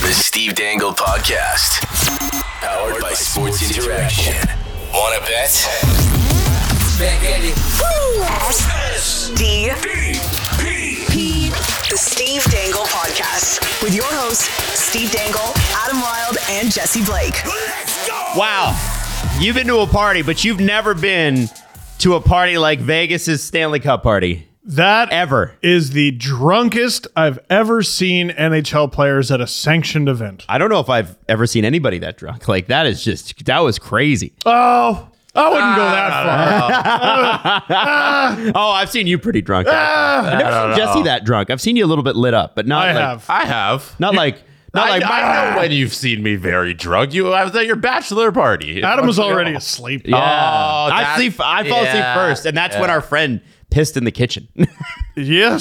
The Steve Dangle Podcast. Powered by Sports Interaction. Want to bet? Bet at it. D. P. The Steve Dangle Podcast with your hosts, Steve Dangle, Adam Wilde, and Jesse Blake. Wow. You've been to a party, but you've never been to a party like Vegas's Stanley Cup party. That Ever. is the drunkest I've ever seen NHL players at a sanctioned event. I don't know if I've ever seen anybody that drunk. Like that is just that was crazy. Oh, Oh, I wouldn't go that Ah. far. Oh, I've seen you pretty drunk. Ah, I've never seen Jesse that drunk. I've seen you a little bit lit up, but not I like have. I have. not like not I, like I know when you've seen me very drunk. You, I was at your bachelor party. Adam was already asleep. Ah, Yeah. Oh, I that- sleep I fall yeah, asleep first, and that's when our friend pissed in the kitchen. Yes.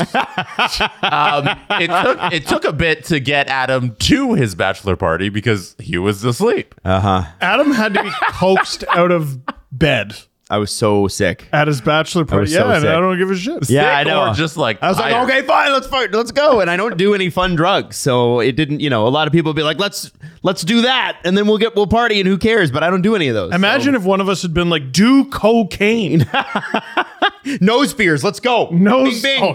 Um, it took it took a bit to get Adam to his bachelor party because he was asleep. Adam had to be coaxed out of bed I was so sick. at his bachelor party. was Yeah, so and I sick. don't give a shit. Yeah, I Sick know. Or just like I was like, tired. okay, fine, let's fight, let's go. And I don't do any fun drugs, so it didn't. You know, a lot of people be like, let's let's do that, and then we'll get we'll party, and who cares? But I don't do any of those. Imagine if one of us had been like, do cocaine. So, nose beers. Let's go. No, Bing, bing. oh,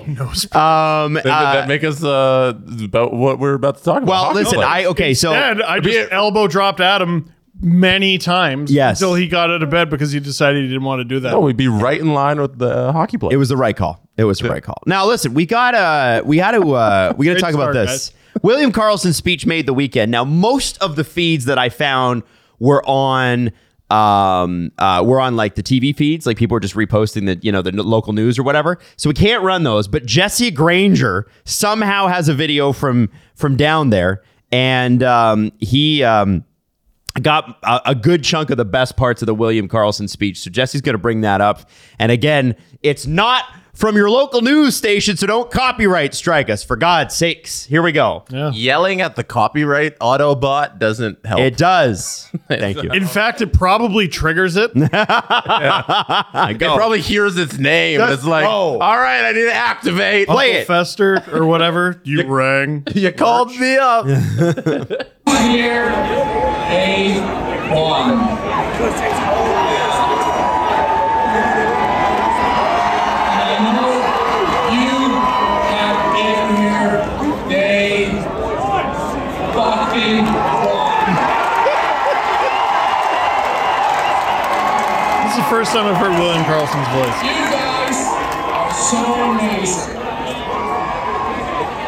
no. Um. Then uh, Did that make us uh, about what we're about to talk about? well, Hockey listen. players. I okay. So Dad, I just elbow dropped Adam many times Yes. until he got out of bed because he decided he didn't want to do that. Oh, we'd be right in line with the hockey player. it was the right call. It was the right call. Now listen, we got uh we got to uh we got to Great talk about start, this. guys. William Carlson's speech made the weekend. Now most of the feeds that I found were on um uh were on like the TV feeds, like people were just reposting the you know the n- local news or whatever. So we can't run those, but Jesse Granger somehow has a video from from down there and um he um got a, a good chunk of the best parts of the William Carlson speech. So Jesse's going to bring that up. And again, it's not from your local news station, so don't copyright strike us for God's sakes. Here we go. Yelling at the copyright Autobot doesn't help. It does. Thank you. In fact, it probably triggers it. It probably hears its name. and That's- it's like, oh. all right, I need to activate. Play Uncle it. Fester or whatever. You rang. You called me up. Here, A. One. I know you have been here day fucking one. This is the first time I've heard William Carlson's voice. You guys are so amazing.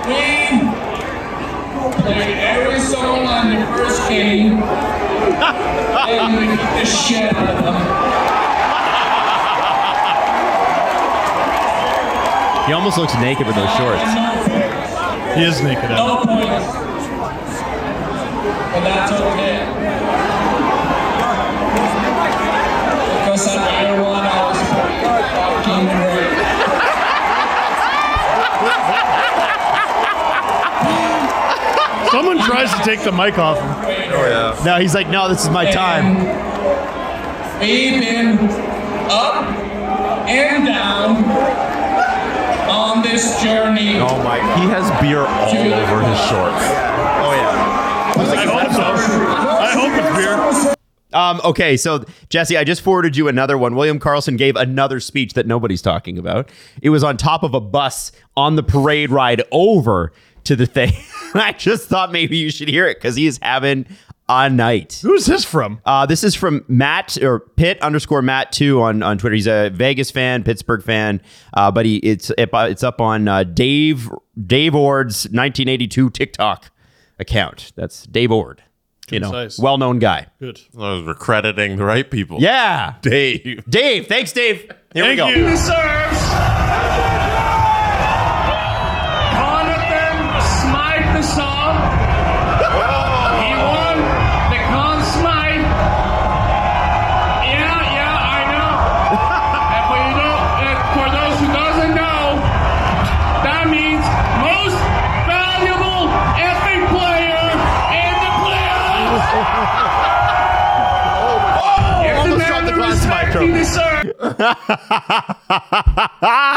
We played every song on the first game and we beat the shit out of them. He almost looks naked with those shorts. He is naked. Adam. No points. But that's okay. Because on year one, I was fucking great. Someone tries to take the mic off him. No, he's like, no, this is my time. And we've been up and down on this journey. Oh my god. He has beer all over his shorts. Oh yeah. I hope so. I hope it's beer. Um, okay, so Jesse, I just forwarded you another one. William Carlson gave another speech that nobody's talking about. It was on top of a bus on the parade ride over to the thing. I just thought maybe you should hear it because he is having a night. Who's this from? Uh, this is from Matt or Pitt underscore Matt two on, on Twitter. He's a Vegas fan, Pittsburgh fan, uh, but he it's it, it's up on uh, Dave Dave Ord's 1982 TikTok account. That's Dave Ord, you know, Concise. well known guy. Good. We're crediting the right people. Yeah, Dave. Dave. Thanks, Dave. Here we Thank go. you. deserves Jonathan Smythe the song. He won the Conn Smythe. Yeah, yeah, I know. and we know and for those who doesn't know, that means most valuable effing player in the playoffs. Here's the almost dropped man the the Conn Smythe respect he trophy. deserves.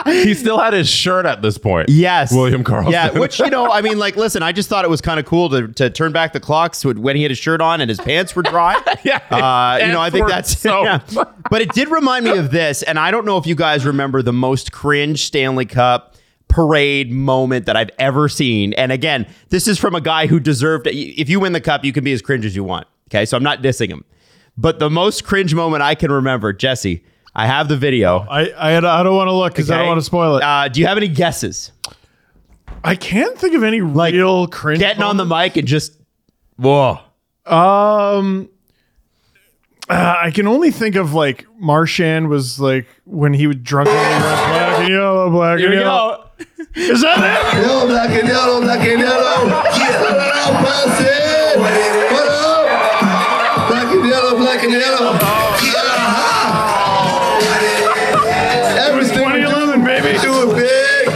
he still had his shirt at this point. Yes. William Carlson. Yeah, which, you know, I mean, like, listen, I just thought it was kind of cool to, to turn back the clocks when when he had his shirt on and his pants were dry. Yeah, Uh, his you know, I pants think were that's. soaked. yeah. But it did remind me of this. And I don't know if you guys remember the most cringe Stanley Cup parade moment that I've ever seen. And again, this is from a guy who deserved it. If you win the cup, you can be as cringe as you want. Okay. So I'm not dissing him. But the most cringe moment I can remember, Jesse, I have the video. I, I, I don't want to look because I don't okay? want to spoil it. Uh, do you have any guesses? I can't think of any real cringe. Getting on the moments. mic and just, whoa. Um, uh, I can only think of like Marshan was like when he would drunkenly run black and yellow, black and yellow. Is that it? Yellow, black and yellow, black and yellow. Yeah, what up, Boston? What up? Black and yellow, black and yellow. Yeah. Everything we do, 2011, baby. we do it big.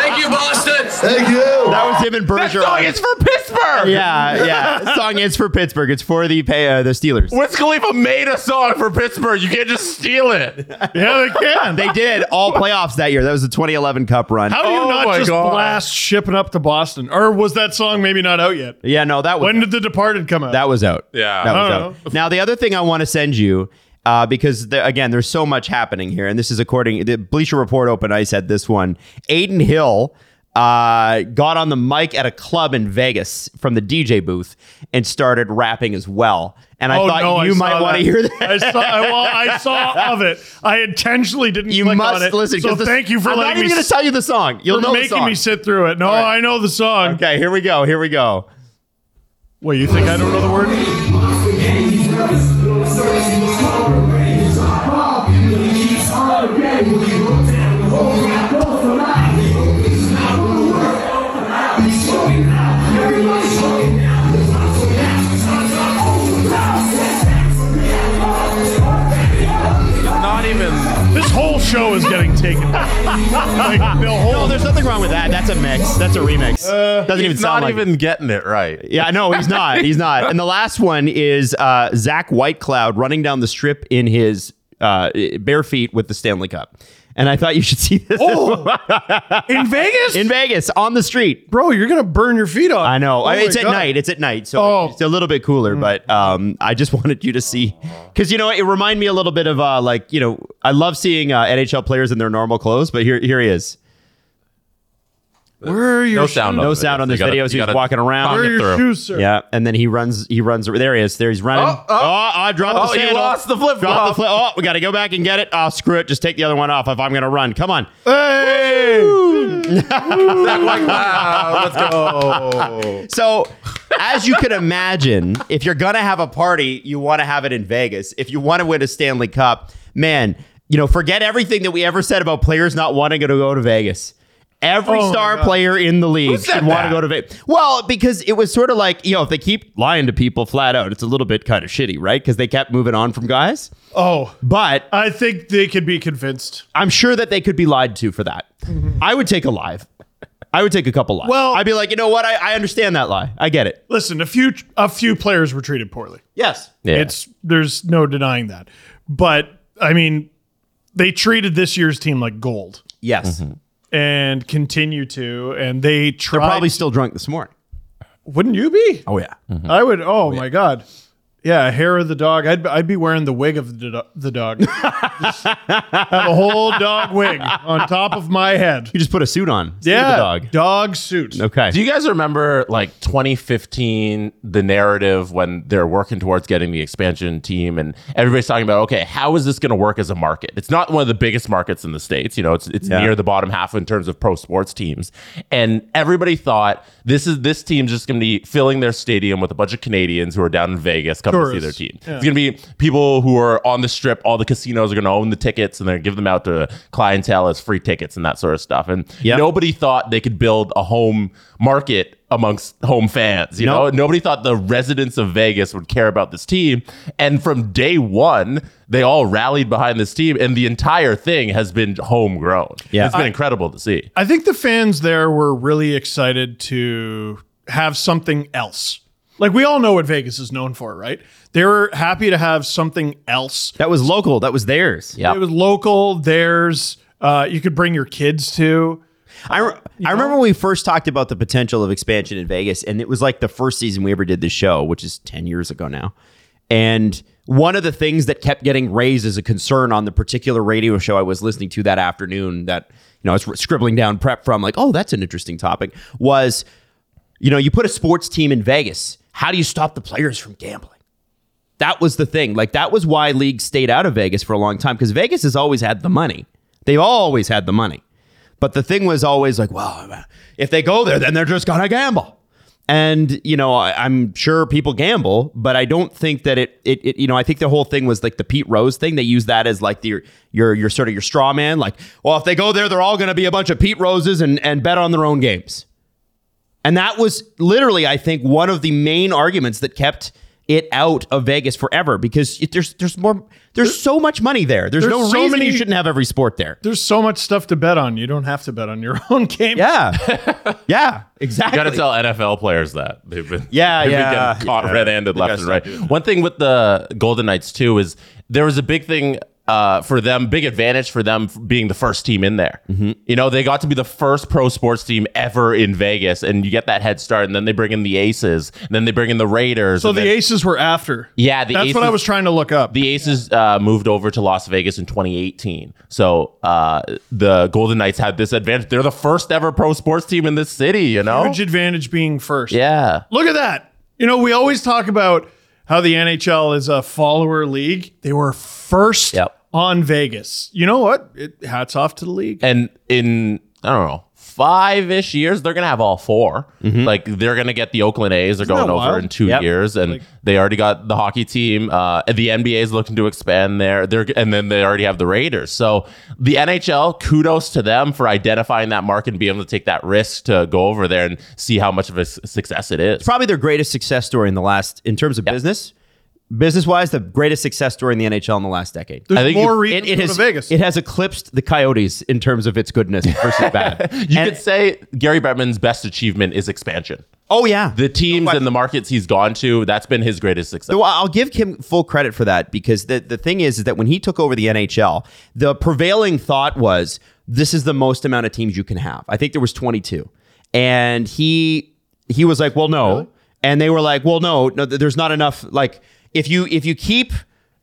Thank you, Boston. Thank you. That was him and Bergeron. it's for Pittsburgh. yeah, yeah. Song is for Pittsburgh. It's for the pay, uh, the Steelers. Wiz Khalifa made a song for Pittsburgh. You can't just steal it. Yeah, they can. They did all playoffs that year. That was the 2011 Cup run. How do you Oh not my just God. blast shipping up to Boston? Or was that song maybe not out yet? yeah, no, that was When did The Departed come out? that was out. Yeah. that was I don't out. Now the other thing I want to send you. Uh, because the, again, there's so much happening here, and this is according the Bleacher Report open ice had this one. Aiden Hill uh, got on the mic at a club in Vegas from the DJ booth and started rapping as well. And I Oh, thought no, I you saw might want to that. hear that. I saw, I, well, I saw of it. I intentionally didn't You click must on it. listen. So 'cause this- thank you for I'm not letting even me, going s- to tell you the song. You'll for know the making song. me sit through it. No, I know the song. Okay, here we go. Here we go. Wait, you think I don't know the word? Not even. This whole show is getting taken. like, the No, whole. there's nothing wrong with that. That's a mix. That's a remix. Uh, Doesn't even He's not sound like. even getting it right. yeah, no, he's not. He's not. And the last one is uh, Zach Whitecloud running down the strip in his uh, bare feet with the Stanley Cup. And I thought you should see this Oh. in Vegas? in Vegas on the street. Bro, you're going to burn your feet off. I know. Oh it's my at God. night. It's at night. So Oh. it's a little bit cooler, but um, I just wanted you to see. Because, you know, it reminded me a little bit of uh, like, you know, I love seeing uh, NHL players in their normal clothes, but here, here he is. Where are your No sound. No sound on this video, so he's walking around. Where are your through. shoes, sir? Yeah, and then he runs. He runs. There he is. There he's running. Oh, Oh, oh. I dropped Oh, the he sandal. lost the flip-flop. Dropped the flip. Oh, we got to go back and get it. Oh, screw it. Just take the other one off if I'm gonna run. Come on. Hey! Wow, let's go. So, as you can imagine, if you're gonna have a party, you want to have it in Vegas. If you want to win a Stanley Cup, man, you know, forget everything that we ever said about players not wanting to go to Vegas. Every Oh my star God. player in the league said should want to that? go to Vegas. Well, because it was sort of like, you know, if they keep lying to people flat out, it's a little bit kind of shitty, right? Because they kept moving on from guys. Oh, But I think they could be convinced. I'm sure that they could be lied to for that. I would take a live. I would take a couple live. Well- I'd be like, you know what? I, I understand that lie. I get it. Listen, a few a few players were treated poorly. Yes. Yeah. It's there's no denying that. But I mean, they treated this year's team like gold yes. and continue to, and they They're tried. probably still drunk this morning. wouldn't you be? Oh yeah. I would. Oh my god. Yeah, hair of the dog. I'd, I'd be wearing the wig of the, do- the dog. Have a whole dog wig on top of my head. You just put a suit on. Suit Yeah, The dog. dog suit. Okay. Do you guys remember like 2015, the narrative when they're working towards getting the expansion team and everybody's talking about, okay, how is this going to work as a market? It's not one of the biggest markets in the States. You know, it's, it's Yeah. near the bottom half in terms of pro sports teams. And everybody thought this is this team's just going to be filling their stadium with a bunch of Canadians who are down in Vegas coming to see their Tourists. team. It's going to be people who are on the strip. All the casinos are going to own the tickets and they're gonna give them out to clientele as free tickets and that sort of stuff. And Yep. nobody thought they could build a home market amongst home fans. You No. know, nobody thought the residents of Vegas would care about this team. And from day one, they all rallied behind this team, and the entire thing has been homegrown. Yeah. it's been I- incredible to see. I think the fans there were really excited to have something else. Like we all know what Vegas is known for, right? They were happy to have something else. That was local. That was theirs. Yeah. It was local, theirs. Uh, you could bring your kids to. I, re- I remember when we first talked about the potential of expansion in Vegas, and it was like the first season we ever did this show, which is 10 years ago now. And one of the things that kept getting raised as a concern on the particular radio show I was listening to that afternoon, that you know, I was scribbling down prep from, like, oh, that's an interesting topic, was you know, you put a sports team in Vegas, how do you stop the players from gambling? That was the thing. Like that was why leagues stayed out of Vegas for a long time because Vegas has always had the money. They've always had the money. But the thing was always like, well, if they go there, then they're just gonna gamble. And you know, I, I'm sure people gamble, but I don't think that it, it, it. You know, I think the whole thing was like the Pete Rose thing. They use that as like the your your sort of your straw man. Like, well, if they go there, they're all going to be a bunch of Pete Roses and and bet on their own games. And that was literally, I think, one of the main arguments that kept it out of Vegas forever because it, there's there's more there's so much money there. There's, There's no so reason many- you shouldn't have every sport there. There's so much stuff to bet on. You don't have to bet on your own game. Yeah, yeah, exactly. You got to tell NFL players that they've been Yeah, they've been yeah. getting caught red-handed left and gotta right. One thing with the uh, Golden Knights too is there was a big thing uh, for them, big advantage for them f- being the first team in there. Mm-hmm. You know, they got to be the first pro sports team ever in Vegas, and you get that head start, and then they bring in the Aces, and then they bring in the Raiders. So and the then- aces were after. Yeah, the that's what Aces- I was trying to look up. the Aces uh, moved over to Las Vegas in 2018. So uh, the Golden Knights had this advantage. They're the first ever pro sports team in this city, you know? Huge advantage being first. Yeah. Look at that. You know, we always talk about how the NHL is a follower league. They were first Yep. on Vegas. You know what? It, hats off to the league. and in I don't know five ish years, they're gonna have all 4 Mm-hmm. Like they're gonna get the Oakland A's. They're going that over wild? in two Yep. years, and they already got the hockey team. Uh, the NBA is looking to expand there. They're and then they already have the Raiders. So the NHL, kudos to them for identifying that market and being able to take that risk to go over there and see how much of a s- success it is. probably their greatest success story in the last in terms of business, business wise, the greatest success story in the NHL in the last decade. There's I think more you- reasons it, it to go has to Vegas. it has eclipsed the Coyotes in terms of its goodness versus bad. You And- could say Gary Bettman's best achievement is expansion. oh yeah, The teams and the markets he's gone to, that's been his greatest success. So I'll give him full credit for that because the, the thing is, is that when he took over the NHL, the prevailing thought was this is the most amount of teams you can have. I think there was 22. And he he was like, "Well, no." And they were like, "Well, no, no th- there's not enough like if you if you keep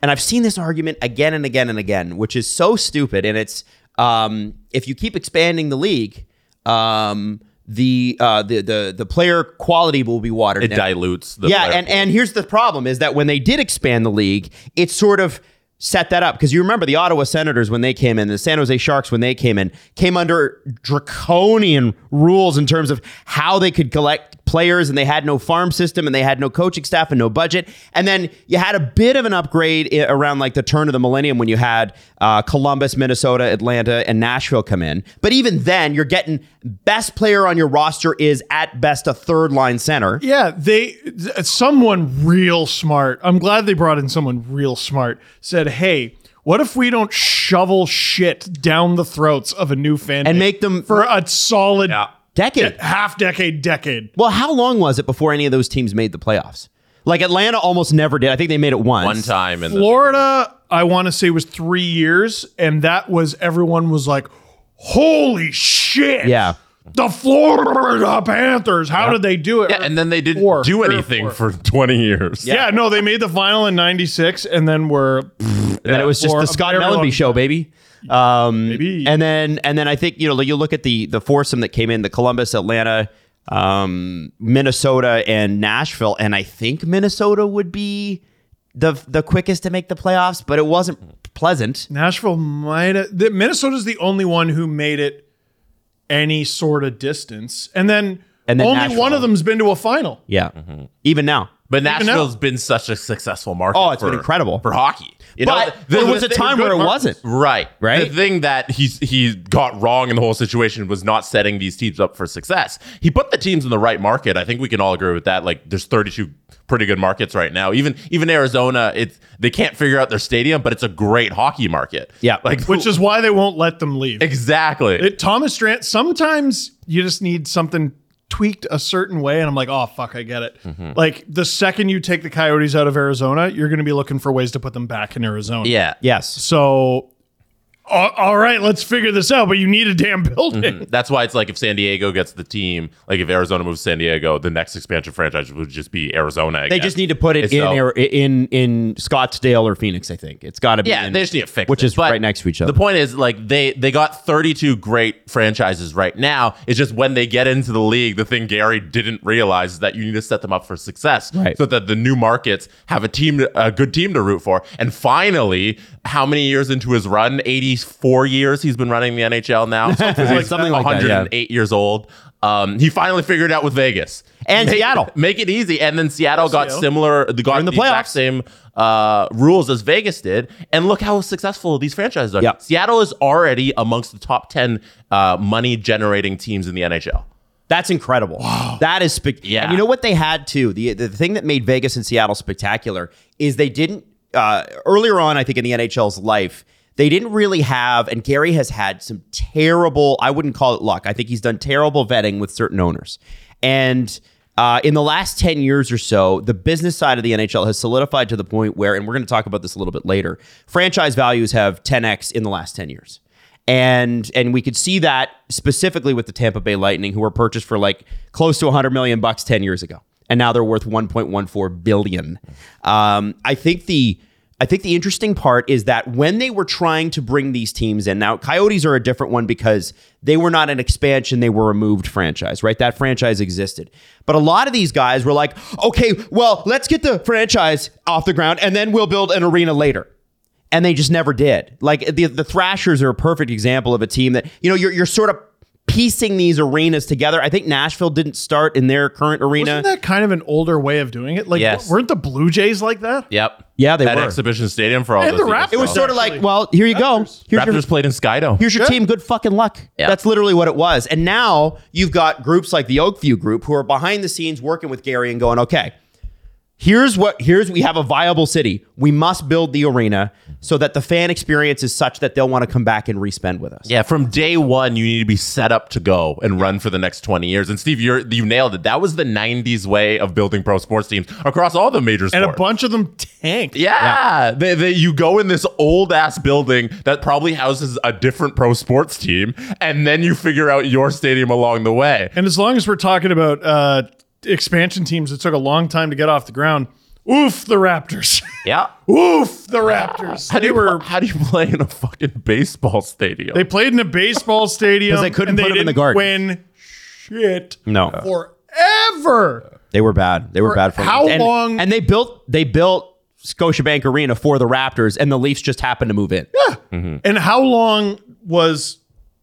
and I've seen this argument again and again and again, which is so stupid and it's um if you keep expanding the league, um the uh the the the player quality will be watered It down dilutes the yeah player and, and here's the problem is that when they did expand the league it sort of set that up because you remember the ottawa senators when they came in the san jose sharks when they came in came under draconian rules in terms of how they could collect players and they had no farm system and they had no coaching staff and no budget and then you had a bit of an upgrade i- around like the turn of the millennium when you had uh, columbus minnesota atlanta and nashville come in but even then you're getting best player on your roster is at best a third line center Yeah, they th- someone real smart. I'm glad they brought in someone real smart. Said, "Hey, what if we don't shovel shit down the throats of a new fan And base make them- for a solid decade half decade decade?" Well, how long was it before any of those teams made the playoffs? Like Atlanta almost never did. I think they made it once. one time and Florida, I want to say was 3 years and that was everyone was like, "Holy shit." Yeah. The Florida Panthers, how did they do it? Yeah, and then they didn't Four. do Three or anything four. for 20 years. yeah, no, they made the final in 96 and then were And then it was just Or the Scott a very long- Mellenby show, baby. Um, Maybe. And then and then I think you know like, you look at the the foursome that came in the Columbus, Atlanta, um, Minnesota, and Nashville, and I think Minnesota would be the the quickest to make the playoffs, but it wasn't pleasant. Nashville might have. the- Minnesota's the only one who made it any sort of distance. And then, And then only Nashville. one of them's been to a final. Yeah, Mm-hmm. even now. But now. Nashville's been such a successful market. Oh, it's been for- incredible. for hockey. You but know, there the- was a the- time where it wasn't. markets. Right, Right? The thing that he's he got wrong in the whole situation was not setting these teams up for success. He put the teams in the right market. I think we can all agree with that. Like, there's 32 pretty good markets right now. Even even Arizona, it's they can't figure out their stadium, but it's a great hockey market. Yeah. like Which is why they won't let them leave. exactly It, Thomas Strand, sometimes you just need something tweaked a certain way, and I'm like, oh fuck, I get it. Mm-hmm. Like the second you take the Coyotes out of Arizona, you're going to be looking for ways to put them back in Arizona. Yeah. Yes. So, all, all right, let's figure this out. But you need a damn building. That's why it's like if San Diego gets the team, like if Arizona moves to San Diego, the next expansion franchise would just be Arizona. They just need to put it in, Ar- in in Scottsdale or Phoenix. I think it's got to be. Yeah, in- they just need to fix which it. is But right next to each other. The point is, like they they got 32 great franchises right now. It's just when they get into the league, the thing Gary didn't realize is that you need to set them up for success, Right. so that the new markets have a team, a good team to root for. And finally, how many years into his run? 84 years he's been running the NHL now. Something like, something like that, yeah. 108 years old. Um, he finally figured it out with Vegas And Make- Seattle. Make it easy, and then Seattle got similar. Got in the playoffs. exact same uh, rules as Vegas did, and look how successful these franchises are. Yeah. Seattle is already amongst the top ten uh, money generating teams in the NHL. That's incredible. That is spec- Yeah. And you know what they had too? The the thing that made Vegas and Seattle spectacular is they didn't uh, earlier on. I think in the NHL's life, they didn't really have. And Gary has had some terrible. I wouldn't call it luck. I think he's done terrible vetting with certain owners. And uh, in the last ten years or so, the business side of the NHL has solidified to the point where, and we're going to talk about this a little bit later. Franchise values have 10x in the last ten years and and we could see that specifically with the Tampa Bay Lightning, who were purchased for like close to 100 million bucks 10 years ago, and now they're worth 1.14 billion. Um, I think the I think the interesting part is that when they were trying to bring these teams in, now Coyotes are a different one because they were not an expansion, they were a moved franchise, right? That franchise existed. But a lot of these guys were like, okay, well, let's get the franchise off the ground and then we'll build an arena later and they just never did. Like the the Thrashers are a perfect example of a team that you know you're you're sort of piecing these arenas together. I think Nashville didn't start in their current arena. Isn't that kind of an older way of doing it? Like, Yes. weren't the Blue Jays like that? Yep. Yeah, they at were. Exhibition Stadium for all And those the years. Raptors. it was sort of like, well, here you go. Raptors. Here's your, Raptors played in Skydo. here's your team. Good fucking luck. Yeah. That's literally what it was. And now you've got groups like the Oakview Group who are behind the scenes working with Gary and going, okay, here's what here's we have a viable city. We must build the arena so that the fan experience is such that they'll want to come back and respend with us. Yeah, from day one, you need to be set up to go and run for the next 20 years. And Steve, you're, you nailed it. That was the 90s way of building pro sports teams across all the major sports. And a bunch of them tanked. Yeah, They, they, you go in this old ass building that probably houses a different pro sports team, and then you figure out your stadium along the way. And as long as we're talking about uh, expansion teams that took a long time to get off the ground, oof, the Raptors. Yeah. oof, the Raptors. How do they you were. how do you play in a fucking baseball stadium? They played in a baseball stadium 'Cause they couldn't and put 'em in the didn't garden. Win shit. No. Forever. They were bad. They were For bad for how and, long- And they built they built Scotiabank Arena for the Raptors, and the Leafs just happened to move in. And how long was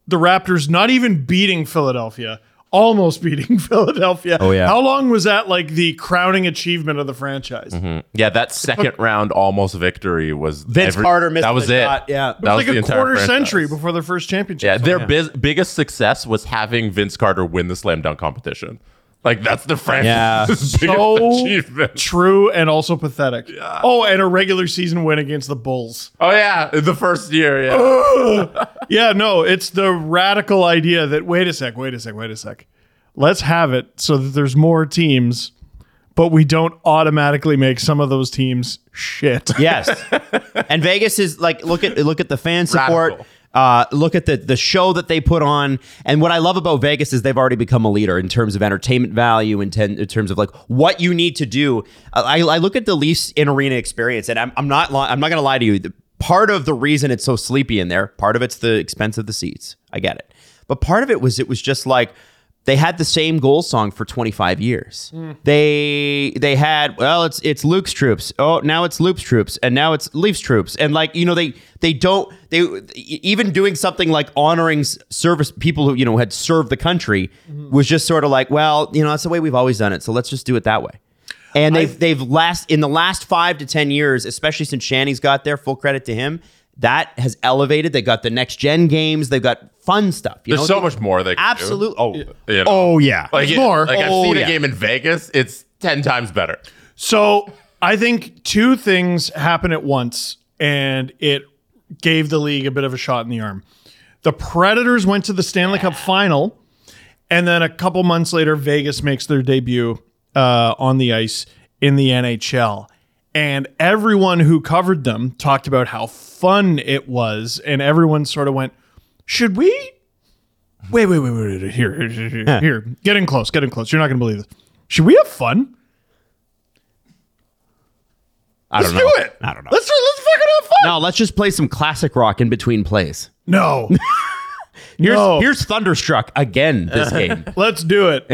the Raptors not even beating Philadelphia? Almost beating Philadelphia. Oh yeah. How long was that like the crowning achievement of the franchise? Mm-hmm. yeah, that second round almost victory was Vince Carter missed That was the it. shot, yeah. that It's was the like a entire quarter franchise. century before their first championship. Yeah, their biz- biggest success was having Vince Carter win the slam dunk competition. Like that's the franchise's biggest so achievement. true and also pathetic. Oh, and a regular season win against the Bulls. Oh yeah, the first year. Yeah. Yeah, no, it's the radical idea that wait a sec, wait a sec, wait a sec. Let's have it so that there's more teams, but we don't automatically make some of those teams shit. Yes. and Vegas is like look at look at the fan support. Radical. Uh, look at the the show that they put on, and what I love about Vegas is they've already become a leader in terms of entertainment value, in, ten, in terms of like what you need to do. I, I look at the Leafs in arena experience, and I'm, I'm not li- I'm not gonna lie to you. The, part of the reason it's so sleepy in there, part of it's the expense of the seats. I get it, but part of it was it was just like they had the same goal song for 25 years. They they had well, it's it's Luke's troops. Oh, now it's Luke's troops, and now it's Leafs troops, and like you know they they don't they e, even doing something like honoring s- service people who you know had served the country was just sort of like well you know that's the way we've always done it, so let's just do it that way. And they've they've last in the last five to ten years, especially since Shanny's got there. Full credit to him. That has elevated. They got the next gen games. They've got fun stuff. You There's know? so much more they could do. Absolute. Oh, You know? Oh yeah. Like, There's it- more. like I've Oh, seen yeah. a game in Vegas. It's ten times better. So I think two things happen at once, and it gave the league a bit of a shot in the arm. The Predators went to the Stanley Cup final, And then a couple months later, Vegas makes their debut uh, on the ice in the NHL. And everyone who covered them talked about how fun it was. And everyone sort of went, Should we? Wait, wait, wait, wait, wait. Here, here, here, here, here. Get in close, get in close. You're not going to believe this. Should we have fun? I Let's don't know. do it. I don't know. Let's, let's fucking have fun. no, let's just play some classic rock in between plays. No. Here's, No. here's Thunderstruck again this game. Let's do it.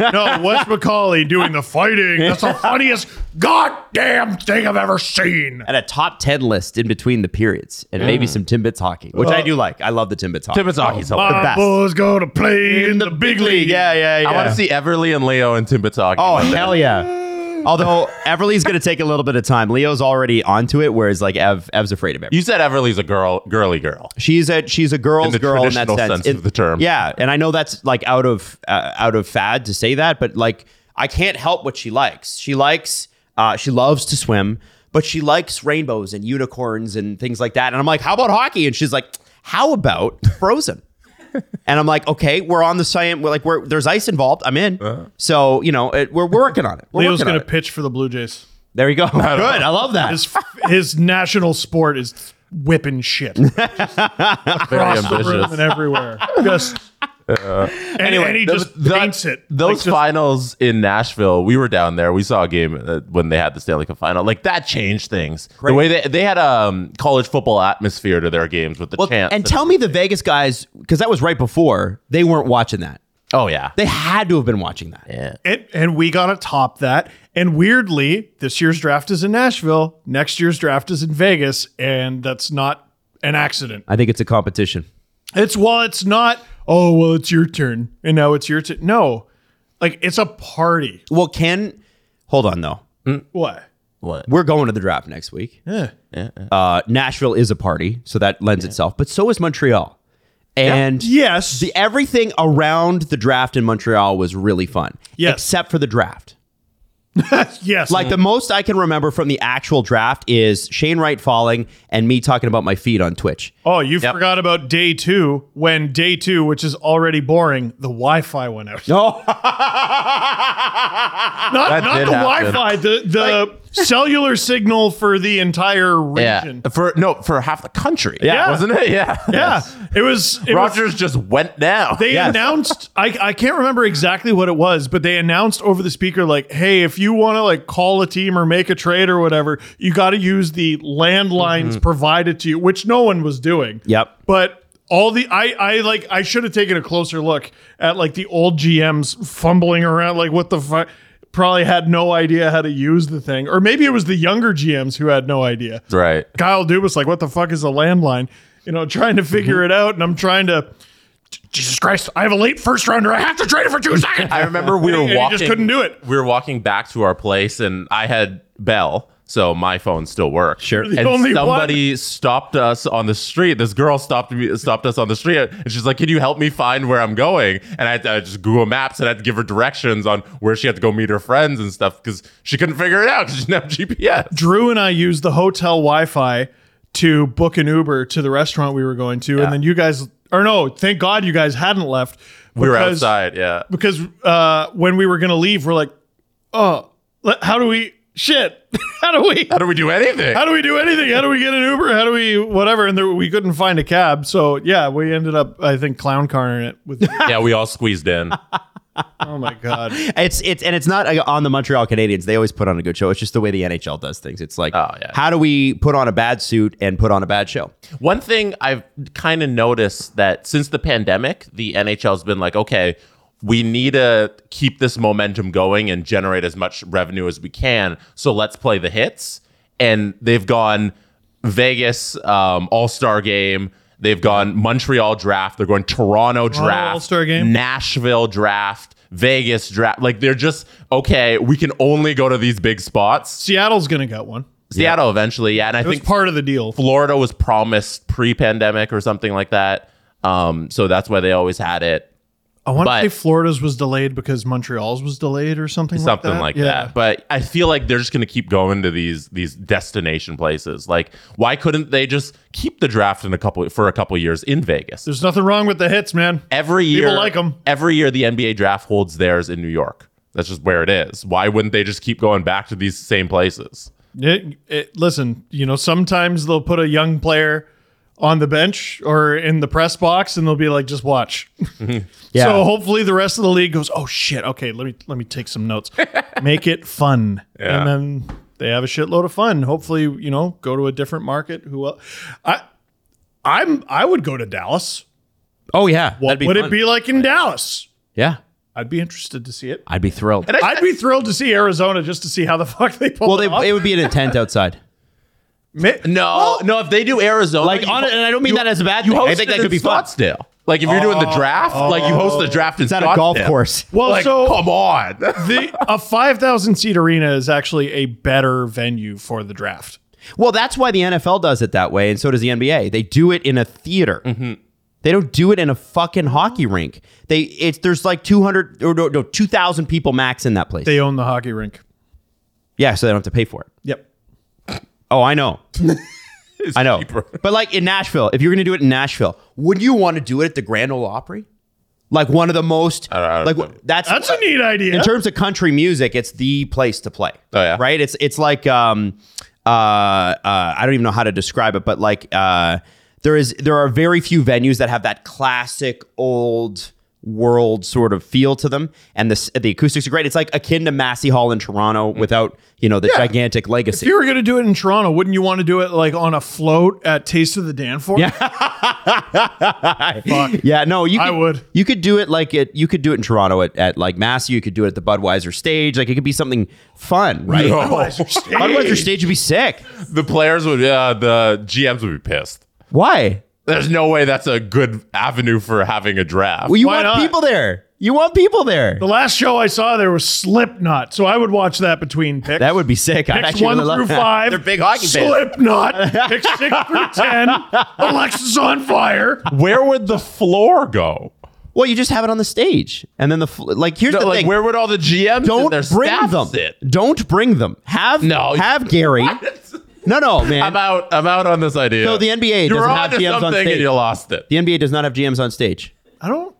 No, Wes Macaulay doing the fighting. That's the funniest goddamn thing I've ever seen. and a top 10 list in between the periods and maybe some Timbits hockey, which I do like. I love the Timbits hockey. Oh, Timbits hockey's the hilarious. My best. boys gonna play in the big league. Yeah, yeah, yeah. I want to see Everly and Leo and Timbits hockey. Oh, one day. hell yeah. Although Everly's going to take a little bit of time. Leo's already onto it, whereas like Ev, Ev's afraid of it. You said Everly's a girl, girly girl. She's a she's a girl's In the girl in that traditional sense, sense of the term. Yeah, and I know that's like out of uh, out of fad to say that, but like I can't help what she likes. She likes uh, she loves to swim, but she likes rainbows and unicorns and things like that. And I'm like, how about hockey? And she's like, how about Frozen? and I'm like, okay, we're on the science. We're like, we're, there's ice involved. I'm in. Uh-huh. So you know, it, we're working on it. We're Leo's working on gonna it. pitch for the Blue Jays. There you go. Good. I love that. His his national sport is whipping shit across Very the room and ambitious. everywhere. Just and, and he just Th- paints it. Those Like, just- finals in Nashville, we were down there. We saw a game uh, when they had the Stanley Cup final. Like that changed things. The way they they had a um, college football atmosphere to their games with the Well, chants. and tell me the Vegas guys, because that was right before they weren't watching that. oh yeah, They had to have been watching that. and, and we got to top that. And weirdly, this year's draft is in Nashville. Next year's draft is in Vegas, and that's not an accident. I think it's a competition. It's well, it's not. Oh well, it's your turn, and now it's your turn. No, like it's a party. Well, can hold on though. What? what? We're going to the draft next week. Yeah. Uh, Nashville is a party, so that lends itself. But so is Montreal, and Yes. the, everything around the draft in Montreal was really fun. Yes. except for the draft. yes. Like the most I can remember from the actual draft is Shane Wright falling and me talking about my feet on Twitch. Oh, you forgot about day two when day two, which is already boring, the Wi-Fi went out. No, not not did the happen. Wi-Fi, the the cellular signal for the entire region. Yeah, for no, for half the country. Yeah. wasn't it? Yeah, Yeah. It was it was- Rogers just went down. they Yes. announced I, I can't remember exactly what it was, but they announced over the speaker like, hey, if you want to like call a team or make a trade or whatever, you gotta use the landlines provided to you, which no one was doing. Mm-hmm. Yep. But all the I I like I should have taken a closer look at like the old GMs fumbling around like what the fuck probably had no idea how to use the thing. Or maybe it was the younger GMs who had no idea. right. Kyle Dubas, like, what the fuck is a landline? You know, trying to Mm-hmm. figure it out, and I'm trying to. Jesus Christ! I have a late first rounder. I have to trade it for two seconds. I remember we And were he walking. just couldn't do it. We were walking back to our place, and I had Bell, so my phone still worked. Sure. and only somebody stopped us on the street. This girl stopped me, stopped us on the street, and she's like, "Can you help me find where I'm going?" And I, had to- I just Google Maps, and I had to give her directions on where she had to go meet her friends and stuff because she couldn't figure it out. She didn't have GPS. Drew and I used the hotel Wi-Fi to book an Uber to the restaurant we were going to, and then you guys, or no, thank God you guys hadn't left. We were outside. Yeah. because uh, when we were gonna leave, we're like, oh, le- how do we? Shit, how do we? How do we do anything? how do we do anything? How do we get an Uber? How do we whatever? And there, we couldn't find a cab, so yeah, we ended up I think clown carring it with. yeah, we all squeezed in. oh my god! It's it's and it's not uh, on the Montreal Canadiens. They always put on a good show. It's just the way the NHL does things. It's like, Oh, yeah. how do we put on a bad suit and put on a bad show? One thing I've kind of noticed that since the pandemic, the NHL's been like, okay, we need to keep this momentum going and generate as much revenue as we can. So let's play the hits. And they've gone Vegas um, All Star Game. They've gone Montreal draft. They're going Toronto draft. All-Star Game. Nashville draft. Vegas draft. Like they're just okay. We can only go to these big spots. Seattle's gonna get one. Seattle eventually, yeah. And I It was think part of the deal. Florida was promised pre-pandemic or something like that. Um, so that's why they always had it. I want But- to say Florida's was delayed because Montreal's was delayed or something. something like like that. that. But I feel like they're just going to keep going to these these destination places. Like, why couldn't they just keep the draft in a couple for a couple years in Vegas? There's nothing wrong with the hits, man. every year, People like 'em. Every year, the NBA draft holds theirs in New York. That's just where it is. Why wouldn't they just keep going back to these same places? It, it, listen, you know, sometimes they'll put a young player on the bench or in the press box, and they'll be like, "Just watch." Yeah. So hopefully the rest of the league goes, "Oh shit, okay, let me let me take some notes, make it fun," Yeah. and then they have a shitload of fun. Hopefully, you know, go to a different market. Who else? I, I'm I would go to Dallas. oh yeah, What would it be like in Dallas? Yeah, I'd be interested to see it. I'd be thrilled. I'd be thrilled to see Arizona just to see how the fuck they pull well, it off. they, it would be in a tent outside. Ma- No, no. If they do Arizona, Like, you on ho- it- and I don't mean that as a bad you thing. I host think it that could in be fun. Scottsdale. Like if you're doing the draft, like you host the draft in It's at a golf Scottsdale. course. Well, Like, so come on. the a five thousand seat arena is actually a better venue for the draft. Well, that's why the NFL does it that way, and so does the NBA. They do it in a theater. They don't do it in a fucking hockey rink. They it's there's like two hundred or no, no two thousand people max in that place. They own the hockey rink. yeah, so they don't have to pay for it. Yep. Oh, I know. I know. cheaper. But like in Nashville, if you're going to do it in Nashville, would you want to do it at the Grand Ole Opry? Like one of the most I don't like know. that's uh, That's a neat idea. in terms of country music, it's the place to play. Oh, yeah. right. It's it's like um uh, uh I don't even know how to describe it, but like uh there is there are very few venues that have that classic old world sort of feel to them, and the s- the acoustics are great. It's like akin to Massey Hall in Toronto Mm. without you know the gigantic if legacy. you were going to do it in Toronto, wouldn't you want to do it like on a float at Taste of the Danforth? Yeah. Yeah, no, you. Could, I would. You could do it like it. You could do it in Toronto at, at like Mass. You could do it at the Budweiser stage. Like it could be something fun, right? No. Budweiser stage would be sick. the players would, uh, the GMs would be pissed. Why? There's no way that's a good avenue for having a draft. Well, you Why want not? people there. You want people there. The last show I saw there was Slipknot, so I would watch that between picks. That would be sick. I'd picks actually one really love through that. five. They're big hockey fans. Slipknot. Pick six through ten. Alexa's on fire. where would the floor go? Well, you just have it on the stage, and then the fl- like. Here's No, the like, thing. where would all the GMs don't and their bring staff them. sit? Don't bring them. Have No. Have Gary. No, no, man. I'm out. I'm out on this idea. So the NBA you were doesn't have onto GMs on something stage. and you lost it. the NBA does not have GMs on stage. I don't know.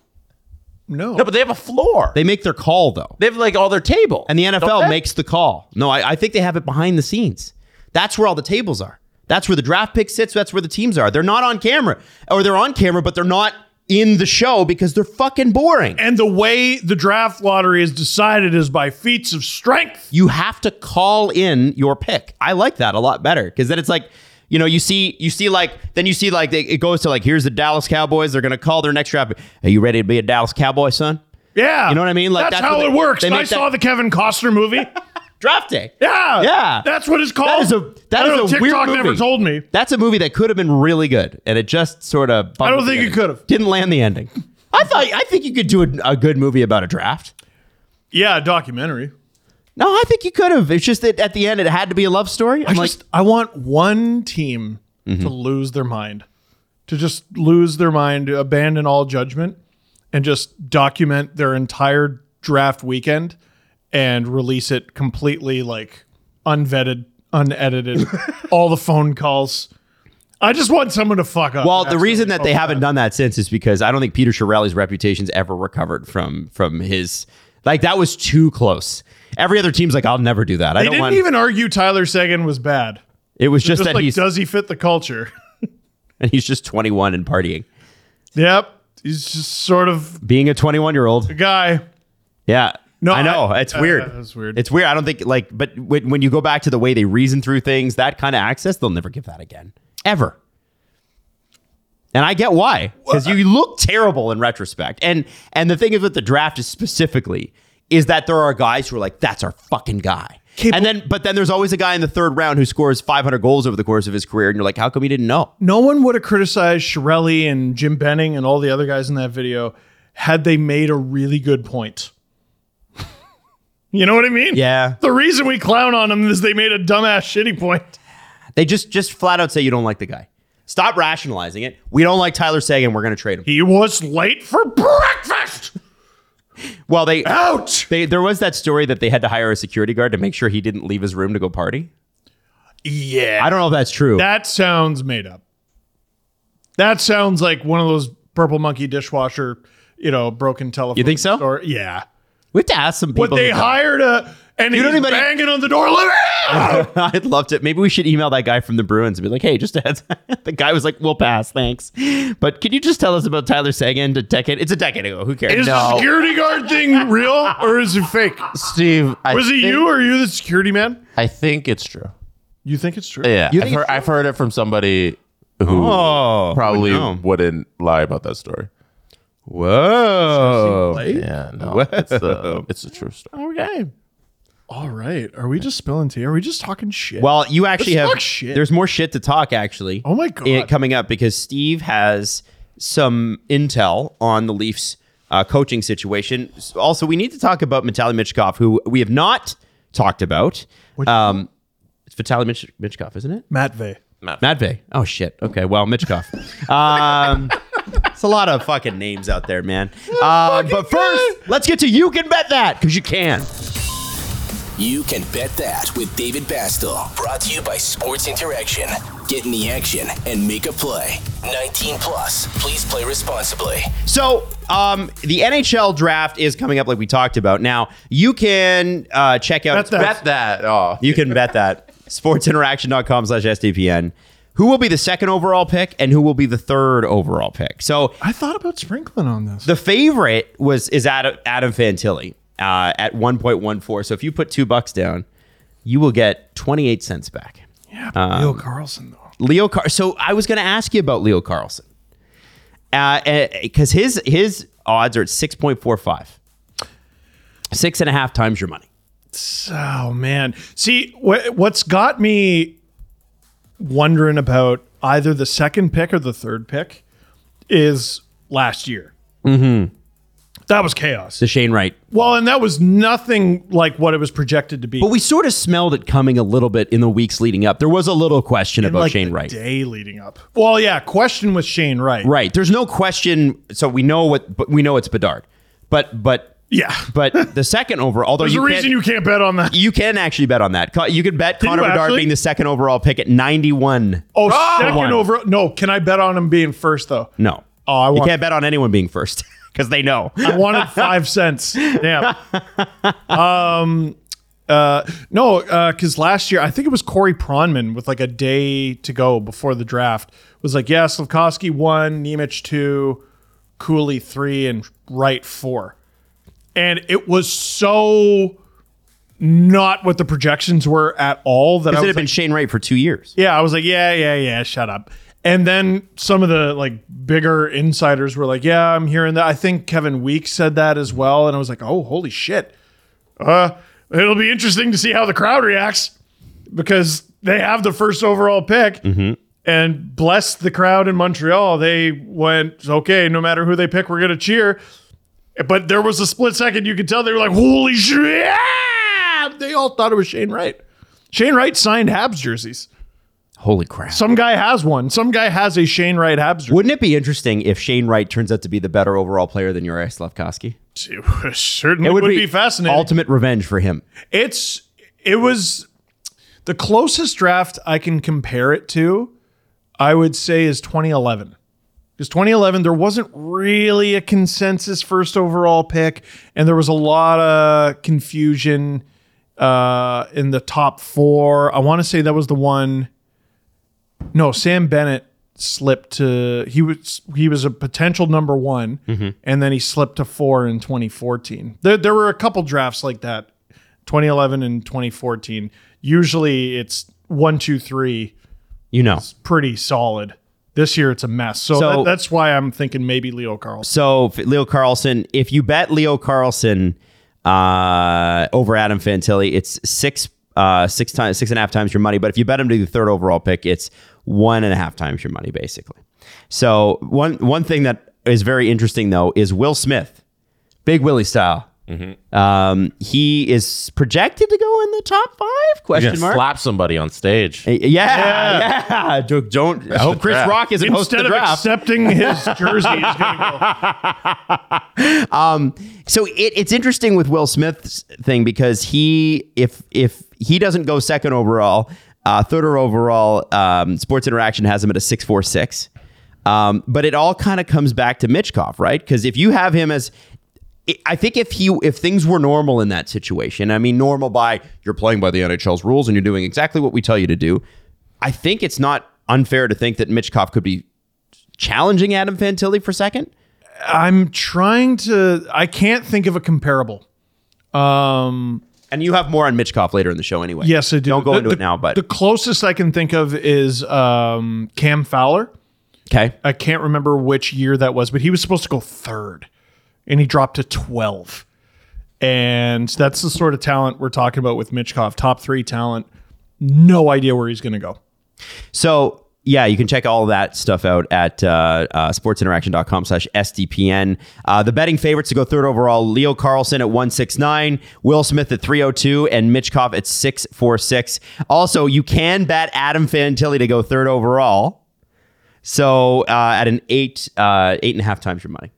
No, but they have a floor. They make their call though. They have like all their table. And the Don't NFL they? makes the call. No, I, I think they have it behind the scenes. That's where all the tables are. That's where the draft pick sits. That's where the teams are. They're not on camera, or they're on camera, but they're not in the show because they're fucking boring. and the way the draft lottery is decided is by feats of strength. You have to call in your pick. I like that a lot better because then it's like, you know, you see, you see, like then you see, like they, it goes to like, here's the Dallas Cowboys. They're gonna call their next draft. pick. Are you ready to be a Dallas Cowboy, son? Yeah, You know what I mean? Like, that's, that's how what it they- works. they And I make that- saw the Kevin Costner movie. Draft day. Yeah, Yeah. that's what it's called. That is a I that don't is a know, TikTok weird movie. never told me. That's a movie that could have been really good, and it just sort of. I don't think it could have. Didn't land the ending. I thought I think you could do a, a good movie about a draft. Yeah, a documentary. No, I think you could have. It's just that at the end it had to be a love story. i I'm like, Mm-hmm. just I want one team to lose their mind, to just lose their mind, to abandon all judgment, and just document their entire draft weekend and release it completely like unvetted, unedited, all the phone calls. I just want someone to fuck up. well, the That's reason really that they fucked haven't up. done that since is because I don't think Peter Shirelli's reputation's ever recovered from from his like that was too close. Every other team's like, I'll never do that. I They don't didn't want. even argue Tyler Sagan was bad. it was just, Just that like, he's does he fit the culture? and he's just 21 and partying, yep. He's just sort of being a 21 year old. a guy. Yeah. No, I know. I- it's uh, weird. that's weird. It's weird. I don't think like, but when, when you go back to the way they reason through things, that kind of access, they'll never give that again, ever. And I get why, because you look terrible in retrospect. And and the thing is with the draft is specifically is that there are guys who are like, that's our fucking guy. and then, but then there's always a guy in the third round who scores 500 goals over the course of his career, and you're like, how come he didn't know? no one would have criticized Shirelli and Jim Benning and all the other guys in that video had they made a really good point. you know what I mean? Yeah, The reason we clown on them is they made a dumbass shitty point. they just just flat out say you don't like the guy. Stop rationalizing it. We don't like Tyler Sagan. We're gonna trade him. He was late for breakfast. Well, they Ouch! they there was that story that they had to hire a security guard to make sure he didn't leave his room to go party. Yeah. I don't know if that's true. That sounds made up. That sounds like one of those purple monkey dishwasher, you know, broken telephone. think so? Or yeah. we have to ask some people. But they who know. hired a and he's know anybody- banging on the door. Let me out! I'd love to. Maybe we should email that guy from the Bruins and be like, "Hey, just a heads." the guy was like, "We'll pass, thanks." But can you just tell us about Tyler Sagan a decade? It's a decade ago. Who cares? Is the security guard thing real or is it fake? Steve, I Was it think- you or are you the security man? I think it's true. You think it's true? Yeah, I've think heard, it's true? I've heard it from somebody who Oh, probably no. wouldn't lie about that story. Whoa. Yeah, no, it's a, it's a true story. Okay. All right. Are we just spilling tea? Are we just talking shit? Well, you actually Let's have. talk shit. There's more shit to talk actually. Oh my God. It coming up because Steve has some intel on the Leafs uh, coaching situation. Also, we need to talk about Vitaly Michkov, who we have not talked about. Um, it's Vitaly Mich- Michkov, isn't it? Matvey. Matvey. Oh shit. Okay. Well, Mitchkoff. um, it's a lot of fucking names out there, man. Uh, but first, let's get to you can bet that because you can. You can bet that with David Bastel. Brought to you by Sports Interaction. Get in the action and make a play. 19 plus. Please play responsibly. So, um, the NHL draft is coming up, like we talked about. Now, you can uh, check out. Bet that. Bet that. Oh, You can bet that. Sportsinteraction.com slash SDPN. Who will be the second overall pick and who will be the third overall pick? So, I thought about sprinkling on this. The favorite was is Adam, Adam Fantilli uh, at one point one four. So if you put two bucks down, you will get twenty eight cents back. yeah, but Bill Carlson though. Leo Car. So I was going to ask you about Leo Carlson because his his odds are at six point four five, six and a half times your money. Oh man. See, wh- what's got me wondering about either the second pick or the third pick is last year. Mm-hmm. That was chaos. The Shane Wright. Well, and that was nothing like what it was projected to be. But we sort of smelled it coming a little bit in the weeks leading up. There was a little question about like Shane the Wright. day leading up. Well, yeah. Question with Shane Wright. Right. There's no question. So we know what. But we know it's Bedard. But but Yeah. but the second overall. Although There's you a can't- reason you can't bet on that. You can actually bet on that. Co- You can bet Can Connor you Bedard actually? being the second overall pick at 91. Oh, second one. over. No, can I bet on him being first though? No. Oh, I you want- can't bet on anyone being first because they know. I wanted five cents. Damn. Um, uh, no, because last year I think it was Corey Pronman with like a day to go before the draft was like, yeah, Slavkovsky one, Nemich two, Cooley three, and Wright four, and it was so not what the projections were at all that I Because it was had been like, Shane Wright for two years. yeah, I was like, yeah, yeah, yeah, shut up. And then some of the like bigger insiders were like, yeah, I'm hearing that. I think Kevin Weeks said that as well. And I was like, oh, holy shit. Uh, it'll be interesting to see how the crowd reacts because they have the first overall pick. And bless the crowd in Montreal. They went, okay, no matter who they pick, we're going to cheer. But there was a split second you could tell they were like, holy shit. yeah! They all thought it was Shane Wright. Shane Wright signed Habs jerseys. Holy crap. Some guy has one. Some guy has a Shane Wright Habs. Wouldn't it be interesting if Shane Wright turns out to be the better overall player than Yuri Slavkovsky? jersey. certainly would, be, fascinating. Ultimate revenge for him. it's it was the closest draft I can compare it to. I would say is 2011. Because 2011, there wasn't really a consensus first overall pick, and there was a lot of confusion uh, in the top four. I want to say that was the one. No, Sam Bennett slipped to he was he was a potential number one, and then he slipped to four in 2014. There there were a couple drafts like that, 2011 and 2014. Usually it's one, two, three, You know. pretty solid. This year it's a mess. So, So- that- that's why I'm thinking maybe Leo Carlson. So f- Leo Carlson, if you bet Leo Carlson uh, over Adam Fantilli, it's six uh, six times six and a half times your money. But if you bet him to the third overall pick, it's one and a half times your money, basically. So one one thing that is very interesting though is Will Smith, Big Willie style, Um, he is projected to go in the top five? You're Question gonna mark. slap somebody on stage. Yeah, yeah. Don't, don't- I hope Chris draft. Rock isn't hosting Instead the of draft. accepting his jersey, he's going to go. So it, it's interesting with Will Smith's thing because he, if if he doesn't go second overall, uh, third or overall, um, Sports Interaction has him at a six four six. Um, but it all kind of comes back to Mitchkoff, right? Because if you have him as it- I think if he if things were normal in that situation, I mean normal by you're playing by the NHL's rules and you're doing exactly what we tell you to do, I think it's not unfair to think that Mitchkoff could be challenging Adam Fantilli for second. I'm trying to. I can't think of a comparable. Um, And you have more on Mitchkoff later in the show anyway. yes, I do. Don't go The- into the- it now, but the closest I can think of is um, Cam Fowler. okay. I can't remember which year that was, but he was supposed to go third, and he dropped to twelve. And that's the sort of talent we're talking about with Mitchkov, top three talent. No idea where he's going to go. So yeah, you can check all of that stuff out at uh, uh, sportsinteraction.com slash SDPN. Uh, the betting favorites to go third overall, Leo Carlson at 169, Will Smith at 302, and Mitchkoff at 646. Also, you can bet Adam Fantilli to go third overall. So uh, at an eight, uh, eight and a half times your money.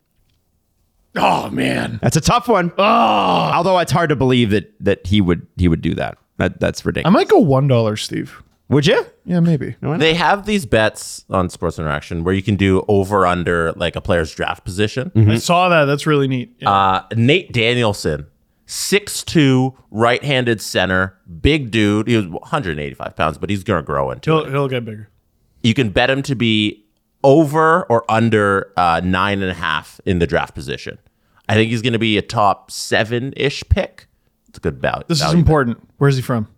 Oh man, That's a tough one. Although it's hard to believe that that he would he would do that. that that's I ridiculous. might go one dollar, Steve. would you? Yeah, maybe. They have these bets on Sports Interaction where you can do over under like a player's draft position. Mm-hmm. I saw that. That's really neat. Yeah. Uh, Nate Danielson, 6'2", right-handed center, big dude. He was 185 pounds, but he's gonna grow into. he'll he'll get bigger. You can bet him to be over or under uh, nine and a half in the draft position. I think he's gonna be a top seven-ish pick. It's a good val- value. This is important. Where's he from?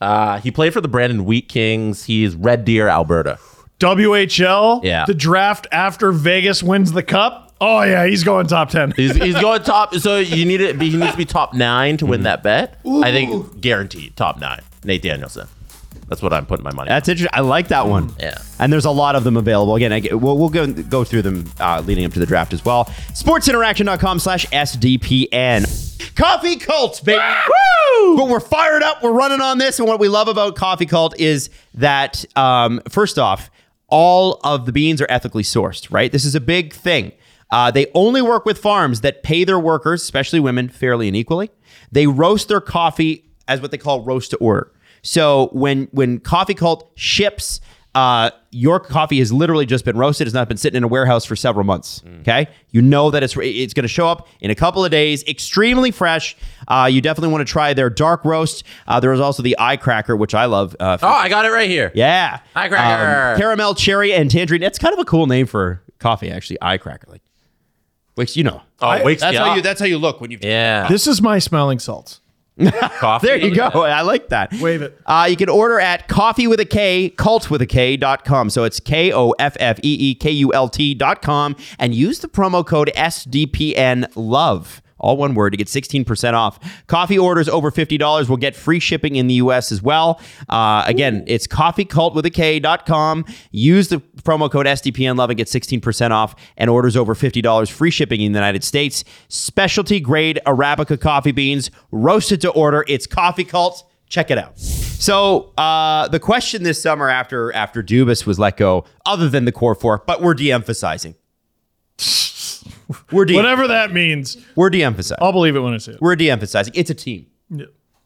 Uh, he played for the Brandon Wheat Kings. He's Red Deer, Alberta. WHL. Yeah. The draft after Vegas wins the cup. Oh yeah, he's going top ten. He's, he's going top. So you need to be, he needs to be top nine to win that bet. I think guaranteed top nine. Nate Danielson. That's what I'm putting my money. on. That's interesting. I like that one. Yeah. And there's a lot of them available. Again, I, we'll, we'll go, go through them uh, leading up to the draft as well. Sportsinteraction.com slash SDPN. Coffee Cult, baby. Woo! But we're fired up. We're running on this. And what we love about Coffee Cult is that, um, first off, all of the beans are ethically sourced, right? This is a big thing. Uh, they only work with farms that pay their workers, especially women, fairly and equally. They roast their coffee as what they call roast to order. So when when Coffee Cult ships, uh, your coffee has literally just been roasted. It's not been sitting in a warehouse for several months. Okay, you know that it's it's going to show up in a couple of days, extremely fresh. Uh, you definitely want to try their dark roast. Uh, there was also the eye cracker, which I love. Uh, Oh, I got it right here. yeah. Um, Eye cracker. caramel, cherry, and tangerine. That's kind of a cool name for coffee, actually. Eye cracker. Like, which, you know. Oh, it wakes that's you how up. you that's how you look when you yeah. This is my smelling salts. coffee. There you go. I like that. Wave it. Uh, you can order at coffee with a K, cult with a K dot com. So it's K O F F E E K U L T dot com and use the promo code SDPN love. All one word to get 16% off. Coffee orders over $50 will get free shipping in the US as well. Uh, again, it's coffeecult with a K dot com. Use the promo code SDPN love and get 16% off and orders over $50 free shipping in the United States. Specialty grade Arabica coffee beans, roasted to order. It's Coffee Cult. Check it out. So uh, the question this summer after after Dubas was let go, other than the core four, but we're de-emphasizing. We're de- Whatever Oh. that means. We're de-emphasizing. I'll believe it when I see it. We're de-emphasizing. It's a team.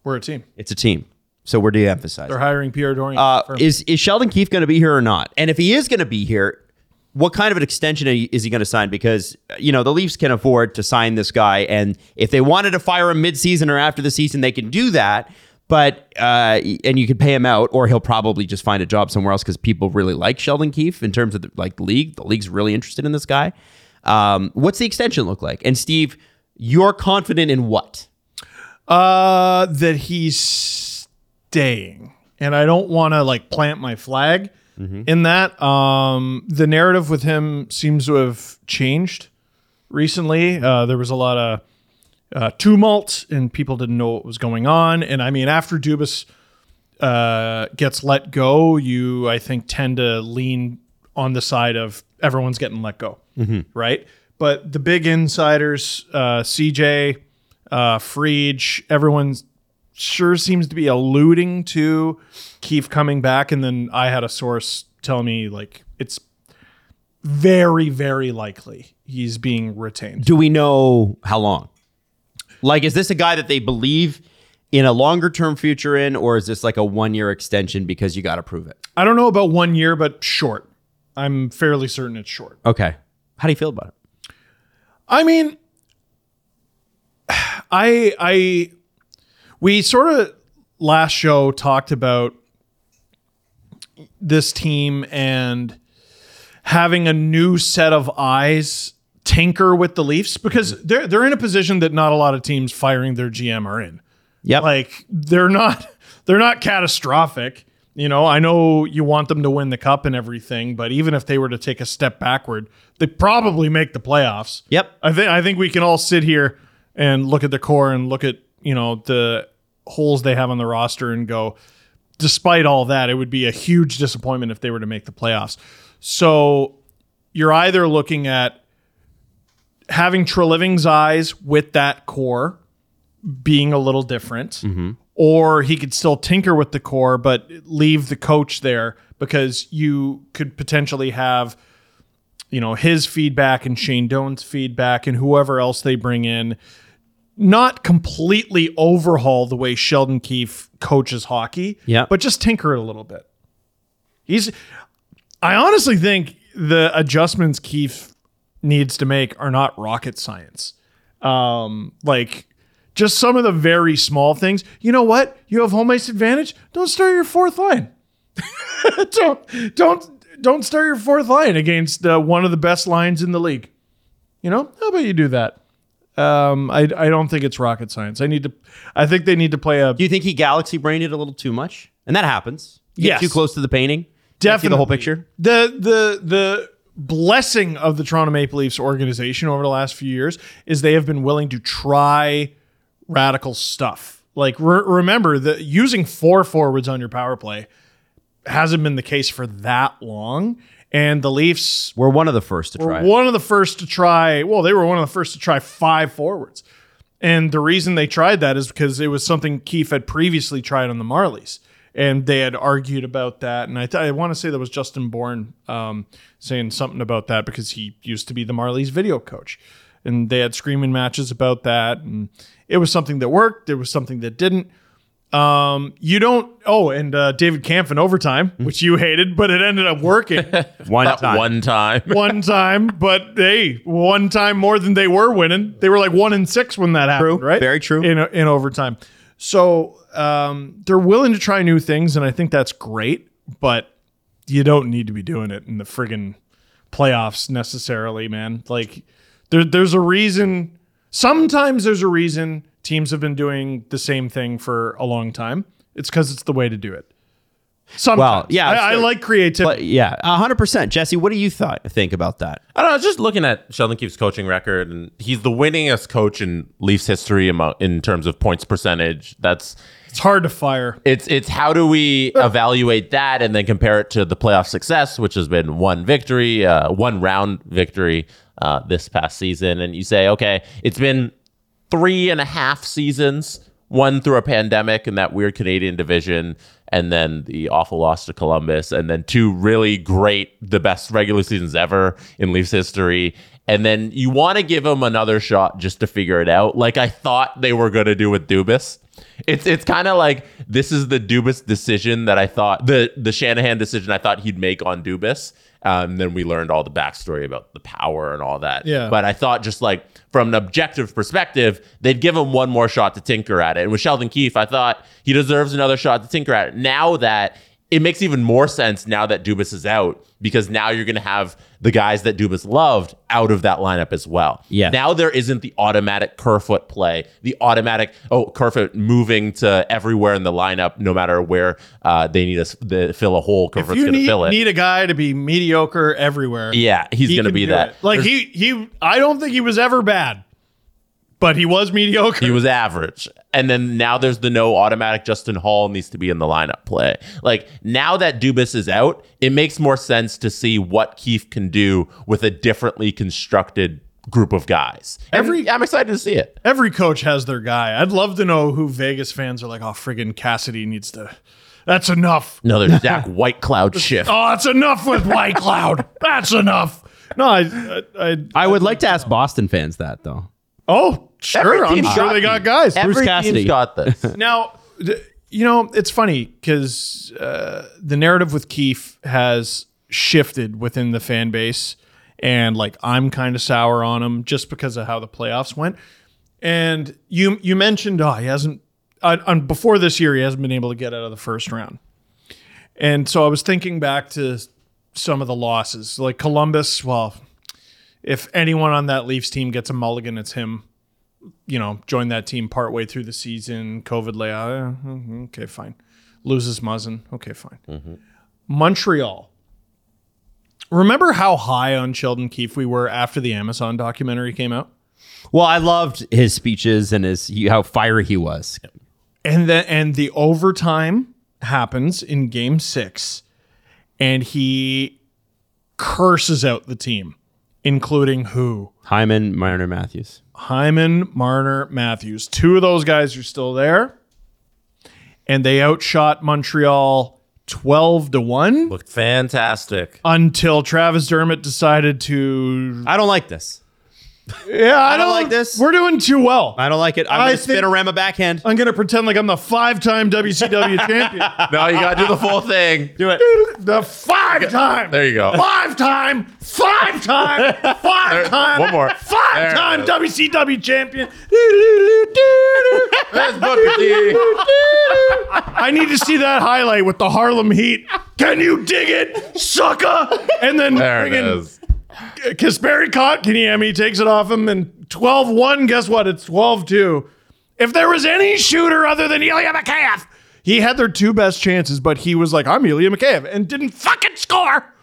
We're a team. It's a team. So we're de-emphasizing. They're hiring Pierre Dorian. Uh, is is Sheldon Keefe going to be here or not? And if he is going to be here, what kind of an extension are- is he going to sign? Because you know the Leafs can afford to sign this guy, and if they wanted to fire him midseason or after the season, they can do that. But uh, and you could pay him out, or he'll probably just find a job somewhere else because people really like Sheldon Keefe in terms of the, like league. The league's really interested in this guy. Um, what's the extension look like? And Steve, you're confident in what? Uh, that he's staying, and I don't want to like plant my flag in that. Um, the narrative with him seems to have changed recently. Uh, there was a lot of uh, tumult, and people didn't know what was going on. And I mean, after Dubas uh, gets let go, you I think tend to lean on the side of everyone's getting let go, right? But the big insiders, uh, CJ uh, Frege. Everyone sure seems to be alluding to Keefe coming back. And then I had a source tell me like it's very, very likely he's being retained. Do we know how long? Like, is this a guy that they believe in a longer term future in, or is this like a one year extension because you got to prove it? I don't know about one year, but short. I'm fairly certain it's short. Okay. How do you feel about it? I mean, I I we sort of last show talked about this team and having a new set of eyes tinker with the Leafs because they're they're in a position that not a lot of teams firing their GM are in. Yep. Like they're not they're not catastrophic. You know, I know you want them to win the cup and everything, but even if they were to take a step backward, they probably make the playoffs. Yep. I think I think we can all sit here and look at the core and look at, you know, the holes they have on the roster and go, despite all that, it would be a huge disappointment if they were to make the playoffs. So you're either looking at having Treliving's eyes with that core being a little different, or he could still tinker with the core but leave the coach there because you could potentially have, you know, his feedback and Shane Doan's feedback and whoever else they bring in not completely overhaul the way Sheldon Keefe coaches hockey, Yeah. but just tinker it a little bit. He's I honestly think the adjustments Keefe needs to make are not rocket science. Um, like just some of the very small things. You know what? You have home ice advantage. Don't start your fourth line. don't don't don't start your fourth line against uh, one of the best lines in the league. You know how about you do that? Um, I I don't think it's rocket science. I need to. I think they need to play a Do you think he galaxy brained it a little too much? And that happens. You get Yes. Too close to the painting. Can't see definitely the whole picture. The the the blessing of the Toronto Maple Leafs organization over the last few years is they have been willing to try radical stuff. Like re- remember that using four forwards on your power play hasn't been the case for that long, and the Leafs We're one of the first to were try. it. one of the first to try. Well, they were one of the first to try five forwards, and the reason they tried that is because it was something Keefe had previously tried on the Marlies, and they had argued about that. And I, th- I want to say that was Justin Bourne um, saying something about that because he used to be the Marlies video coach, and they had screaming matches about that. And it was something that worked. It was something that didn't. Um, you don't. Oh, and uh, David Camp in overtime, which you hated, but it ended up working One That time. one time. one time, but hey, one time more than they were winning. They were like one in six when that happened, True. right? Very true. In in overtime, so um, they're willing to try new things, and I think that's great. But you don't need to be doing it in the friggin' playoffs necessarily, man. Like there, there's a reason. Sometimes there's a reason teams have been doing the same thing for a long time. It's because it's the way to do it. Sometimes, yeah, I, I sure. like creativity. But yeah, 100%. Jesse, what do you th- think about that? I don't know. I was just looking at Sheldon Keefe's coaching record, and he's the winningest coach in Leafs history among, in terms of points percentage. That's it's hard to fire. it's it's how do we evaluate that and then compare it to the playoff success, which has been one victory, uh, one round victory uh, this past season, and you say, okay, it's been three and a half seasons, one through a pandemic and that weird Canadian division, and then the awful loss to Columbus, and then two really great, the best regular seasons ever in Leafs history. And then you want to give him another shot just to figure it out, like I thought they were going to do with Dubas. It's it's kind of like this is the Dubas decision that I thought the the Shanahan decision I thought he'd make on Dubas. Um, then we learned all the backstory about the power and all that. Yeah. But I thought just like from an objective perspective, they'd give him one more shot to tinker at it. And with Sheldon Keefe, I thought he deserves another shot to tinker at it. Now that it makes even more sense now that Dubas is out because now you're going to have the guys that Dubas loved out of that lineup as well. Yeah. Now there isn't the automatic Kerfoot play, the automatic oh Kerfoot moving to everywhere in the lineup, no matter where uh, they need us to fill a hole. Kerfoot's you going to need, fill it. need a guy to be mediocre everywhere. yeah, he's he going to can be do that. it. Like he he I don't think he was ever bad. But he was mediocre. He was average. And then now there's the no automatic Justin Hall needs to be in the lineup play. Like now that Dubas is out, it makes more sense to see what Keefe can do with a differently constructed group of guys. Every I'm excited to see it. Every coach has their guy. I'd love to know who Vegas fans are like, oh, friggin' Cassidy needs to. That's enough. Another Zach White Cloud shift. Oh, that's enough with White Cloud. That's enough. No, I, I, I I would like to ask Boston fans that though. oh, sure. Every I'm team's sure got they you. got guys. Every Bruce Cassidy. team's got this. Now, d- you know, it's funny because uh, the narrative with Keefe has shifted within the fan base. And like, I'm kind of sour on him just because of how the playoffs went. And you you mentioned, oh, he hasn't, on, on before this year, he hasn't been able to get out of the first round. And so I was thinking back to some of the losses, like Columbus. Well, if anyone on that Leafs team gets a mulligan, it's him you know, joined that team partway through the season. COVID layout. eh, mhm, Okay, fine. Loses Muzzin. Okay, fine. Montreal. Remember how high on Sheldon Keefe we were after the Amazon documentary came out? Well, I loved his speeches and his he- how fiery he was. And then and the overtime happens in game six, and he curses out the team, including who? Hyman, Mariner, Matthews. Hyman, Marner, Matthews. Two of those guys are still there. And they outshot Montreal 12 to 1 Looked fantastic. until Travis Dermott decided to I don't like this. Yeah, I, don't like this. We're doing too well. I don't like it. I'm I gonna think- spin a ram a backhand. I'm going to pretend like I'm the five-time WCW champion. No, you gotta do the full thing. Do it. The five-time. There you go. Five-time, five-time, five-time. One more. Five-time There WCW champion. There's Booker T. I need to see that highlight with the Harlem Heat. Can you dig it, sucker? And then There it friggin' is. Kasperi caught Kiniemi, takes it off him, and 12 1. Guess what? It's 12 2. If there was any shooter other than Ilya Mikheyev, he had their two best chances, but he was like, I'm Ilya Mikheyev, and didn't fucking score.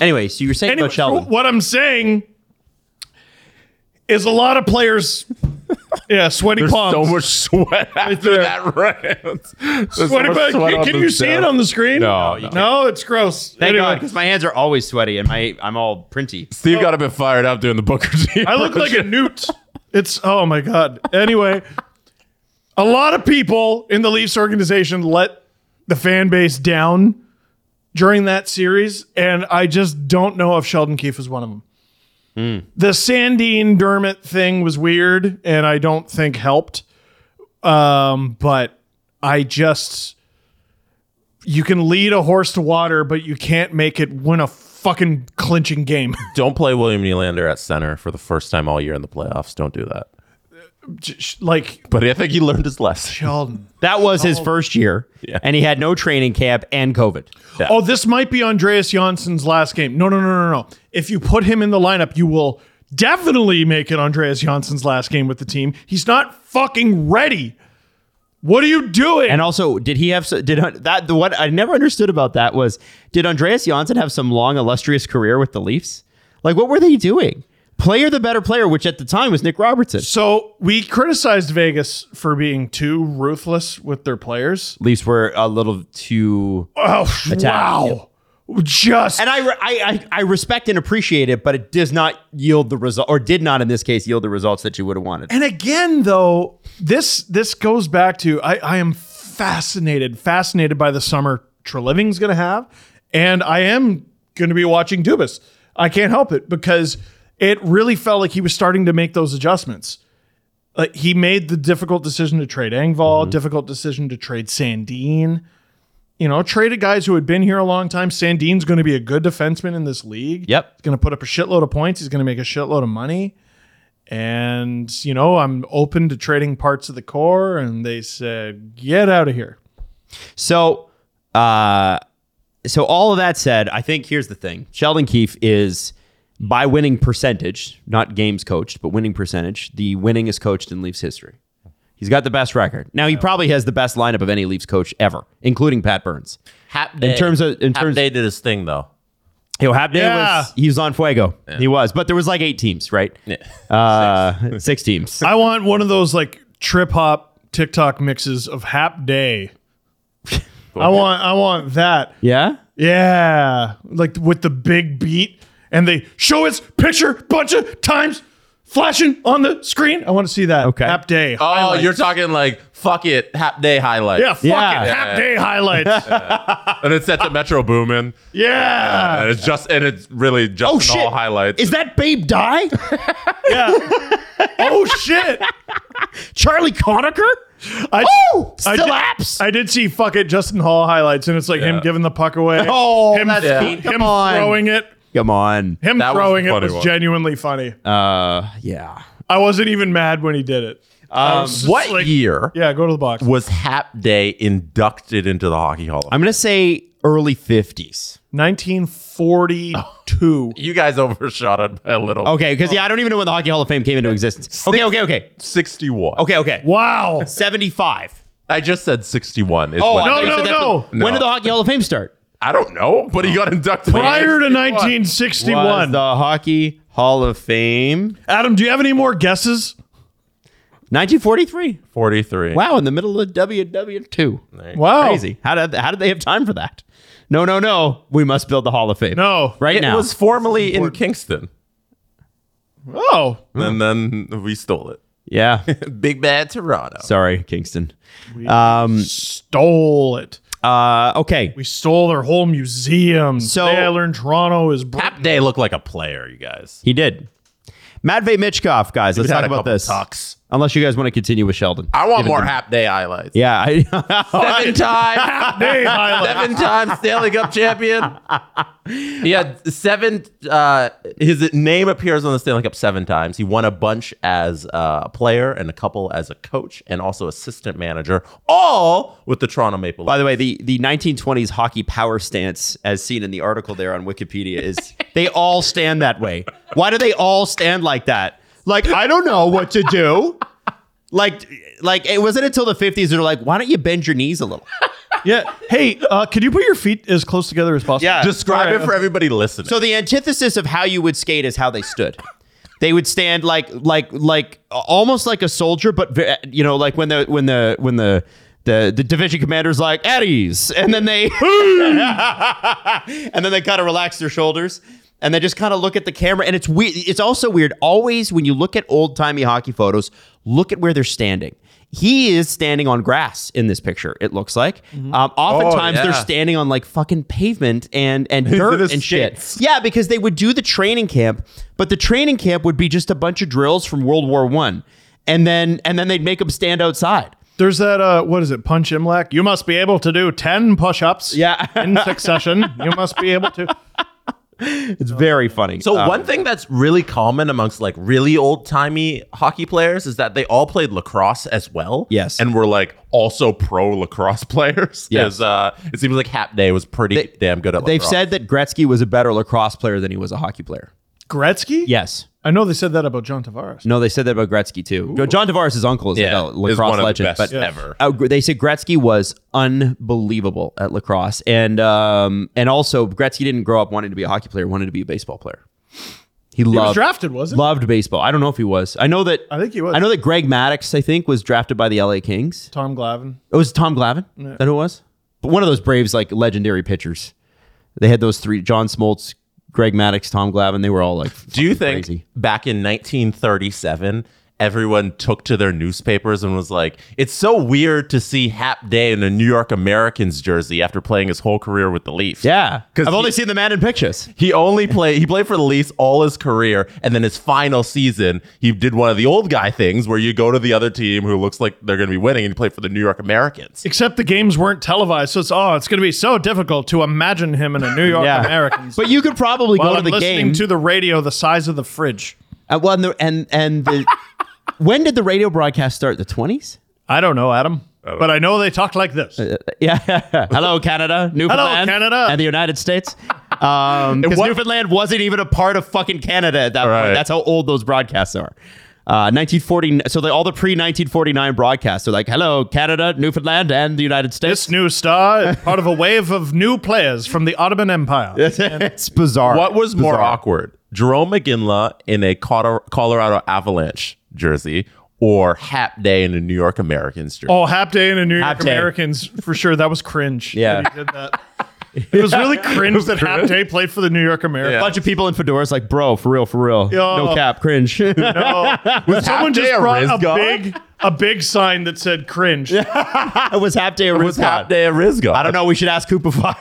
Anyway, so you were saying Anyway, oh, about Sheldon. what I'm saying is a lot of players, yeah, sweaty There's palms. so much sweat after there. that round. There's so sweaty much palms. sweat Can, on can this you see down. it on the screen? No, you no, it's gross. Thank Anyway. God, because my hands are always sweaty and my I'm all printy. Steve got a bit fired up doing the Booker T. I look like a newt. It's oh my god. Anyway, a lot of people in the Leafs organization let the fan base down during that series, and I just don't know if Sheldon Keefe was one of them. The Sandine Dermot thing was weird, and I don't think helped. Um, but I just you can lead a horse to water, but you can't make it win a fucking clinching game. Don't play William Nylander at center for the first time all year in the playoffs. Don't do that. Just, like But I think he learned his lesson. Sheldon. That was his first year, Yeah. and he had no training camp and COVID. Oh, this might be Andreas Janssen's last game. No, no, no, no, no. If you put him in the lineup, you will definitely make it Andreas Janssen's last game with the team. He's not fucking ready. What are you doing? And also, did he have so- did that the what I never understood about that was did Andreas Janssen have some long illustrious career with the Leafs? Like, what were they doing? Player the better player, which at the time was Nick Robertson. so we criticized Vegas for being too ruthless with their players. Leafs were a little too. Oh, wow. Just And I, re- I, I, I respect and appreciate it, but it does not yield the result, or did not in this case yield the results that you would have wanted. And again, though, this this goes back to I, I am fascinated, fascinated by the summer Treliving's gonna have. And I am gonna be watching Dubas. I can't help it because it really felt like he was starting to make those adjustments. Like Uh, he made the difficult decision to trade Engvall, difficult decision to trade Sandine. You know, traded guys who had been here a long time. Sandine's going to be a good defenseman in this league. Yep. He's going to put up a shitload of points. He's going to make a shitload of money and you know i'm open to trading parts of the core and they said get out of here So, uh, so all of that said, I think here's the thing: Sheldon Keefe is by winning percentage, not games coached, but winning percentage, the winningest coached in Leafs history. He's got the best record. Now he probably has the best lineup of any Leafs coach ever, including Pat Burns. Hap In terms of- in terms- they did his thing though. Yo, Habday Yeah. was he was on fuego. He was, but there was like eight teams, right? Uh, six. teams. i want one of those like trip hop tiktok mixes of hap day i want i want that Yeah. yeah like with the big beat and they show its picture bunch of times flashing on the screen. I want to see that. Okay. Hap day. Oh, you're talking like fuck it, hap day highlights. yeah, fuck Yeah. it. Hap day highlights. and it's set to Metro Boomin. yeah. And it's just and it's really just Oh in shit! all highlights. Is that Babe Die? Oh shit. Charlie Conacher? I, Woo! Still did, apps? I did see fuck it Justin Hall highlights, and it's like him Yeah. giving the puck away. Oh, him, that's mean. Come him on. throwing it. Come on. Him That was throwing the it funny was one. genuinely funny. Uh, yeah. I wasn't even mad when he did it. Uh, I was just what like- year Yeah, go to the box. was Hap Day inducted into the Hockey Hall? of I'm gonna say early 50s. 1942. you guys overshot it by a Oh. little. Okay, because yeah, I don't even know when the Hockey Hall of Fame came into existence. Okay, okay, okay, 61. okay, okay. Wow. 75. I just said 61. Is Oh, when- I No, thought you no, said that's no. when- When did the Hockey Hall of Fame start? I don't know, but he got inducted. Prior to in 1961. Was the Hockey Hall of Fame Adam, do you have any more guesses? 1943. 43. Wow, in the middle of WW2. Wow. Crazy. How did how did they have time for that? No, no, no. We must build the Hall of Fame. No. right It now. was formerly in Kingston. Oh. And then we stole it. yeah. Big bad Toronto. Sorry, Kingston. Mm. Stole it. Uh, okay. We stole their whole museum. So- Today I learned Toronto is. Br- Hap Day looked like a player, you guys. He did. Matvey Mitchkov, guys. Let's had talk a about couple this. tucks. Unless you guys want to continue with Sheldon. I want more Hap Day highlights. yeah. I, Seven time, seven time Stanley Cup champion. He had seven. Uh, his name appears on the Stanley Cup seven times. He won a bunch as uh, a player and a couple as a coach and also assistant manager, all with the Toronto Maple by Leafs. the way, the, the 1920s hockey power stance, as seen in the article there on Wikipedia, is they all stand that way. Why do they all stand like that? Like, I don't know what to do. Like, like it wasn't until the 50s they're like, why don't you bend your knees a little? yeah. Hey, uh, could you put your feet as close together as possible? Yeah. Describe it for everybody listening. So the antithesis of how you would skate is how they stood. They would stand like like like almost like a soldier, but ve- you know, like when the when the when the the, the division commander's like at ease, and then they and then they kind of relax their shoulders and they just kind of look at the camera. And it's weird. It's also weird. Always when you look at old timey hockey photos, look at where they're standing. He is standing on grass in this picture. It looks like. Um, oftentimes they're Mm-hmm. Oh, yeah. standing on like fucking pavement and and dirt his and shit. skates. Yeah, because they would do the training camp, but the training camp would be just a bunch of drills from World War One, and then and then they'd make them stand outside. There's that, uh, what is it, Punch Imlach? You must be able to do 10 push ups Yeah. in succession. You must be able to. It's very funny. Um, So one thing that's really common amongst like really old timey hockey players is that they all played lacrosse as well. Yes. and were like also pro lacrosse players. Yes. As, uh, it seems like Hap Day was pretty They- damn good at. they've lacrosse. said that Gretzky was a better lacrosse player than he was a hockey player. Gretzky? Yes. I know they said that about John Tavares. No, they said that about Gretzky too. John Tavares' uncle is yeah, like a is lacrosse one of legend, the best but ever. Uh, they said Gretzky was unbelievable at lacrosse, and um, and also Gretzky didn't grow up wanting to be a hockey player; wanted to be a baseball player. He loved was drafted, wasn't he? loved baseball. I don't know if he was. I know that I think he was. I know that Greg Maddox, I think, was drafted by the LA Kings. Tom Glavine. It was Tom Glavine. That who it was? But one of those Braves like legendary pitchers. They had those three: John Smoltz, Greg Maddox, Tom Glavine. They were all like. Do you think Crazy. back in 1937? Everyone took to their newspapers and was like, "It's so weird to see Hap Day in a New York Americans jersey after playing his whole career with the Leafs." Yeah, 'Cause I've only he- seen the man in pictures. He only played. He played for the Leafs all his career, and then his final season, he did one of the old guy things where you go to the other team who looks like they're going to be winning, and you play for the New York Americans. Except the games weren't televised, so it's oh, it's going to be so difficult to imagine him in a New York Yeah. American. But you could probably while go to I'm the listening game. to the radio, the size of the fridge. Uh, well, and the, and, and the when did the radio broadcast start? The twenties? I don't know, Adam, but I know they talked like this. Yeah. Hello, Canada, Newfoundland, Canada. and the United States. Um, because what- Newfoundland wasn't even a part of fucking Canada at that point. Right. That's how old those broadcasts are. Uh, 1940. So they, all the pre 1949 broadcasts are like, "Hello, Canada, Newfoundland, and the United States." this new star is part of a wave of new players from the Ottoman Empire. it's bizarre. What was more Bizarre. awkward, Jerome McGinley in a Colo- Colorado Avalanche jersey, or Hap Day in a New York Americans jersey? Oh, Hap Day and a New York Hap Day. Americans for sure. That was cringe. Yeah. that he did that. It was really cringe that Hap Day played for the New York American. A bunch of people in fedoras, like, bro, for real, for real. Yo. No cap, cringe. But someone Day just a brought Riz a god? big a big sign that said cringe. it was half day of was Hap Day at Rizgo. I don't know. We should ask Hoopify.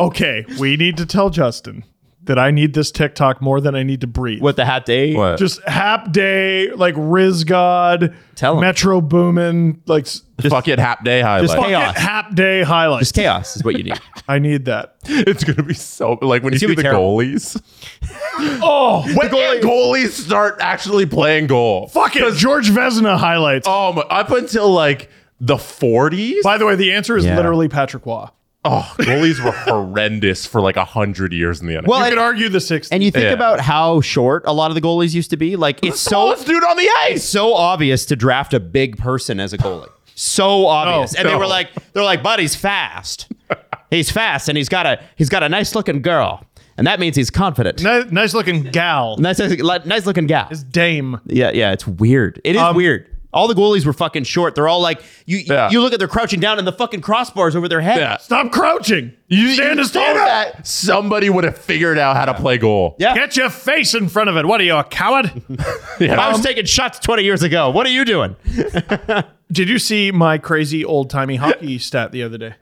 Okay, we need to tell Justin that I need this TikTok more than I need to breathe. what the hat day? What? Just Hap Day, like Riz God, Tell him. Metro Boomin, like s- Just, fucking Hap Day highlight. fuck- Chaos. Hap Day highlights. It's chaos is what you need. I need that. it's gonna be so like when It's you gonna be see the terrible. goalies. oh, when goalie. goalies start actually playing goal. Fuck it. George Vezina highlights. Oh my! Up until like the 40s. By the way, the answer is Yeah. literally Patrick Waugh. Oh, goalies were horrendous for like a hundred years in the NHL. Well, You and- could argue the sixth. And you think Yeah. about how short a lot of the goalies used to be. Like it's so tallest dude on the it's ice. so obvious to draft a big person as a goalie. So obvious. and they no. were like, they're like, but he's fast. he's fast, and he's got a he's got a nice looking girl, and that means he's confident. nice, nice looking gal. Nice, nice looking gal. Dame. Yeah, yeah, it's weird. It is Um, weird. All the goalies were fucking short. They're all like, you Yeah. you look at they're crouching down, and the fucking crossbars over their head. Yeah. Stop crouching. You, Stand you as tall know as- that somebody would have figured out how to play goal. Yeah. Get your face in front of it. What are you, a coward? I was taking shots 20 years ago. What are you doing? Did you see my crazy old timey hockey stat the other day?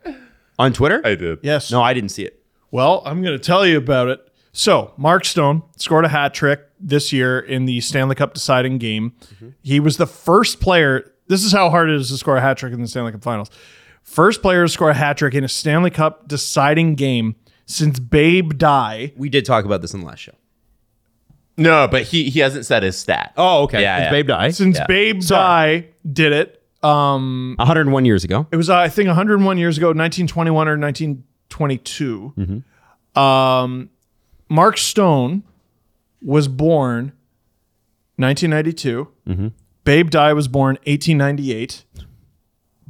On Twitter? I did. Yes. no, I didn't see it. Well, I'm going to tell you about it. So, Mark Stone scored a hat trick this year in the Stanley Cup deciding game. He was the first player. This is how hard it is to score a hat trick in the Stanley Cup finals. First player to score a hat trick in a Stanley Cup deciding game since Babe Dye. We did talk about this in the last show. No, but he he hasn't said his stat. Oh, okay. Yeah, It's yeah. Babe Dye. Since Yeah. Babe Dye did it. Um, 101 years ago. It was, uh, I think, 101 years ago, 1921 or 1922. Um, Mm-hmm. Mark Stone was born 1992. Mm-hmm. Babe Dye was born 1898.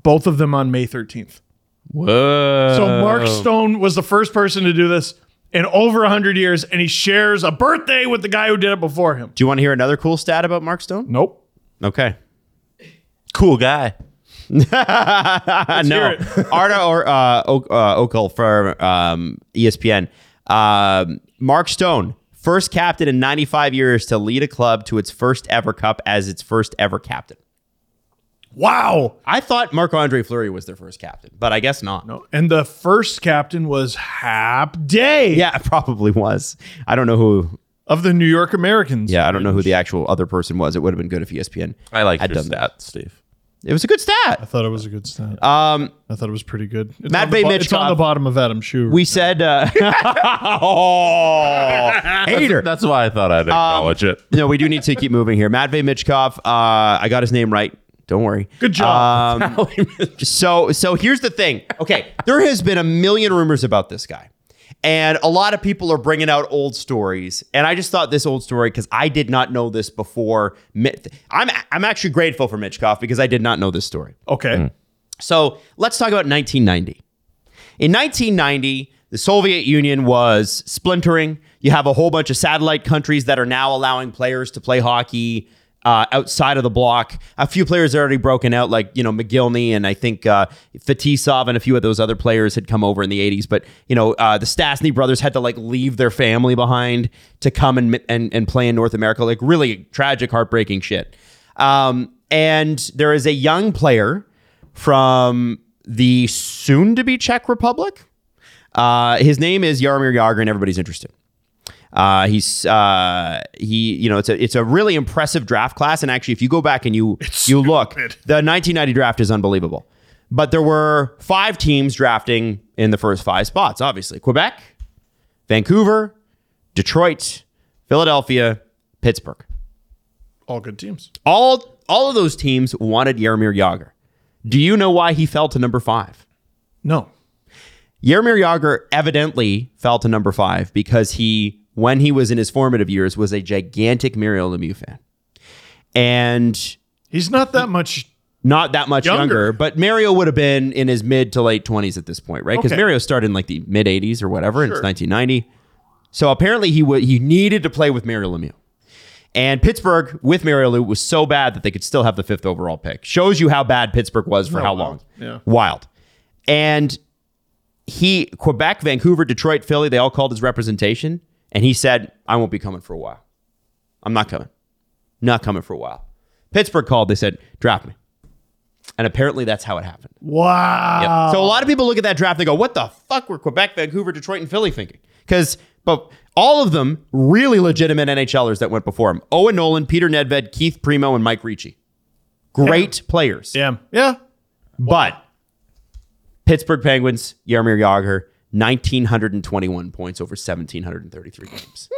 Both of them on May 13th. Whoa. So Mark Stone was the first person to do this in over 100 years, and he shares a birthday with the guy who did it before him. Do you want to hear another cool stat about Mark Stone? Nope. Okay. Cool guy. Uh, no. hear Arda or uh, o- uh, Ockel for um, ESPN. Um, Mark Stone, first captain in 95 years to lead a club to its first ever cup as its first ever captain. Wow. I thought Marc Andre Fleury was their first captain, but I guess not. No. And the first captain was Hap Day Yeah, it probably was. I don't know who of the New York Americans. Yeah, I don't know who the actual other person was. It would have been good if E ESPN. I like had your done that. stat, Steve. It was a good stat. thought it was a good stat. Um, I thought it was pretty good. It's Matt on the bo- Bay It's on the Mitchkov. bottom of Adam Shoe. we said, uh, oh, hater. That's why I thought I'd acknowledge it. no, we do need to keep moving here. Matvey Mitchkov. Uh, I got his name right. Don't worry. Um, good job. So, so here's the thing. Okay, there has been a million rumors about this guy, and a lot of people are bringing out old stories. And I just thought this old story because I did not know this before. Mi- I'm I'm actually grateful for Mitchkov because I did not know this story. okay. So let's talk about 1990. In 1990, the Soviet Union was splintering. You have a whole bunch of satellite countries that are now allowing players to play hockey uh, outside of the block. A few players are already broken out, like you know McGillney and I think uh, Fetisov and a few of those other players had come over in the 80s. But you know uh, the Stastny brothers had to like leave their family behind to come and and, and play in North America. Like really tragic, heartbreaking shit. Um, and there is a young player from the soon to be Czech Republic. Uh, his name is Yarmir Yager, and everybody's interested. Uh, he's uh, he, you know, it's a it's a really impressive draft class, and actually, if you go back and you you look, the 1990 draft is unbelievable. But there were five teams drafting in the first five spots. Obviously, Quebec, Vancouver, Detroit, Philadelphia, Pittsburgh All good teams. all all of those teams wanted Yarmir Yager. Do you know why he fell to number five? No. Yarmir Yager evidently fell to number five because he, when he was in his formative years, was a gigantic Muriel Lemieux fan, and He's not that much. not that much Younger. younger. but Mario would have been in his mid to late 20s at this point, right? Because Okay. Mario started in like the mid 80s or whatever, and it's Sure. 1990. So apparently he would he needed to play with Mario Lemieux. And Pittsburgh with Mario Lemieux was so bad that they could still have the fifth overall pick. Shows you how bad Pittsburgh was for how wild. long. Yeah. Wild. And he Quebec, Vancouver, Detroit, Philly, they all called his representation, and he said, "I won't be coming for a while. I'm not coming. Not coming for a while." Pittsburgh called. They said, "Draft me," and apparently that's how it happened. Wow. Yep. So a lot of people look at that draft, they go, "What the fuck were Quebec, Vancouver, Detroit, and Philly thinking?" Because but all of them really legitimate NHLers that went before him: Owen Nolan, Peter Nedved, Keith Primo, and Mike Ricci. Great players. Damn. Yeah. But Pittsburgh Penguins, Yarmir Yager, 1,921 points over 1,733 games.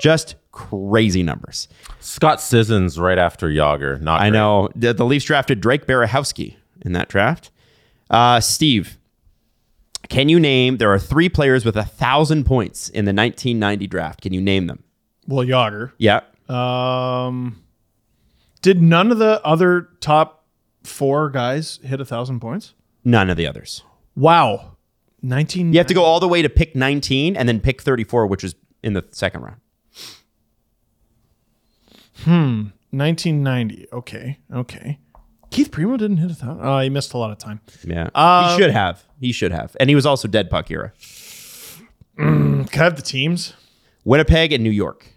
Just crazy numbers. Scott Sissons right after Yager. Not I great. know the, the Leafs drafted Drake Barahowski in that draft. Uh, Steve, can you name? There are three players with a thousand points in the 1990 draft. Can you name them? Well, Yager. Yeah. Um, did none of the other top four guys hit a thousand points? None of the others. Wow. Nineteen. You have to go all the way to pick 19 and then pick 34, which is in the second round. 1990. Okay. Okay. Keith Primo didn't hit a thousand. Oh, he missed a lot of time. Yeah. he should have. He should have. And he was also dead puck era. Can I have the teams? Winnipeg and New York.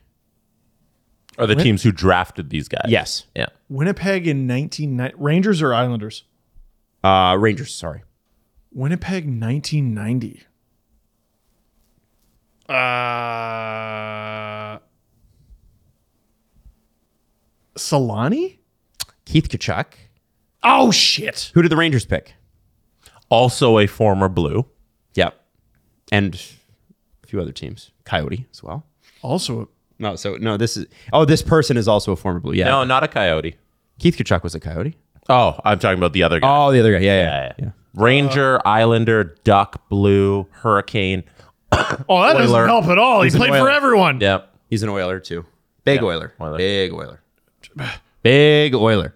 Are the teams who drafted these guys? Yes. Yeah. Winnipeg in 1990. Rangers or Islanders? Uh, Rangers, sorry. Winnipeg 1990. Uh, Solani? Keith Kachuk. Oh, shit. Who did the Rangers pick? Also a former Blue. Yep. And a few other teams. Coyote as well. Also, No, so no, this is oh, this person is also a former blue. Yeah. No, not a Coyote. Keith Kachuk was a coyote. Oh, I'm talking about the other guy. Oh, the other guy. Yeah, yeah. Yeah, yeah. Ranger, Islander, Duck, Blue, Hurricane. oh, that doesn't Oiler. help at all. he an played for Oiler. everyone. Yep. He's an oiler too. Big oiler. Oiler. Big oiler. Big oiler.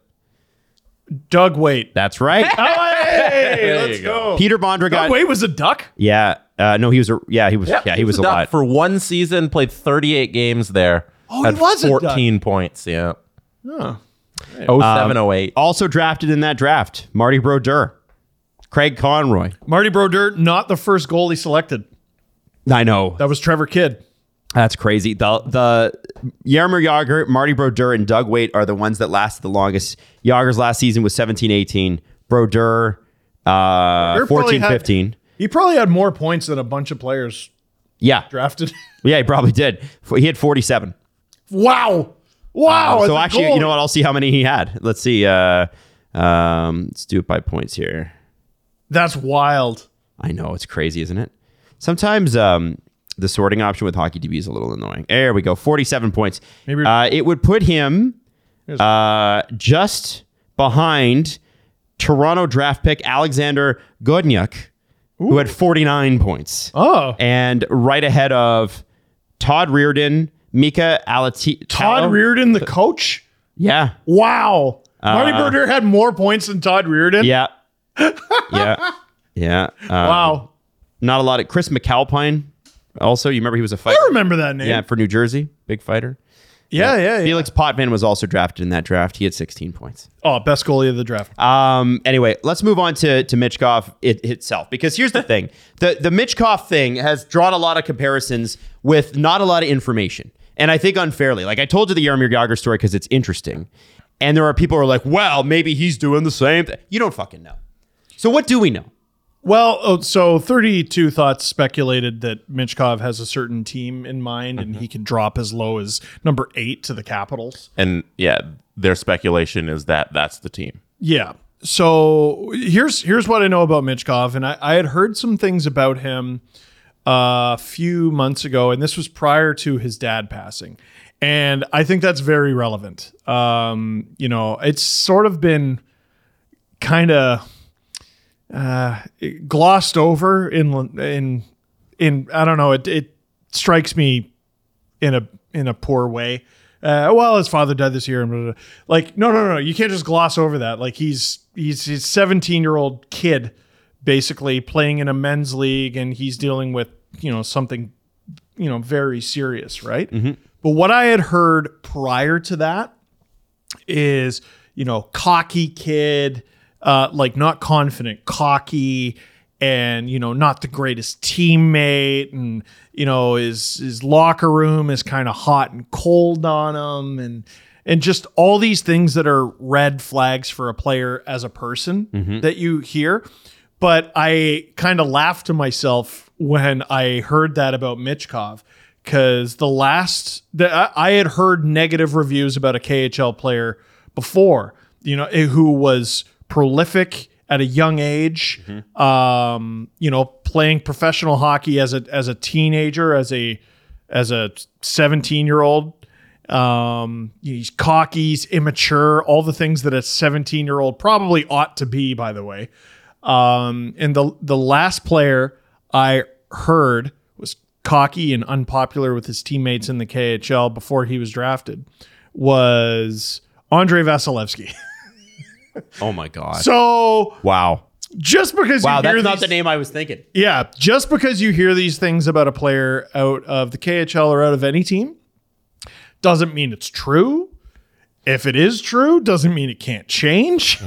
Doug Waite. That's right. Hey, There let's you go. go. Peter Bondra Doug got Waite was a duck? Yeah. Uh, no, he was a yeah, he was yeah, he was a Duck lot. for one season. Played 38 games there. Oh, he Had was a Duck. 14 points. Yeah. Huh. Oh seven oh eight. also drafted in that draft, Marty Brodeur. Craig Conroy. Marty Brodeur, not the first goalie selected. I know. That was Trevor Kidd. That's crazy. The the Yarmir Yager, Marty Brodeur, and Doug Waite are the ones that lasted the longest. Yager's last season was 17-18. Brodeur, uh, Brodeur probably had- 14-15. He probably had more points than a bunch of players Yeah. drafted. Yeah, he probably did. F- He had 47. wow. Wow. as Um, so a actually, goalie. you know what? I'll see how many he had. Let's see. Uh, um, let's do it by points here. That's wild. I know it's crazy, isn't it? Sometimes um, the sorting option with hockey DB is a little annoying. There we go, forty-seven points. Maybe- uh, it would put him uh, just behind Toronto draft pick Alexander Godnyuk, who had forty-nine points, Oh. and right ahead of Todd Reardon, Mika Alati. Todd Tallo. Reardon, the coach? yeah, Wow. Marty Berger had more points than Todd Reardon? Uh, yeah, yeah, yeah. Uh, Wow. Not a lot of Chris McAlpine. Also, you remember he was a fighter. I remember that name. Yeah, for New Jersey, big fighter. yeah, yeah. yeah. Felix Potvin was also drafted in that draft. He had 16 points. Oh, best goalie of the draft. Um, anyway, let's move on to to Mitchkoff it, itself because here's the thing: the the Mitchkoff thing has drawn a lot of comparisons with not a lot of information, and I think unfairly. Like I told you the Yarmir Yager story because it's interesting, and there are people who are like, "Well, maybe he's doing the same thing." You don't fucking know. So what do we know? Well, oh, so 32 Thoughts speculated that Mitchkov has a certain team in mind and Mm-hmm. he can drop as low as number eight to the Capitals. And yeah, their speculation is that that's the team. Yeah. So here's here's what I know about Mitchkov, and I, I had heard some things about him uh, a few months ago, and this was prior to his dad passing, and I think that's very relevant. Um, you know, it's sort of been kind of uh, glossed over in in in I don't know. It it strikes me in a in a poor way. Uh, well, his father died this year, and blah, blah, blah. like no, no, no, you can't just gloss over that. Like he's he's he's seventeen year old kid, basically playing in a men's league, and he's dealing with you know something you know very serious, right? But what I had heard prior to that is you know cocky kid, uh, like not confident, cocky, and you know not the greatest teammate and you know his his locker room is kind of hot and cold on him and and just all these things that are red flags for a player as a person that you hear but I kind of laughed to myself when I heard that about Mitchkov because the last the, I I had heard negative reviews about a KHL player before, you know, eh, who was prolific at a young age, um, you know, playing professional hockey as a as a teenager, as a as a 17 year old. Um, he's cocky, he's immature, all the things that a 17 year old probably ought to be, by the way. Um, and the the last player I heard was cocky and unpopular with his teammates in the KHL before he was drafted was Andre Vasilevsky. Oh my god! so wow, just because wow, you that's hear not these- the name I was thinking. yeah, just because you hear these things about a player out of the KHL or out of any team doesn't mean it's true. If it is true, doesn't mean it can't change.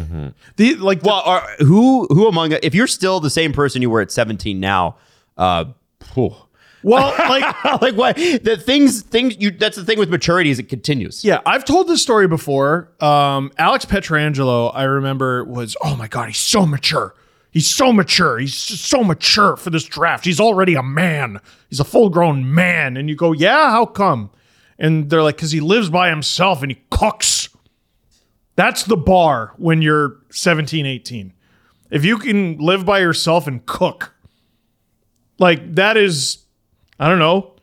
The like Mm-hmm. the- Well, are, who who among if you're still the same person you were at 17 now? Uh, phew. well, like like what the things things you that's the thing with maturity is it continues. Yeah, I've told this story before. Um, Alex Petrangelo, I remember, was oh my god, he's so mature. He's so mature. He's just so mature for this draft. He's already a man. He's a full grown man. And you go, yeah, how come? And they're like, because he lives by himself and he cooks. That's the bar when you're 17, 18. If you can live by yourself and cook, like that is, I don't know.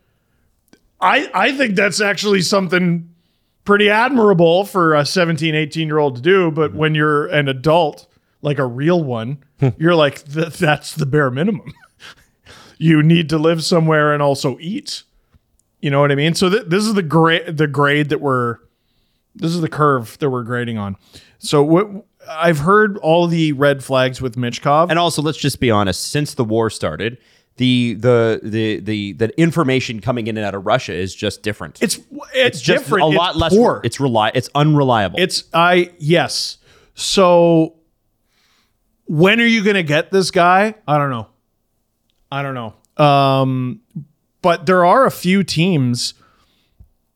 I, I think that's actually something pretty admirable for a 17, 18 year old to do. But when you're an adult, like a real one, Hmm. you're like, "Th- that's the bare minimum. you need to live somewhere and also eat. You know what I mean? So th- this is the grade, the grade that we're, this is the curve that we're grading on. So what I've heard all the red flags with Mitchkov. And also, let's just be honest. Since the war started, the the the the the information coming in and out of Russia is just different. it's it's, different. a It's lot less. poor. It's reli- It's unreliable. It's I yes. So when are you going to get this guy? I don't know. I don't know. Um but there are a few teams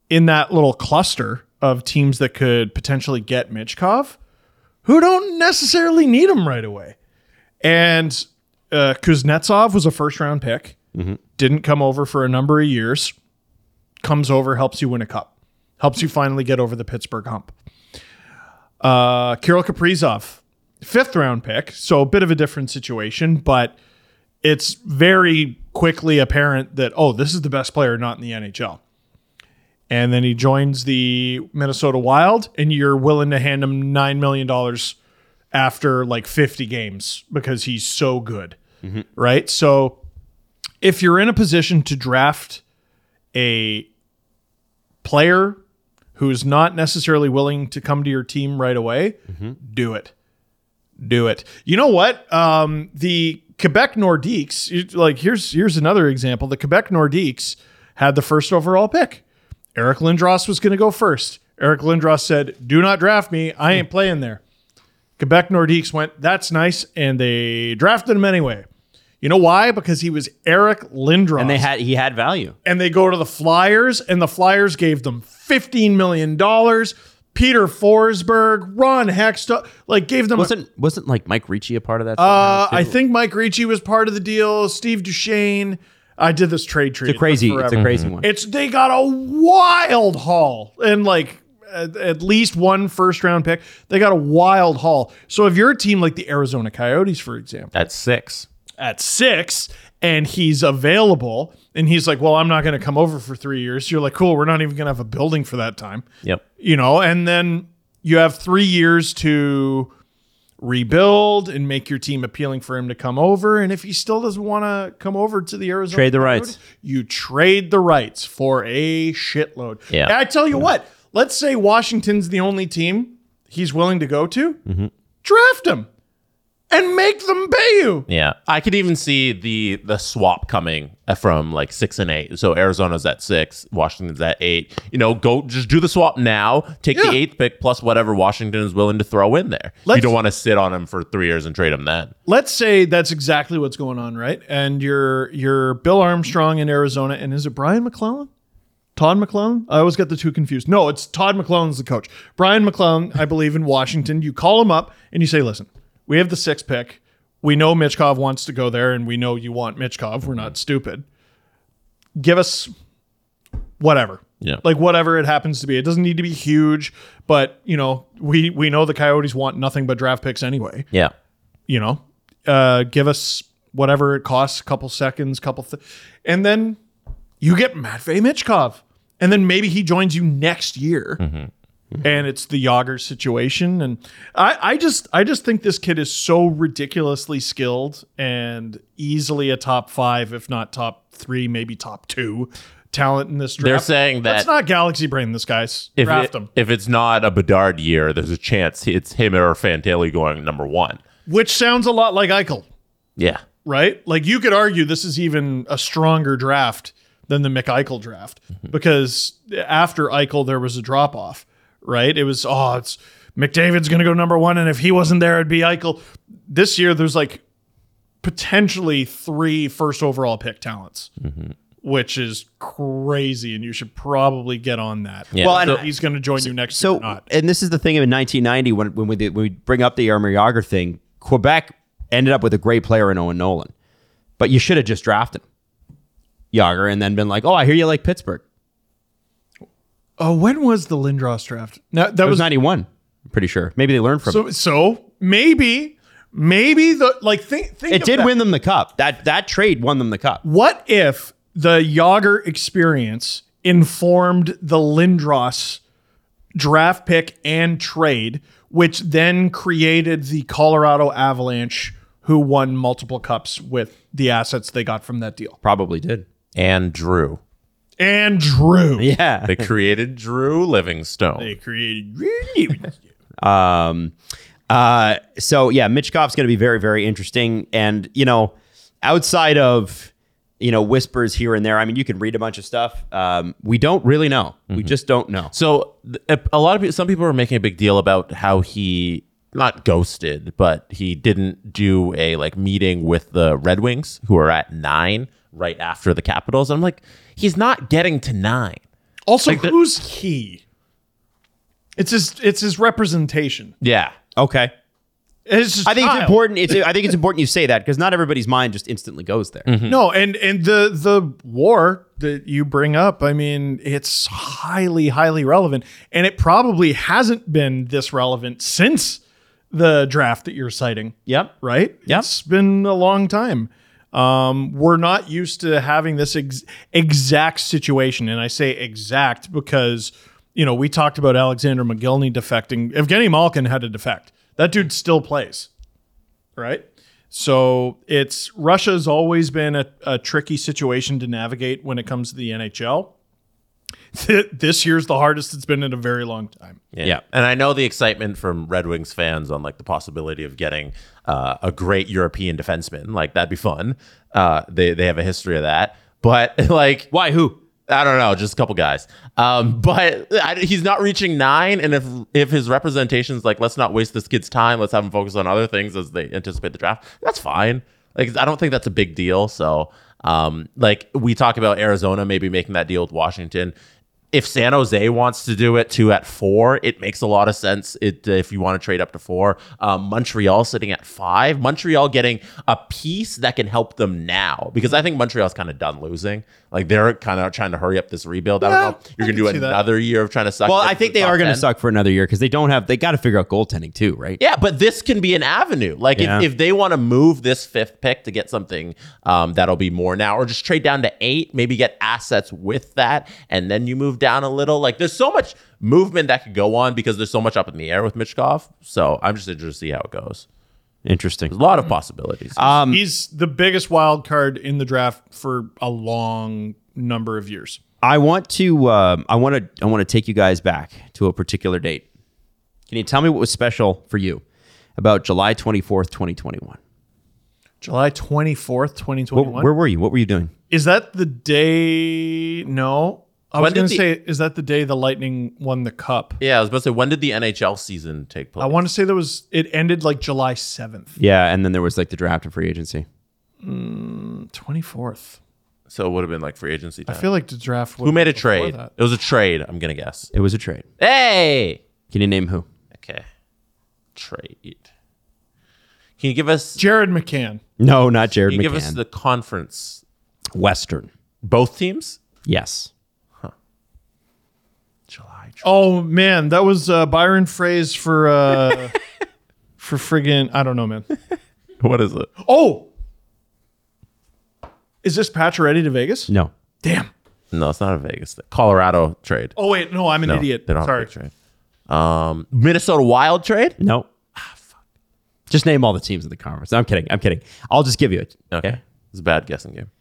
in that little cluster of teams that could potentially get Mitchkov who don't necessarily need him right away. And uh, Kuznetsov was a first round pick, didn't come over for a number of years, comes over, helps you win a cup, helps you finally get over the Pittsburgh hump. Uh, Kirill Kaprizov, fifth round pick, so a bit of a different situation, but it's very quickly apparent that, oh, this is the best player not in the NHL. And then he joins the Minnesota Wild, and you're willing to hand him $9 million after like 50 games because he's so good. Right. So if you're in a position to draft a player who's not necessarily willing to come to your team right away, Mm-hmm. do it. Do it. You know what? Um, the Quebec Nordiques, you- like here's here's another example. The Quebec Nordiques had the first overall pick. Eric Lindros was going to go first. Eric Lindros said, "Do not draft me. I ain't playing there." Quebec Nordiques went, "That's nice," and they drafted him anyway. You know why? Because he was Eric Lindros and they had he had value. and they go to the Flyers, and the Flyers gave them $15 million. Peter Forsberg, Ron Hextall, like gave them. Wasn't wasn't like Mike Ricci a part of that? uh, somehow, too? I think Mike Ricci was part of the deal. Steve Duchesne. I did this trade tree. it's a crazy. It's a crazy one. It's they got a wild haul and like at, at least one first round pick. They got a wild haul. So if you're a team like the Arizona Coyotes, for example At six. at six and he's available and he's like, well, I'm not going to come over for three years. You're like, cool, we're not even going to have a building for that time, Yep. you know? And then you have three years to rebuild and make your team appealing for him to come over. And if he still doesn't want to come over to the Arizona, Trade the Coyotes, rights. You trade the rights for a shitload. Yeah. And I tell you what, let's say Mm-hmm. Washington's the only team he's willing to go to. Draft him and make them pay you. Yeah, I could even see the the swap coming from like six and eight. So Arizona's at six, Washington's at eight. You know, go just do the swap now. Take Yeah. the eighth pick plus whatever Washington is willing to throw in there. Let's- you don't want to sit on him for three years and trade him then. Let's say that's exactly what's going on, right? And you're you're Bill Armstrong in Arizona, and is it Brian McClellan? Todd McClellan? I always get the two confused. No, it's Todd McClellan's the coach. Brian McClellan, I believe, in Washington. You call him up and you say, listen, we have the sixth pick. We know Mitchkov wants to go there, and we know you want Mitchkov. We're not stupid. Give us whatever. Yeah. Like whatever it happens to be. It doesn't need to be huge, but you know, we we know the coyotes want nothing but draft picks anyway Yeah, you know, uh, give us whatever it costs, a couple seconds, couple, th- and then you get Matvey Mitchkov, and then maybe he joins you next year, Mm-hmm. and it's the Yager situation, and I, I just, I just think this kid is so ridiculously skilled and easily a top five, if not top three, maybe top two. Talent in this draft. They're saying that- that's not galaxy brain. This guy's if draft it- him, if it's not a Bedard year, there's a chance it's him or Fantilli going number one. which sounds a lot like Eichel. Yeah, right? Like you could argue this is even a stronger draft than the McEichel draft because after Eichel there was a drop off, right? It was oh, it's McDavid's going to go number 1 and if he wasn't there it'd be Eichel. This year there's like potentially three first overall pick talents. Which is crazy, and you should probably get on that. Yeah. Well, Well, and and- he's going to join you next year So, or not. and this is the thing in 1990 when when we did- when we bring up the Yarmir Yager thing, Quebec ended up with a great player in Owen Nolan, but you should have just drafted him, Yager, and then been like, oh, I hear you like Pittsburgh. Oh, when was the Lindros draft? No, that It was was 91, I'm pretty sure. Maybe they learned from it. so. So maybe, maybe the like think. think It of did that. win them the cup. That that trade won them the cup. What if the Yager experience informed the Lindros draft pick and trade, which then created the Colorado Avalanche, who won multiple cups with the assets they got from that deal? Probably did. and Drew. And Drew. Yeah. They created Drew Livingstone. They created. really- Um, uh, so yeah, Mitchkov's going to be very, very interesting. And you know, outside of you know whispers here and there, I mean, you can read a bunch of stuff. Um, we don't really know. Mm-hmm. We just don't know. So th- a a lot of people, some people are making a big deal about how he not ghosted, but he didn't do a like meeting with the Red Wings, who are at nine right after the Capitals. I'm like, he's not getting to nine. Also, the- who's he? It's his. It's his representation. Yeah, Okay. It's his I think it's child. important. It's I think it's important you say that because not everybody's mind just instantly goes there. Mm-hmm. No, and and the the war that you bring up, I mean, it's highly highly relevant, and it probably hasn't been this relevant since the draft that you're citing. Yep. Right. Yep. It's been a long time. Um, we're not used to having this ex- exact situation, and I say exact because you know we talked about Alexander McGillney defecting. Evgeny Malkin had to defect. That dude still plays right? So it's Russia's always been a, a tricky situation to navigate when it comes to the NHL. this year's the hardest it's been in a very long time. Yeah. And I know the excitement from Red Wings fans on like the possibility of getting uh, a great European defenseman. Like that'd be fun. Uh, they they have a history of that. But like, why who? I don't know, just a couple guys. Um, but I, he's not reaching nine, and if if his representation's like, let's not waste this kid's time, let's have him focus on other things as they anticipate the draft. That's fine. Like I don't think that's a big deal. So, um, like we talk about Arizona maybe making that deal with Washington if San Jose wants to do it two at four, it makes a lot of sense. It uh, if you want to trade up to four, um, Montreal sitting at five, Montreal getting a piece that can help them now because I think Montreal's kind of done losing. Like they're kind of trying to hurry up this rebuild. I don't Yeah, know. If you're I gonna do can see that. another year of trying to suck. Well, up I to think the they are top going to 10. suck for another year because they don't have. They got to figure out goaltending too, right? Yeah, but this can be an avenue. Like Yeah. if, if they want to move this fifth pick to get something um, that'll be more now, or just trade down to eight, maybe get assets with that, and then you move down a little. Like there's so much movement that could go on because there's so much up in the air with Mitchkov. So I'm just interested to see how it goes. Interesting. There's a lot Mm. of possibilities. He's the biggest wild card in the draft for a long number of years. I want to. Um, I want to. I want to take you guys back to a particular date. Can you tell me what was special for you about July 24th, 2021. July 24th, What, 2021. where were you? What were you doing? Is that the day? No. I was When did going to the- say, is that the day the Lightning won the cup? Yeah, I was about to say, when did the NHL season take place? I want to say there was, it ended like July 7th, Yeah, and then there was like the draft and free agency. Mm, 24th. so it would have been like free agency I time. feel like the draft was. Who made a before trade? that. It was a trade, I'm going to guess. It was a trade. Hey! Can you name who? Okay. Trade. Can you give us can Jared McCann. No, not Jared you give us McCann. the conference? Western. Both teams? Yes. July. Oh, man. That was uh, Byron Fraze for, uh, for friggin', I don't know, man. What is it? Oh. Is this patch ready to Vegas? No. Damn. No, it's not a Vegas. thing. Colorado trade. Oh, wait. No, I'm an No, idiot. they don't have Sorry. a trade. Um, Minnesota Wild trade? No. Ah, Just name all the teams in the conference. No, I'm kidding. I'm kidding. I'll just give you it. Okay. It's a bad guessing game.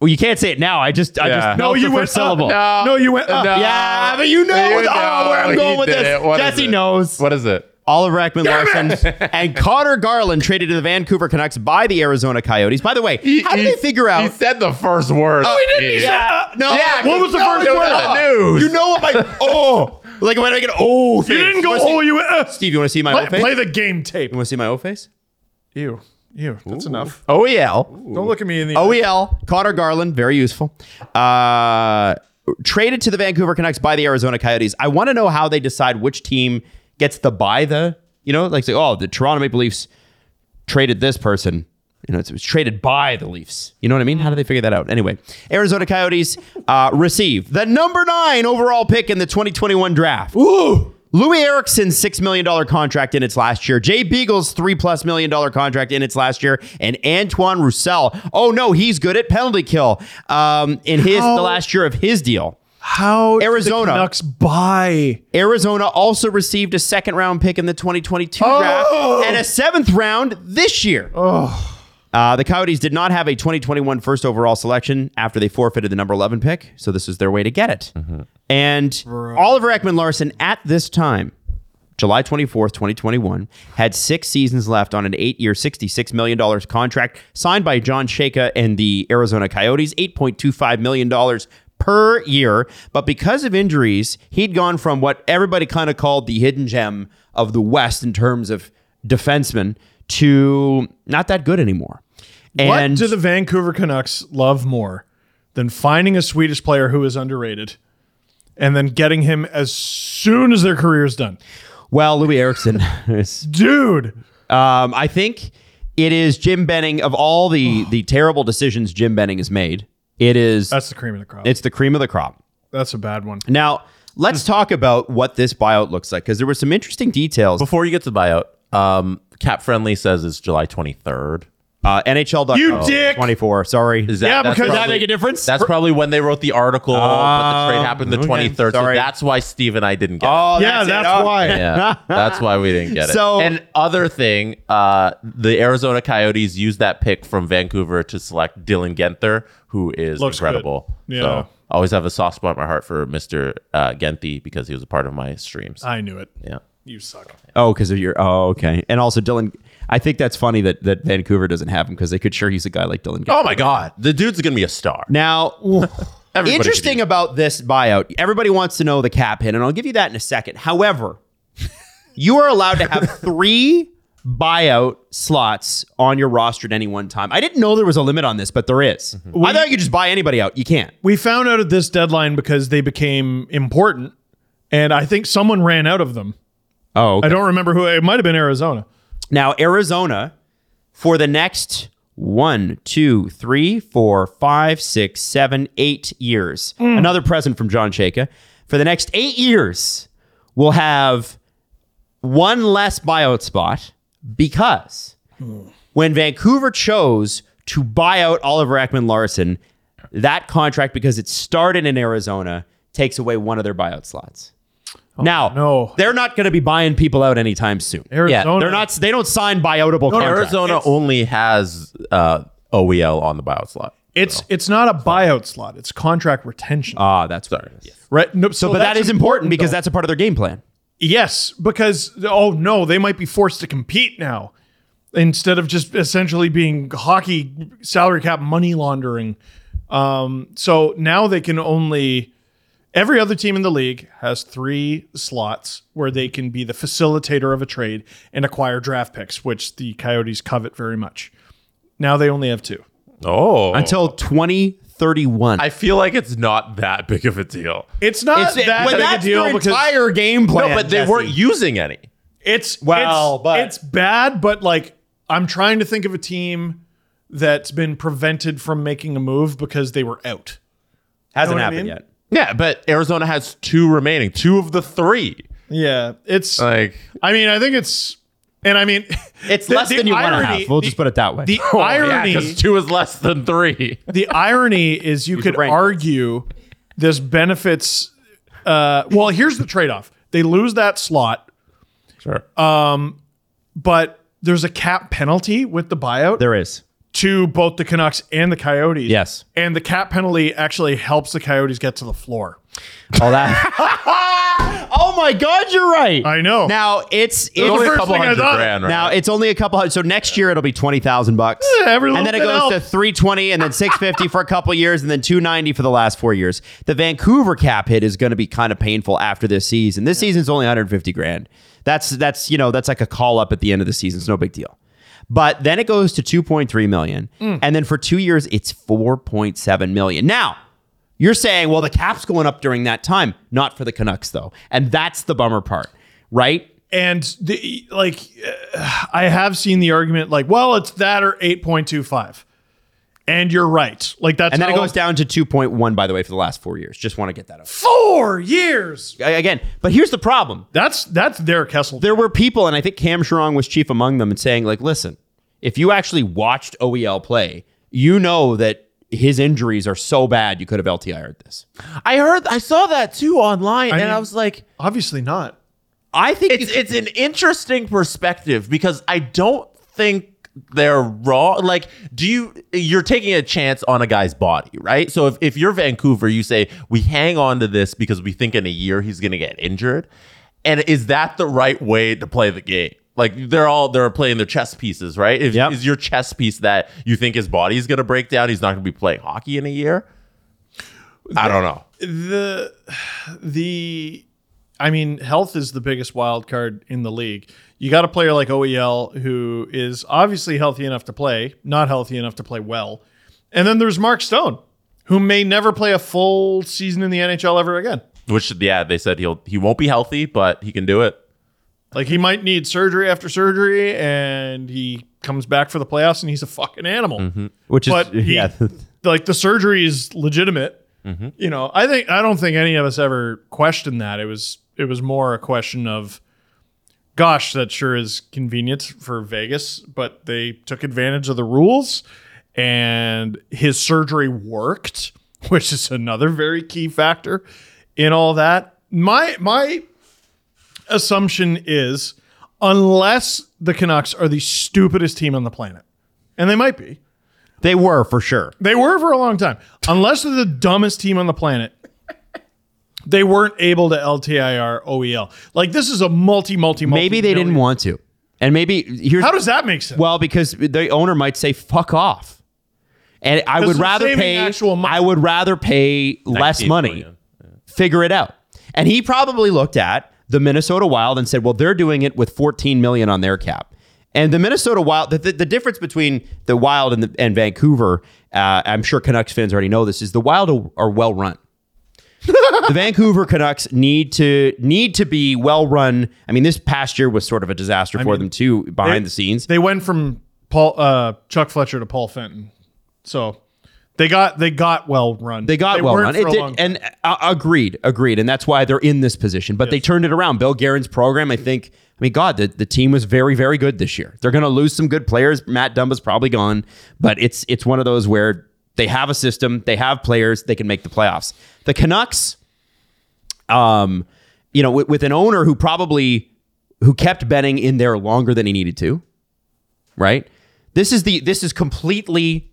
Well, you can't say it now. I just, I Yeah. just No, no, you you the went first syllable. up. No, you went up. Yeah, but you know, oh, where I'm going with this. Jesse knows. What is it? Oliver Ekman Larson and Connor Garland traded to the Vancouver Canucks by the Arizona Coyotes. By the way, how did they figure out? He said the first word. Oh, he didn't. He said- no. Yeah, what was the no, first it word? was in the news. You know what? My oh, like when I get oh, You thing. didn't go, wanna see- oh, you went, uh, Steve, you want to see my play, old face? play you the game tape. want to see my old face? E Ew. Ew. That's enough. OEL, Don't look at me in the Oh, OEL, Connor E Garland, very useful. Uh, traded to the Vancouver Canucks by the Arizona Coyotes. I want to know how they decide which team gets the buy the. You know, like say, oh, the Toronto Maple Leafs traded this person. You know, it's- it was traded by the Leafs. You know what I mean? How do they figure that out? Anyway, Arizona Coyotes uh, receive the number nine overall pick in the 2021 draft. Ooh. Louis Erickson's $6 million contract in its last year. Jay Beagle's three plus million dollar contract in its last year. And Antoine Roussel. Oh, no, he's good at penalty kill um, in his the last year of his deal. How did Arizona. the Canucks buy? Arizona also received a second round pick in the 2022 draft and a seventh round this year. Uh, the Coyotes did not have a 2021 first overall selection after they forfeited the number 11 pick, so this is their way to get it. And Oliver Ekman Larson at this time, July 24th, 2021, had six seasons left on an eight year, $66 million contract signed by John Shaka and the Arizona Coyotes, $8.25 million per year. But because of injuries, he'd gone from what everybody kind of called the hidden gem of the West in terms of defensemen to not that good anymore. What And do the Vancouver Canucks love more than finding a Swedish player who is underrated and then getting him as soon as their career is done? well, Louis Erickson is Dude, Um, I think it is Jim Benning of all the the terrible decisions Jim Benning has made. It is that's the cream of the crop. it's the cream of the crop. that's a bad one. Now let's talk about what this buyout looks like because there were some interesting details. Before you get to the buyout, um, Cap Friendly says it's July 23rd. Uh, NHL. You dick! Twenty four. Sorry. Is that, Yeah, that's because- Does that probably- make a difference? That's probably when they wrote the article, but the trade happened the okay. 23rd. Sorry. So that's why Steve and I didn't get oh, yeah, it. that's Oh. why. it. Yeah, that's why we didn't get it. So- and other thing, uh, the Arizona Coyotes used that pick from Vancouver to select Dylan Genther, who is Looks incredible. good. Yeah. So I always have a soft spot in my heart for Mr. Uh, Genthy because he was a part of my streams. I knew it. yeah. You suck. Oh, because of your. Oh, okay. And also Dylan. I think that's funny that that Vancouver doesn't have him because they could sure use a guy like Dylan. Oh my God, the dude's gonna be a star. Now, Everybody could interesting use- about this buyout. Everybody wants to know the cap hit, and I'll give you that in a second. However, you are allowed to have three buyout slots on your roster at any one time. I didn't know there was a limit on this, but there is. Mm-hmm. I thought you could just buy anybody out. You can't. We found out at this deadline because they became important, and I think someone ran out of them. Oh, I don't remember who. It might have been Arizona. Now, Arizona, for the next one, two, three, four, five, six, seven, eight years, Mm. another present from John Shaka. For the next eight years, we'll have one less buyout spot because Hmm. when Vancouver chose to buy out Oliver Ekman Larson, that contract, because it started in Arizona, takes away one of their buyout slots. now, Oh, no. they're not going to be buying people out anytime soon. Arizona. Yeah, they're not. They don't sign buyoutable contracts. Arizona only has uh, OEL on the buyout slot. It's it's not a buyout slot. It's contract retention. Ah, that's sorry. right. No, so, But that that's is important because though. that's a part of their game plan. Yes, because oh no, they might be forced to compete now instead of just essentially being hockey salary cap money laundering. Um, so now they can only every other team in the league has three slots where they can be the facilitator of a trade and acquire draft picks, which the Coyotes covet very much. Now they only have two. Oh, until 2031. I feel like it's not that big of a deal. It's not It's- that well, big a that's deal their because entire game plan. no, but they Jesse. weren't using any. It's Well, it's, but- it's bad, but like I'm trying to think of a team that's been prevented from making a move because they were out. Hasn't know what I happened mean? yet. Yeah, but Arizona has two remaining, two of the three. Yeah, it's. Like, I mean, I think it's, and I mean, It's The- less the than you want to irony- have. We'll just put it that way. the yeah, irony. because two is less than three. the irony is, you could rank. argue this benefits. Uh, well, here's the trade-off: they lose that slot, Um, Sure. but there's a cap penalty with the buyout. there is. to both the Canucks and the Coyotes. Yes. And the cap penalty actually helps the Coyotes get to the floor. All that. oh my God, you're right. I know. Now it's the it's Only a first couple thing I hundred thought- grand, right? Now it's only a couple hundred. So next year it'll be twenty thousand bucks, Yeah, every and little then it bit goes to three twenty, and then six fifty for a couple years, and then two ninety for the last four years. The Vancouver cap hit is going to be kind of painful after this season. This season's only one hundred fifty grand. That's that's you know that's like a call up at the end of the season. It's no big deal. But then it goes to two point three million, Mm. and then for two years it's four point seven million. Now. You're saying, well, the cap's going up during that time, not for the Canucks, though. And that's the bummer part, right? And the, like, uh, I have seen the argument like, well, it's that or 8.25. And you're right. Like, that's And then it how- goes down to 2.1, by the way, for the last four years. Just want to get that up. four years. Again, but here's the problem. That's that's their Kessel. There were people, and I think Cam Sharong was chief among them, and saying, like, listen, if you actually watched OEL play, you know that his injuries are so bad you could have LTI'd this. I heard, I saw that too online, and I mean- was like, Obviously not. I think it's it's an interesting perspective because I don't think they're wrong. Like, do you you're taking a chance on a guy's body, right? So if, if you're Vancouver, you say we hang on to this because we think in a year he's gonna get injured. And is that the right way to play the game? Like they're all they're playing their chess pieces, right? If, Yep. Is your chess piece that you think his body's gonna break down? He's not gonna be playing hockey in a year. I don't know. the the I mean, health is the biggest wild card in the league. You got a player like OEL who is obviously healthy enough to play, not healthy enough to play well. And then there's Mark Stone, who may never play a full season in the NHL ever again. Which yeah, they said he'll he won't be healthy, but he can do it. Like he might need surgery after surgery and he comes back for the playoffs and he's a fucking animal. which is But he, yeah. Mm-hmm. like the surgery is legitimate. You know, I think I don't think any of us ever questioned that. It was it was more a question of, gosh, that sure is convenient for Vegas, but they took advantage of the rules, and his surgery worked, which is another very key factor in all that. My my assumption is, unless the Canucks are the stupidest team on the planet, and they might be. they were for sure. They were for a long time. Unless they're the dumbest team on the planet, they weren't able to LTIR OEL. E Like this is a multi, multi, multi. Maybe they didn't million- want to. And maybe here's How does that make sense? Well, because the owner might say "fuck off," and I would they're rather saving pay. actual money. I would rather pay less 19 money. million. Figure it out. And he probably looked at the Minnesota Wild and said, "Well, they're doing it with 14 million on their cap." And the Minnesota Wild, the, the, the difference between the Wild and, the, and Vancouver, uh, I'm sure Canucks fans already know this, is the Wild are, are well run the Vancouver Canucks need to need to be well run. I mean, this past year was sort of a disaster for them too, behind the scenes. they went from Paul uh, Chuck Fletcher to Paul Fenton, so they got they got well run. They got well run. weren't for It a did, long- and uh, agreed, agreed, and that's why they're in this position. But they turned it around. Bill Guerin's program, I think. I mean, God, the, the team was very, very good this year. They're going to lose some good players. Matt Dumba's probably gone, but it's it's one of those where they have a system, they have players, they can make the playoffs. The Canucks, um, you know, with, with an owner who probably who kept betting in there longer than he needed to, right? This is the this is completely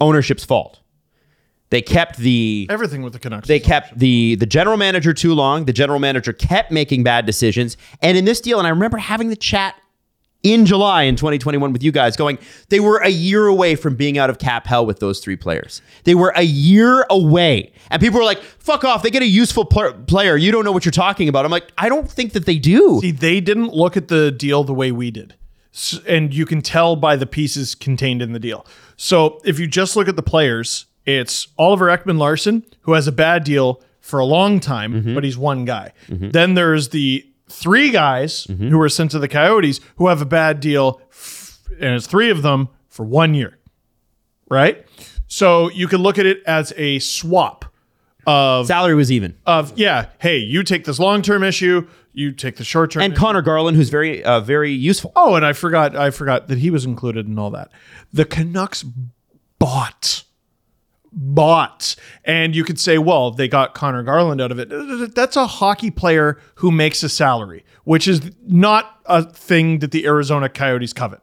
ownership's fault. They kept the Everything with the Canucks. they is awesome. kept the the general manager too long. The general manager kept making bad decisions. And in this deal, and I remember having the chat in July in 2021 with you guys going, they were a year away from being out of cap hell with those three players. They were a year away. And people were like, fuck off. They get a useful pl- player. You don't know what you're talking about. I'm like, I don't think that they do. See, they didn't look at the deal the way we did. S- And you can tell by the pieces contained in the deal. So if you just look at the players, it's Oliver Ekman Larson, who has a bad deal for a long time, but he's one guy. Then there's the three guys who were sent to the Coyotes who have a bad deal, f- and it's three of them for one year, right? So you can look at it as a swap of, Salary was even. of yeah, hey, you take this long term issue, you take the short term and Connor Garland, who's very, uh, very useful. Oh, and I forgot I forgot that he was included in all that. The Canucks bought bought and you could say well they got connor garland out of it that's a hockey player who makes a salary which is not a thing that the arizona coyotes covet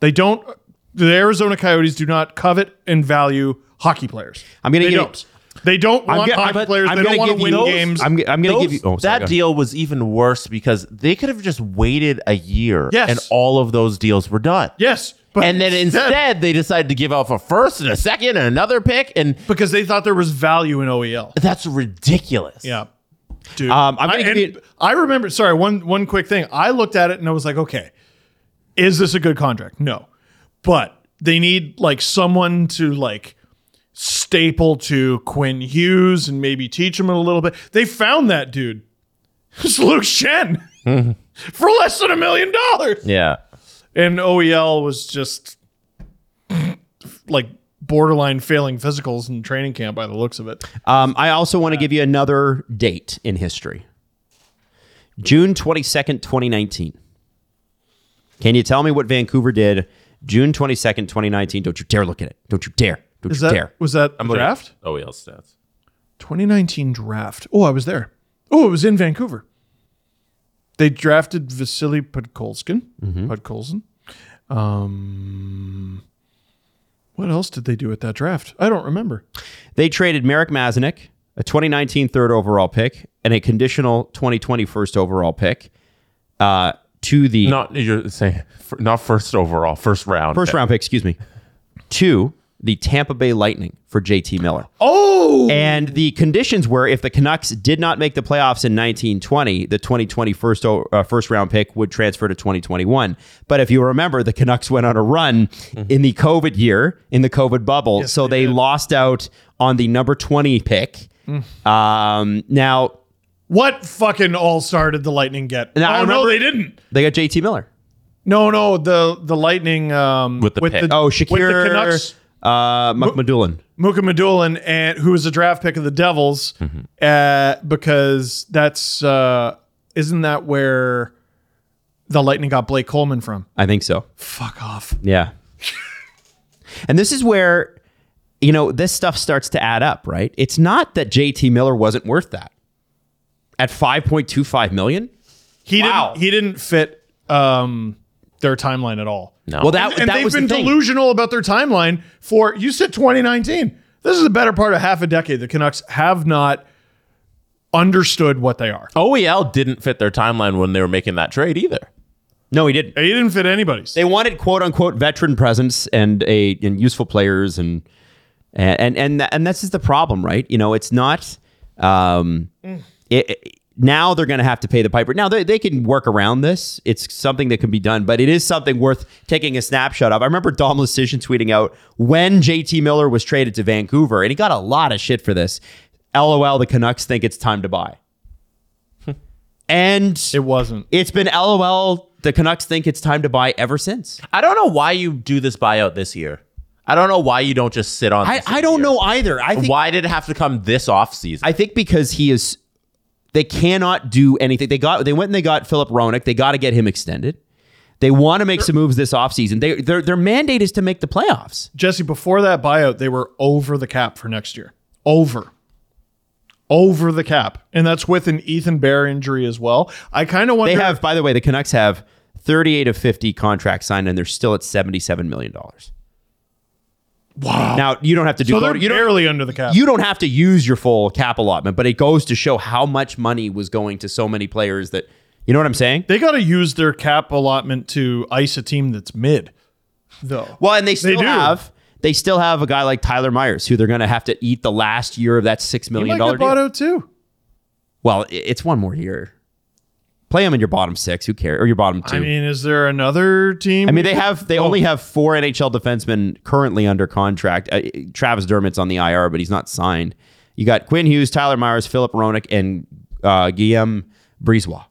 they don't the arizona coyotes do not covet and value hockey players I'm gonna they give you- don't they don't want ge- hockey but players I'm they gonna don't give want to you win those- games I'm, I'm going to give you oh, sorry, go that ahead. deal was even worse because they could have just waited a year Yes. and all of those deals were done. yes but And then instead, they decided to give off a first and a second and another pick, and because they thought there was value in E oel that's ridiculous. Yeah. Dude. Um, I'm gonna I, give and you- I remember, sorry, one one quick thing. I looked at it and I was like, okay, is this a good contract? No. But they need like someone to like staple to Quinn Hughes and maybe teach him a little bit. They found that dude. It's Luke Shen Mm-hmm. for less than a million dollars. Yeah. And OEL was just like borderline failing physicals in training camp by the looks of it. Um, I also Uh, want to give you another date in history June 22nd, 2019. Can you tell me what Vancouver did June 22nd, 2019? Don't you dare look at it. Don't you dare. Don't Is you that dare. was that a draft? OEL E stats. 2019 draft. Oh, I was there. Oh, it was in Vancouver. They drafted Vasily Podkolskin. Mm-hmm. Podkolzin. Um, what else did they do at that draft? I don't remember. They traded Merrick Mazenick, a 2019 third overall pick, and a conditional 2020 first overall pick uh, to the Not you're saying fir- not first overall, first round. first round pick, excuse me, to the Tampa Bay Lightning for JT Miller. Oh, And the conditions were if the Canucks did not make the playoffs in 1920, the 2020 first, o- uh, first round pick would transfer to 2021. But if you remember, the Canucks went on a run in the COVID year, in the COVID bubble. so they, lost out on the number 20 pick. Um, now, what fucking all star did the Lightning get? Now, I oh no, remember- they didn't. they got JT Miller. No, no, the the Lightning um, With the pick. Oh, with the Shakir Canucks, uh, Muckmadulin. Muka Medulin, and who was a draft pick of the Devils, Mm-hmm. uh, because that's uh, isn't that where the Lightning got Blake Coleman from? I think so. Fuck off. Yeah. and this is where, you know, this stuff starts to add up, right? It's not that JT Miller wasn't worth that. At 5.25 million? He Wow. didn't. He didn't fit um, their timeline at all. No. Well, that, and that they've was been the thing. delusional about their timeline for you said 2019. This is the better part of half a decade. The Canucks have not understood what they Oh. are. OEL E didn't fit their timeline when they were making that trade either. No, he didn't. He didn't fit anybody's. They wanted quote unquote veteran presence and a and useful players and and and and, tha- and that's just the problem, right? You know, it's not um it, it- now they're going to have to pay the piper. Now they, they can work around this. It's something that can be done, but it is something worth taking a snapshot of. I remember Dom Lecision tweeting out when JT Miller was traded to Vancouver, and he got a lot of shit for this. LOL, the Canucks think it's time to buy. and it wasn't. it's been LOL. The Canucks think it's time to buy ever since. I don't know why you do this buyout this year. I don't know why you don't just sit on. I, this I don't year. know either. I think Why did it have to come this off season? I think because he is they cannot do anything. They got they went and they got Philip Ronick. They got to get him extended. They want to make some moves this offseason. They their their mandate is to make the playoffs. Jesse, before that buyout, they were over the cap for next year. Over. Over the cap. And that's with an Ethan Bear injury as well. I kind of They wonder have by the way, the Canucks have 38 of 50 contracts signed and they're still at 77 million dollars. Wow. Now you don't have to do So they're voting- you don't- barely under the cap. you don't have to use your full cap allotment, but it goes to show how much money was going to so many players that you know what I'm saying? they got to use their cap allotment to ice a team that's mid, though. Well, and they still do. have they still have a guy like Tyler Myers who they're going to have to eat the last year of that six He million might dollar get deal. bought out too. well, i- it's one more year. Play him in your bottom six. Who cares? Or your bottom two. I mean, oh. is there another team? I mean, they have they only have four NHL defensemen currently under contract. Uh, Travis Dermott's on the IR, but he's not signed. You got Quinn Hughes, Tyler Myers, Philip Ronick, and uh, Guillaume Brisebois.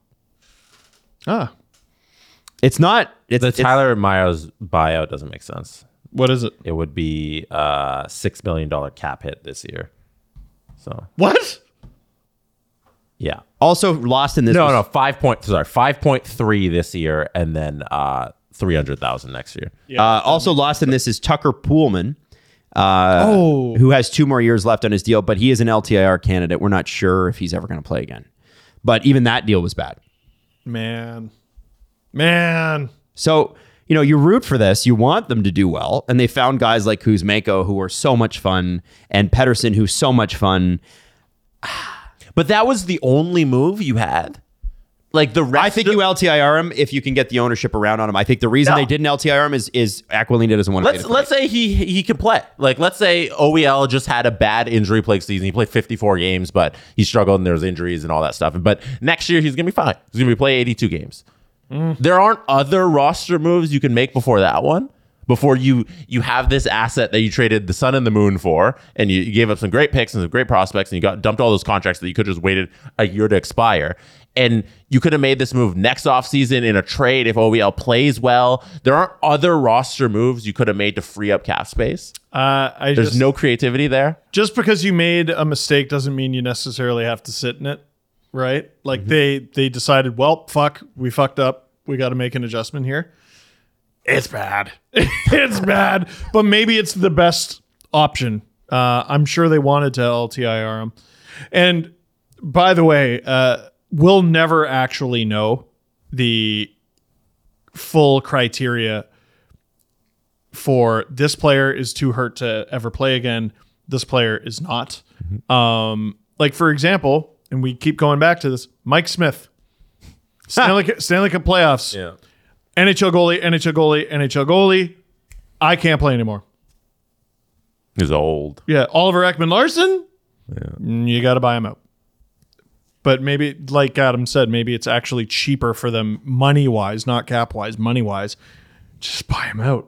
ah, It's not. It's, The it's- Tyler Myers buyout doesn't make sense. what is it? It would be uh, a six million dollar cap hit this year. So What? yeah, also lost in this. no, was- no, five point sorry, five point three this year, and then uh three hundred thousand next year. Uh, also lost in this is Tucker Poolman, uh, Oh. who has two more years left on his deal, but he is an LTIR candidate. We're not sure if he's ever going to play again. But even that deal was bad. Man, man. So, you know, you root for this. You want them to do well. And they found guys like Kuzmenko, who are so much fun, and Pedersen, who's so much fun. But that was the only move you had. Like the rest I think of- you LTIR him if you can get the ownership around on him. I think the reason No. they didn't LTIR him is, is Aquilina doesn't want to Let's let's say he he can play. Like let's say OEL just had a bad injury plague season. He played 54 games, but he struggled and there was injuries and all that stuff. But next year he's gonna be fine. He's gonna be play 82 games. There aren't other roster moves you can make before that one. Before you you have this asset that you traded the sun and the moon for, and you, you gave up some great picks and some great prospects, and you got dumped all those contracts that you could have just waited a year to expire. And you could have made this move next offseason in a trade if OEL plays well. There aren't other roster moves you could have made to free up cap space. Uh, I There's just, no creativity there. just because you made a mistake doesn't mean you necessarily have to sit in it, right? Like they they decided, well, fuck, we fucked up. We got to make an adjustment here. It's bad. it's bad, but maybe it's the best option. Uh, I'm sure they wanted to LTIR him. And by the way, uh, we'll never actually know the full criteria for this player is too hurt to ever play again. This player is not. Um, like for example, and we keep going back to this, Mike Smith, Stanley, Cup- Stanley Cup playoffs, Yeah. NHL goalie, NHL goalie, NHL goalie. I can't play anymore. He's old. Yeah, Oliver Ekman Larson. mm, You got to buy him out. But maybe, like Adam said, maybe it's actually cheaper for them money wise, not cap wise, money wise. Just buy him out.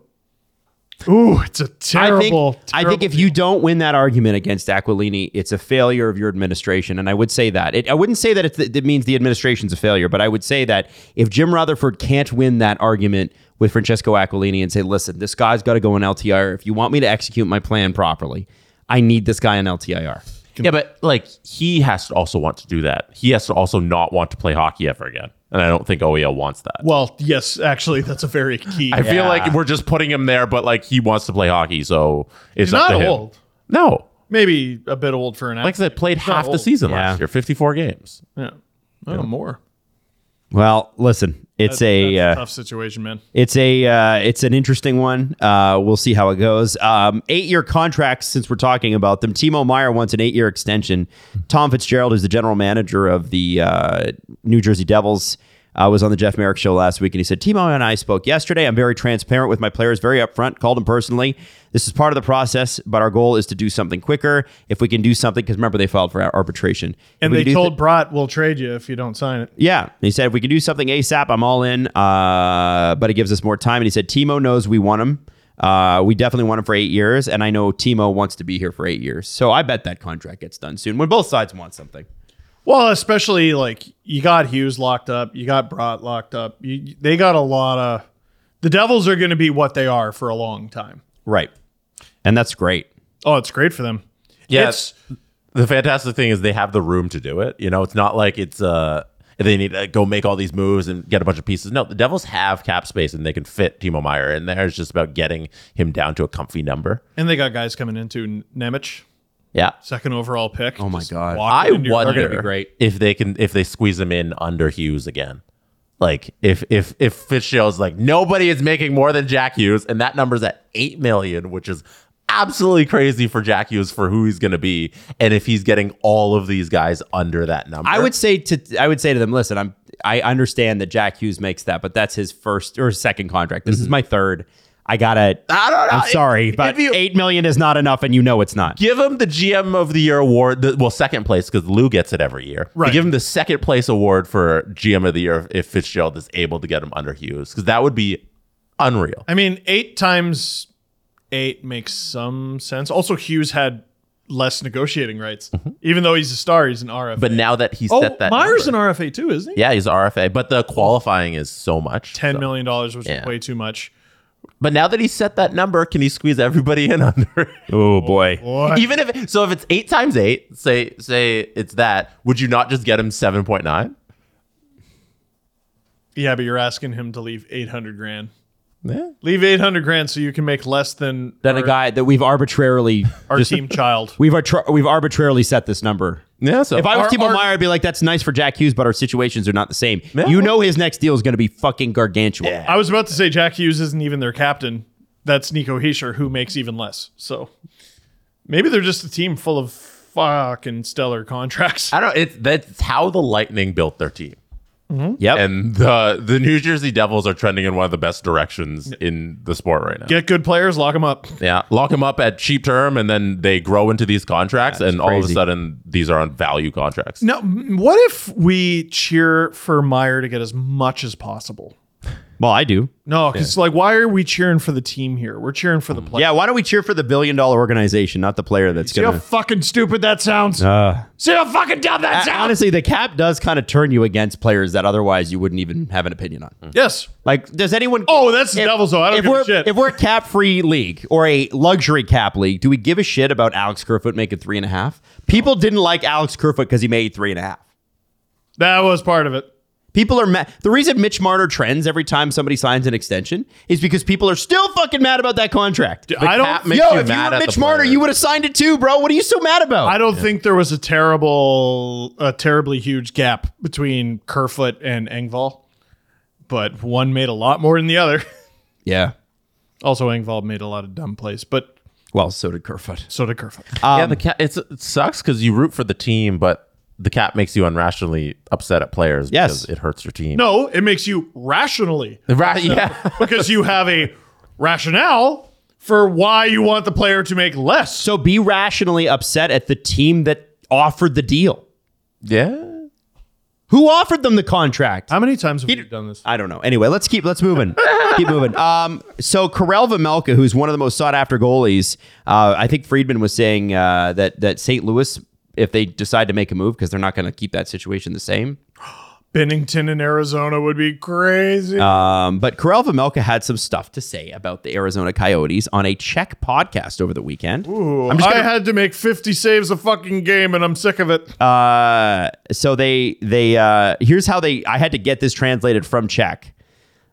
Ooh, it's a I terrible. think, I terrible think if you don't win that argument against Aquilini, it's a failure of your administration. And I would say that. It, I wouldn't say that it's, it means the administration's a failure, but I would say that if Jim Rutherford can't win that argument with Francesco Aquilini and say, listen, this guy's got to go in LTIR. If you want me to execute my plan properly, I need this guy in LTIR. Yeah, but like he has to also want to do that. He has to also not want to play hockey ever again. And I don't think OEL wants that. Well, yes, actually, that's a very key. I feel like we're just putting him there, but like he wants to play hockey, so it's He's up not to him. old. No, Maybe a bit old for an. like I said, played not half the old. season Yeah. last year, fifty-four games. yeah. Oh, more. Well, listen, it's a. That's uh, tough situation, man. It's a uh, it's an interesting one. Uh, we'll see how it goes. Um, eight year contracts since we're talking about them. Timo Meyer wants an eight year extension. Tom Fitzgerald, who's the general manager of the uh, New Jersey Devils, uh, was on the Jeff Merrick show last week, and he said Timo and I spoke yesterday. I'm very transparent with my players, very upfront. Called them personally. This is part of the process, but our goal is to do something quicker. If we can do something, because remember they filed for arbitration, If And we they can do told thi- Brat, "We'll trade you if you don't sign it." yeah. And he said, if we can do something ASAP, I'm all in. Uh, but it gives us more time. And he said, Timo knows we want him. Uh, we definitely want him for eight years. And I know Timo wants to be here for eight years. So I bet that contract gets done soon when both sides want something. Well, especially like you got Hughes locked up, you got Brat locked up. You, they got a lot of. The Devils are going to be what they are for a long time. Right. And that's great. Oh, it's great for them. Yes. the fantastic thing is they have the room to do it. You know, it's not like it's uh they need to go make all these moves and get a bunch of pieces. No, the Devils have cap space and they can fit Timo Meyer in there. It's just about getting him down to a comfy number. And they got guys coming into Nemich, Yeah. second overall pick. Oh my God. I gonna be wonder great. if they can if they squeeze him in under Hughes again. Like if if if Fitzgerald's like nobody is making more than Jack Hughes and that number's at eight million, which is absolutely crazy for Jack Hughes for who he's going to be, and if he's getting all of these guys under that number. I would say to I would say to them, listen, I'm I understand that Jack Hughes makes that, but that's his first or second contract. This is my third. I gotta. I don't know. I'm sorry, but if you- eight million is not enough, and you know it's not. give him the GM of the Year award. The, well, second place because Lou gets it every year. But Right. Give him the second place award for GM of the Year if Fitzgerald is able to get him under Hughes because that would be unreal. I mean, eight times eight makes some sense. Also, Hughes had less negotiating rights, even though he's a star. He's an RFA. Mm-hmm. But now that he oh, set that, Meyer's number- an RFA too, isn't he? yeah, he's RFA, but the qualifying is so much. Ten so. million dollars, which Yeah. is way too much. But now that he set that number, can he squeeze everybody in under? Oh boy. Even if so, if it's eight times eight, say say it's that, would you not just get him seven point nine? Yeah, but you're asking him to leave eight hundred grand. Yeah. Leave eight hundred grand so you can make less than Then our, a guy that we've arbitrarily our just- team child. We've artra- we've arbitrarily set this number. Yeah. So If I was Our- Timo our- Meyer, I'd be like, "That's nice for Jack Hughes, but our situations are not the same." Yeah. You know, his next deal is going to be fucking gargantuan. I was about to say Jack Hughes isn't even their captain. That's Nico Heischer, who makes even less. So maybe they're just a team full of fucking stellar contracts. I don't. It's that's how the Lightning built their team, Yep. and the the New Jersey Devils are trending in one of the best directions in the sport right now. Get good players, lock them up. yeah, lock them up at cheap term, and then they grow into these contracts, and all of a crazy. sudden these are on value contracts. Now, m- what if we cheer for Meyer to get as much as possible? well, I do. No, because like, why are we cheering for the team here? We're cheering for the Mm. player. Yeah. Why don't we cheer for the billion dollar organization, not the player that's See going how to? fucking stupid that sounds. Uh. See how fucking dumb that sounds. Honestly, the cap does kind of turn you against players that otherwise you wouldn't even have an opinion on. yes. Like, does anyone? Oh, that's the Devils, though. I don't if give a we're, shit. If we're a cap-free league or a luxury cap league, do we give a shit about Alex Kerfoot making three and a half? People didn't like Alex Kerfoot because he made three and a half. That was part of it. People are mad. The reason Mitch Marner trends every time somebody signs an extension is because people are still fucking mad about that contract. I cap don't. makes Yo, you if you mad were at the Mitch Marner, player. you would have signed it too, bro. What are you so mad about? I don't think there was a terrible, a terribly huge gap between Kerfoot and Engvall, but one made a lot more than the other. yeah. Also, Engvall made a lot of dumb plays, but Well, so did Kerfoot. so did Kerfoot. Uh, yeah, the cap. It's, it sucks because you root for the team, but the cap makes you unrationally upset at players. Yes. because it hurts your team. no, it makes you rationally right? Yeah. because you have a rationale for why you want the player to make less. So So be rationally upset at the team that offered the deal. yeah. Who offered them the contract? how many times have you done this? I don't know. Anyway, let's keep let's moving. keep moving. Um, so Karel Vemelka, who's one of the most sought after goalies, uh, I think Friedman was saying uh, that that St. Louis, if they decide to make a move, because they're not going to keep that situation the same. Bennington in Arizona would be crazy. Um, but Karel Vemelka had some stuff to say about the Arizona Coyotes on a Czech podcast over the weekend. I'm just I gonna, had to make 50 saves a fucking game, and I'm sick of it. uh, so they they uh, here's how they. I had to get this translated from Czech.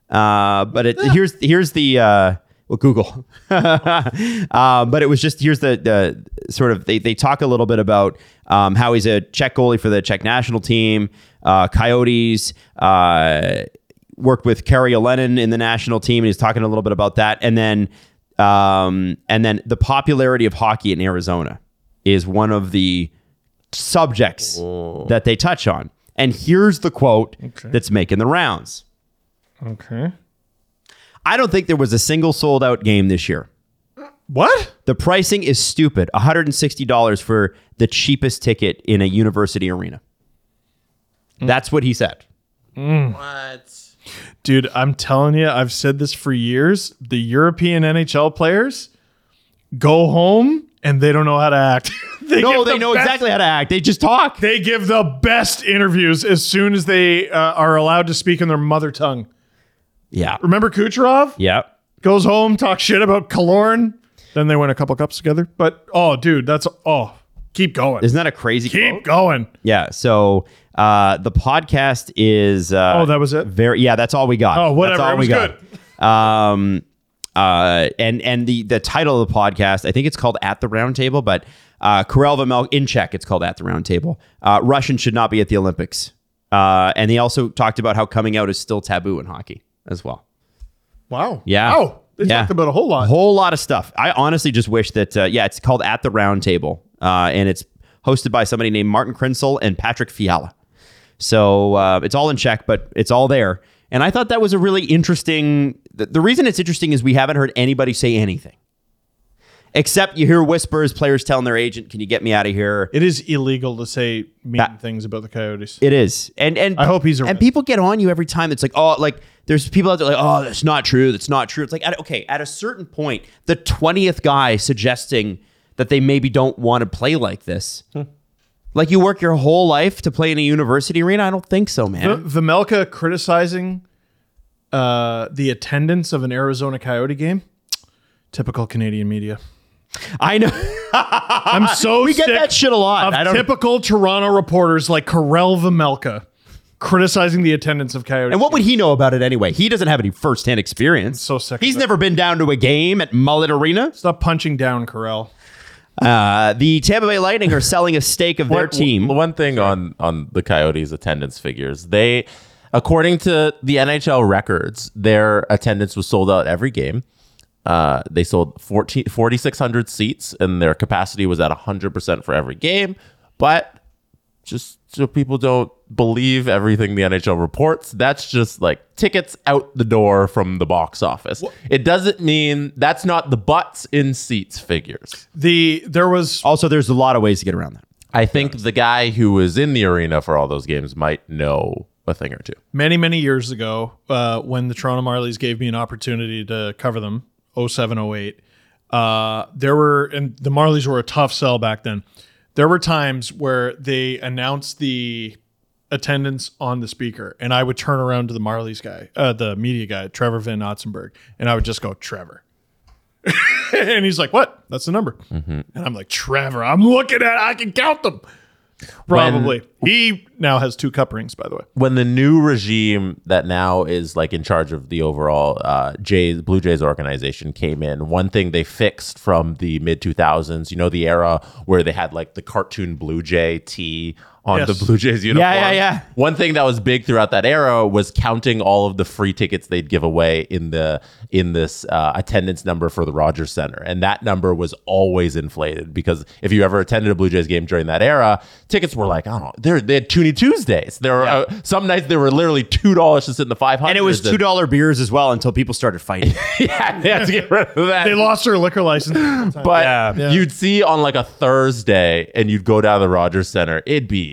Uh, but it, here's here's the uh, well Google. uh, but it was just here's the the sort of they they talk a little bit about um, how he's a Czech goalie for the Czech national team, uh, Coyotes. Uh, worked with Kerry Lennon in the national team, and he's talking a little bit about that, and then um, and then the popularity of hockey in Arizona is one of the subjects that they touch on. And here's the quote that's making the rounds. Okay. I don't think there was a single sold out game this year. What? The pricing is stupid $160 for the cheapest ticket in a university arena. Hmm. That's what he said. Dude, I'm telling you, I've said this for years. The European NHL players go home and they don't know how to act. they No, give they the know best- exactly how to act. They just talk. They give the best interviews as soon as they uh, are allowed to speak in their mother tongue. Yeah. Remember Kucherov? Yeah. Goes home, talks shit about Kalorn. Then they win a couple cups together. But oh, dude, that's oh, keep going. Isn't that a crazy quote? keep going. Yeah. So uh, the podcast is. Uh, Oh, that was it? Very. Yeah, that's all we got. Oh, whatever. That's all It was we got. Um, uh, and and the the title of the podcast, I think it's called At the Round Table, but uh, Karel Vamel in Czech, it's called At the Round Table. Uh, Russian should not be at the Olympics. Uh, and they also talked about how coming out is still taboo in hockey as well. Wow. Yeah. Oh, They Yeah. talked about a whole lot. A whole lot of stuff. I honestly just wish that, uh, yeah, it's called At the Round Table, uh, and it's hosted by somebody named Martin Krenzel and Patrick Fiala. So uh, it's all in check, but it's all there. And I thought that was a really interesting. The, the reason it's interesting is we haven't heard anybody say anything, except you hear whispers, players telling their agent, "Can you get me out of here?" it is illegal to say mean That- things about the Coyotes. It is, and and I hope he's and arrested. people get on you every time. It's like oh, like there's people out there like oh, that's not true, that's not true. It's like at, okay, at a certain point, the twentieth guy suggesting that they maybe don't want to play like this. Like you work your whole life to play in a university arena? I don't think so, V- man. Vemelka criticizing uh, the attendance of an Arizona Coyote game. Typical Canadian media. I know I'm so Ah, we get sick that shit a lot. I of don't. typical Toronto reporters like Karel Vemelka criticizing the attendance of Coyotes. and what would he know about it anyway? He doesn't have any firsthand experience. so sick of He's it. never been down to a game at Mullet Arena. Stop punching down, Karel. Uh, the Tampa Bay Lightning are selling a stake of their One- team. One thing on on the Coyotes attendance figures. They according to the NHL records, their attendance was sold out every game. Uh, they sold 14 4,600 seats and their capacity was at 100% for every game. But just so people don't believe everything the NHL reports, that's just like tickets out the door from the box office. It doesn't mean that's not the butts in seats figures. The there was Also, there's a lot of ways to get around that. I think the guy who was in the arena for all those games might know a thing or two. many many years ago uh, when the toronto marlies gave me an opportunity to cover them 0708 uh, there were and the marlies were a tough sell back then there were times where they announced the attendance on the speaker and i would turn around to the marlies guy uh, the media guy trevor van otzenberg and i would just go trevor and he's like what that's the number and i'm like trevor i'm looking at i can count them probably he now has two cup rings by the way When the new regime that now is like in charge of the overall uh, Jays Blue Jays organization came in, one thing they fixed from the mid 2000s, you know, the era where they had like the cartoon Blue Jay tee on Yes. the Blue Jays uniform. yeah, yeah. One thing that was big throughout that era was counting all of the free tickets they'd give away in the in this uh, attendance number for the Rogers Center, and that number was always inflated because if you ever attended a Blue Jays game during that era, tickets were like I don't know, they're, they had Toonie Tuesdays. There were uh, some nights they were literally two dollars to sit in the five hundred, And it was two dollar beers as well until people started fighting. yeah, they had to get rid of that. They lost their liquor license. But Yeah. you'd see on like a Thursday, and you'd go down to the Rogers Center. It'd be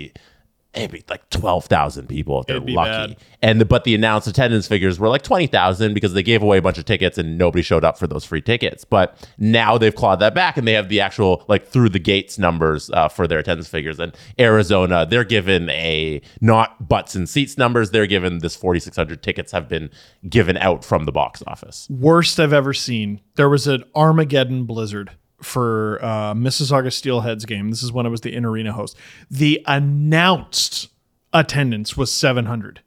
it'd be like twelve thousand people if they're It'd be lucky. bad. And the, but the announced attendance figures were like twenty thousand because they gave away a bunch of tickets and nobody showed up for those free tickets. But now they've clawed that back, and they have the actual like through the gates numbers uh, for their attendance figures. And Arizona, they're given a not butts and seats numbers. They're given this forty six hundred tickets have been given out from the box office. Worst I've ever seen. There was an Armageddon blizzard for uh, Mississauga Steelheads game. This is when I was the in arena host. The announced attendance was 700.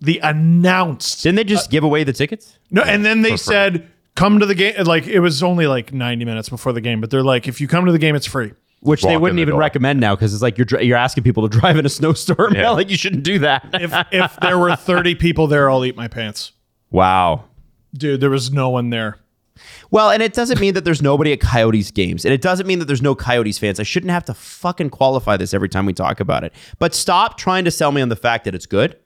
The announced. Didn't they just give away the tickets? No, and then they said, come to the game. Like, it was only like 90 minutes before the game, but they're like, if you come to the game, it's free. Which they walk in wouldn't the even door. recommend now because it's like you're dri- you're asking people to drive in a snowstorm. Yeah. like you shouldn't do that. If, if there were 30 people there, I'll eat my pants. wow. Dude, there was no one there. Well, and it doesn't mean that there's nobody at Coyotes games, and it doesn't mean that there's no Coyotes fans. I shouldn't have to fucking qualify this every time we talk about it. But stop trying to sell me on the fact that it's good.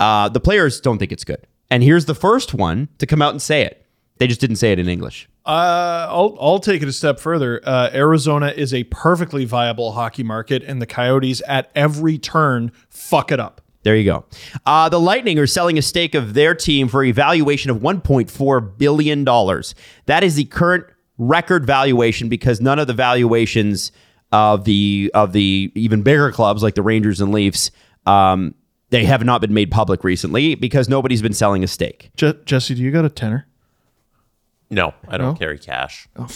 Uh, the players don't think it's good, and here's the first one to come out and say it. They just didn't say it in English. Uh, I'll I'll take it a step further. Uh, Arizona is a perfectly viable hockey market, and the Coyotes at every turn fuck it up. There you go. Uh, the Lightning are selling a stake of their team for a valuation of $1.4 billion. That is the current record valuation because none of the valuations of the of the even bigger clubs like the Rangers and Leafs, um, they have not been made public recently because nobody's been selling a stake. Je- Jesse, do you got a tenner? No, I don't carry cash. All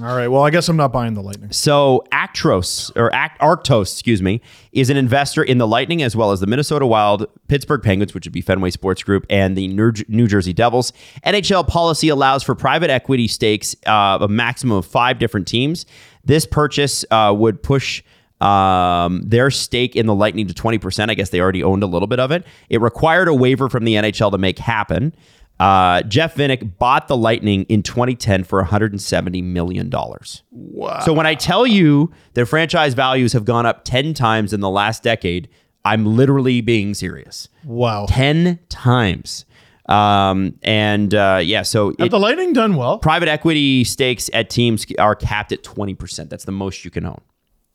right. Well, I guess I'm not buying the Lightning. So Actros or Act Arctos, excuse me, is an investor in the Lightning as well as the Minnesota Wild, Pittsburgh Penguins, which would be Fenway Sports Group, and the New New Jersey Devils. NHL policy allows for private equity stakes uh, of a maximum of five different teams. This purchase uh, would push um, their stake in the Lightning to 20%. I guess they already owned a little bit of it. It required a waiver from the NHL to make happen. Uh, Jeff Vinnick bought the Lightning in 2010 for 170 million dollars. Wow! So when I tell you their franchise values have gone up 10 times in the last decade, I'm literally being serious. Wow. 10 times. Um, and uh, yeah, so it- Have the Lightning done well? private equity stakes at teams are capped at 20%. That's the most you can own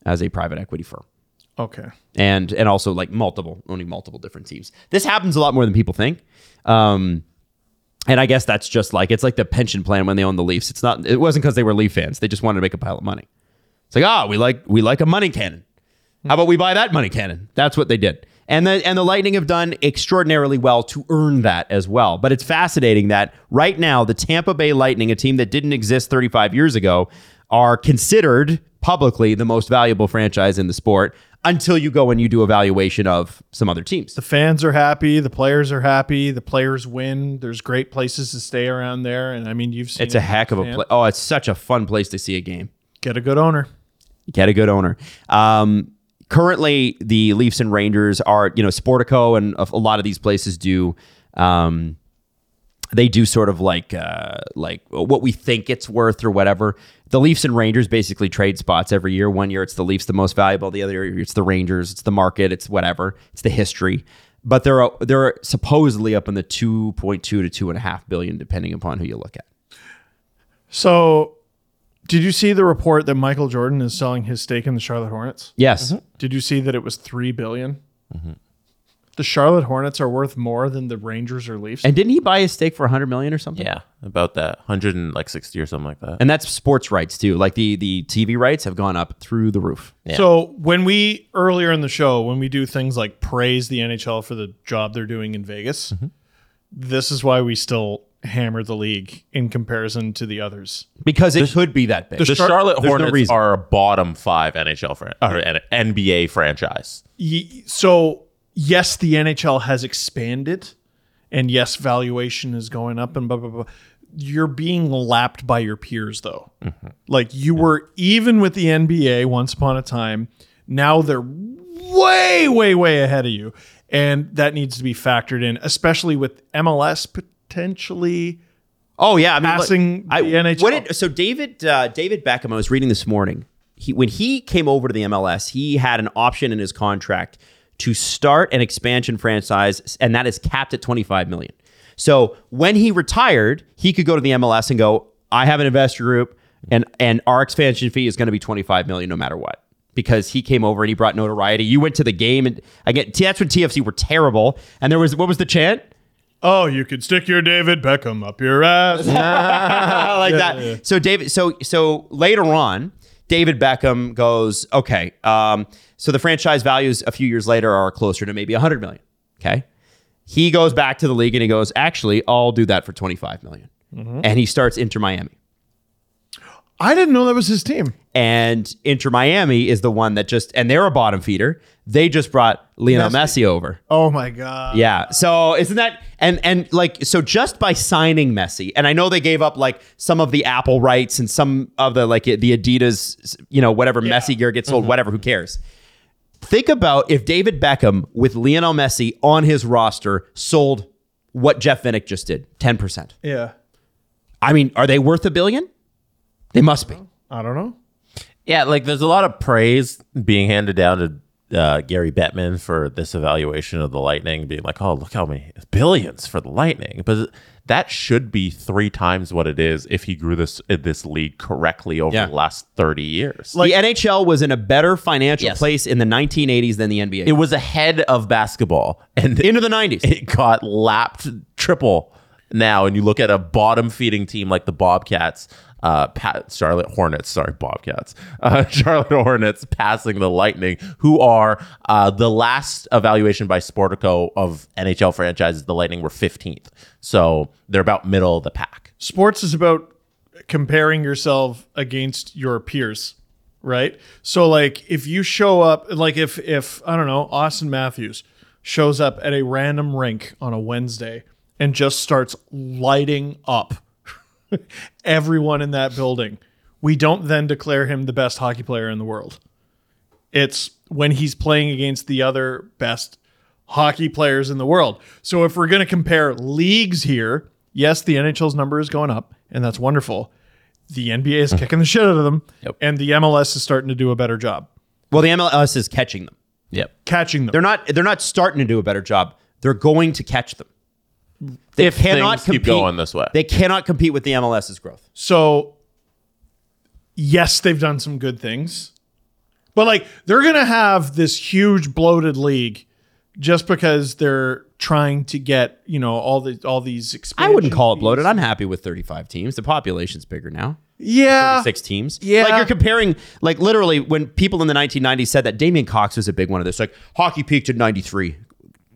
as a private equity firm. Okay. And and also like multiple, owning multiple different teams. This happens a lot more than people think. Um and I guess that's just like it's like the pension plan when they own the Leafs. It's not it wasn't because they were Leaf fans. They just wanted to make a pile of money. It's like, ah, we like we like a money cannon. How about we buy that money cannon? That's what they did. And the and the Lightning have done extraordinarily well to earn that as well. But it's fascinating that right now the Tampa Bay Lightning, a team that didn't exist 35 years ago, are considered publicly the most valuable franchise in the sport until you go and you do a valuation of some other teams. The fans are happy. The players are happy. The players win. There's great places to stay around there. And I mean, you've seen It's a it heck of a firsthand. play. Oh, it's such a fun place to see a game. Get a good owner. get a good owner. Um, currently, the Leafs and Rangers are, you know, Sportico and a, a lot of these places do. Um, they do sort of like uh, like what we think it's worth or whatever. The Leafs and Rangers basically trade spots every year. One year it's the Leafs the most valuable, the other year it's the Rangers, it's the market, it's whatever, it's the history. But they're they're supposedly up in the two point two to two and a half billion, depending upon who you look at. So, did you see the report that Michael Jordan is selling his stake in the Charlotte Hornets? Yes, Did you see that it was three billion? The Charlotte Hornets are worth more than the Rangers or Leafs. and didn't he buy a stake for hundred million or something? Yeah, about that, hundred and like sixty or something like that. and that's sports rights too. Like the the TV rights have gone up through the roof. So when we earlier in the show, when we do things like praise the NHL for the job they're doing in Vegas, this is why we still hammer the league in comparison to the others. Because it could be that big. The Char- Charlotte there's no Hornets reason. are a bottom five NHL fran- or an NBA franchise. Ye- So yes, the NHL has expanded, and yes, valuation is going up, and blah blah blah. You're being lapped by your peers, though. Like you were even with the NBA once upon a time. Now they're way, way, way ahead of you. And that needs to be factored in, especially with MLS potentially. oh yeah, I mean, passing I- the NHL. what did- so David uh, David Beckham, I was reading this morning. He when he came over to the MLS, he had an option in his contract to start an expansion franchise, and that is capped at twenty five million. So when he retired, he could go to the MLS and go, I have an investor group, and and our expansion fee is going to be twenty five million no matter what. because he came over and he brought notoriety. You went to the game, and again, t- that's when TFC were terrible. And there was what was the chant Oh, you could stick your David Beckham up your ass. like that? So David, so so later on, David Beckham goes, okay. Um, so the franchise values a few years later are closer to maybe hundred million. Okay, he goes back to the league and he goes, actually, I'll do that for twenty five and he starts Inter Miami. I didn't know that was his team. And Inter Miami is the one that just, and they're a bottom feeder. They just brought Lionel Messi over. Oh my god. Yeah. So isn't that and and like so just by signing Messi, and I know they gave up like some of the Apple rights and some of the like the Adidas, you know, whatever Messi gear gets Mm-hmm. sold, whatever, who cares? Think about if David Beckham with Lionel Messi on his roster sold what Jeff Vinnick just did, 10%. Yeah. I mean, are they worth a billion? They must be. I don't know. Yeah, like there's a lot of praise being handed down to uh, Gary Bettman for this evaluation of the Lightning, being like, "Oh, look how many billions for the Lightning," but that should be three times what it is if he grew this this league correctly over Yeah. the last thirty years. the NHL was in a better financial Yes. place in the 1980s than the NBA. it was ahead of basketball, and into the 90s. it got lapped triple now and you look at a bottom feeding team like the bobcats uh, Pat, Charlotte Hornets, sorry, Bobcats. Uh, Charlotte Hornets passing the Lightning, who are uh, the last evaluation by Sportico of NHL franchises. The Lightning were 15th. So they're about middle of the pack. sports is about comparing yourself against your peers right so like if you show up like if if i don't know austin matthews shows up at a random rink on a wednesday and just starts lighting up everyone in that building we don't then declare him the best hockey player in the world it's when he's playing against the other best hockey players in the world. So if we're going to compare leagues here, yes, the NHL's number is going up, and that's wonderful. The NBA Hmm. is kicking the shit out of them, and the MLS is starting to do a better job Well, the MLS is catching them. catching them. They're not. They're not starting to do a better job. They're going to catch them. They If things keep going this way. They cannot compete with the MLS's growth. So, yes, they've done some good things, but like they're going to have this huge bloated league just because they're trying to get you know all the all these. I wouldn't call it expansion bloated. I'm happy with 35 teams. The population's bigger now. fees. Yeah, Six teams. Yeah. Like you're comparing, like literally, when people in the 1990s said that Damian Cox was a big one of this, like hockey peaked in 93.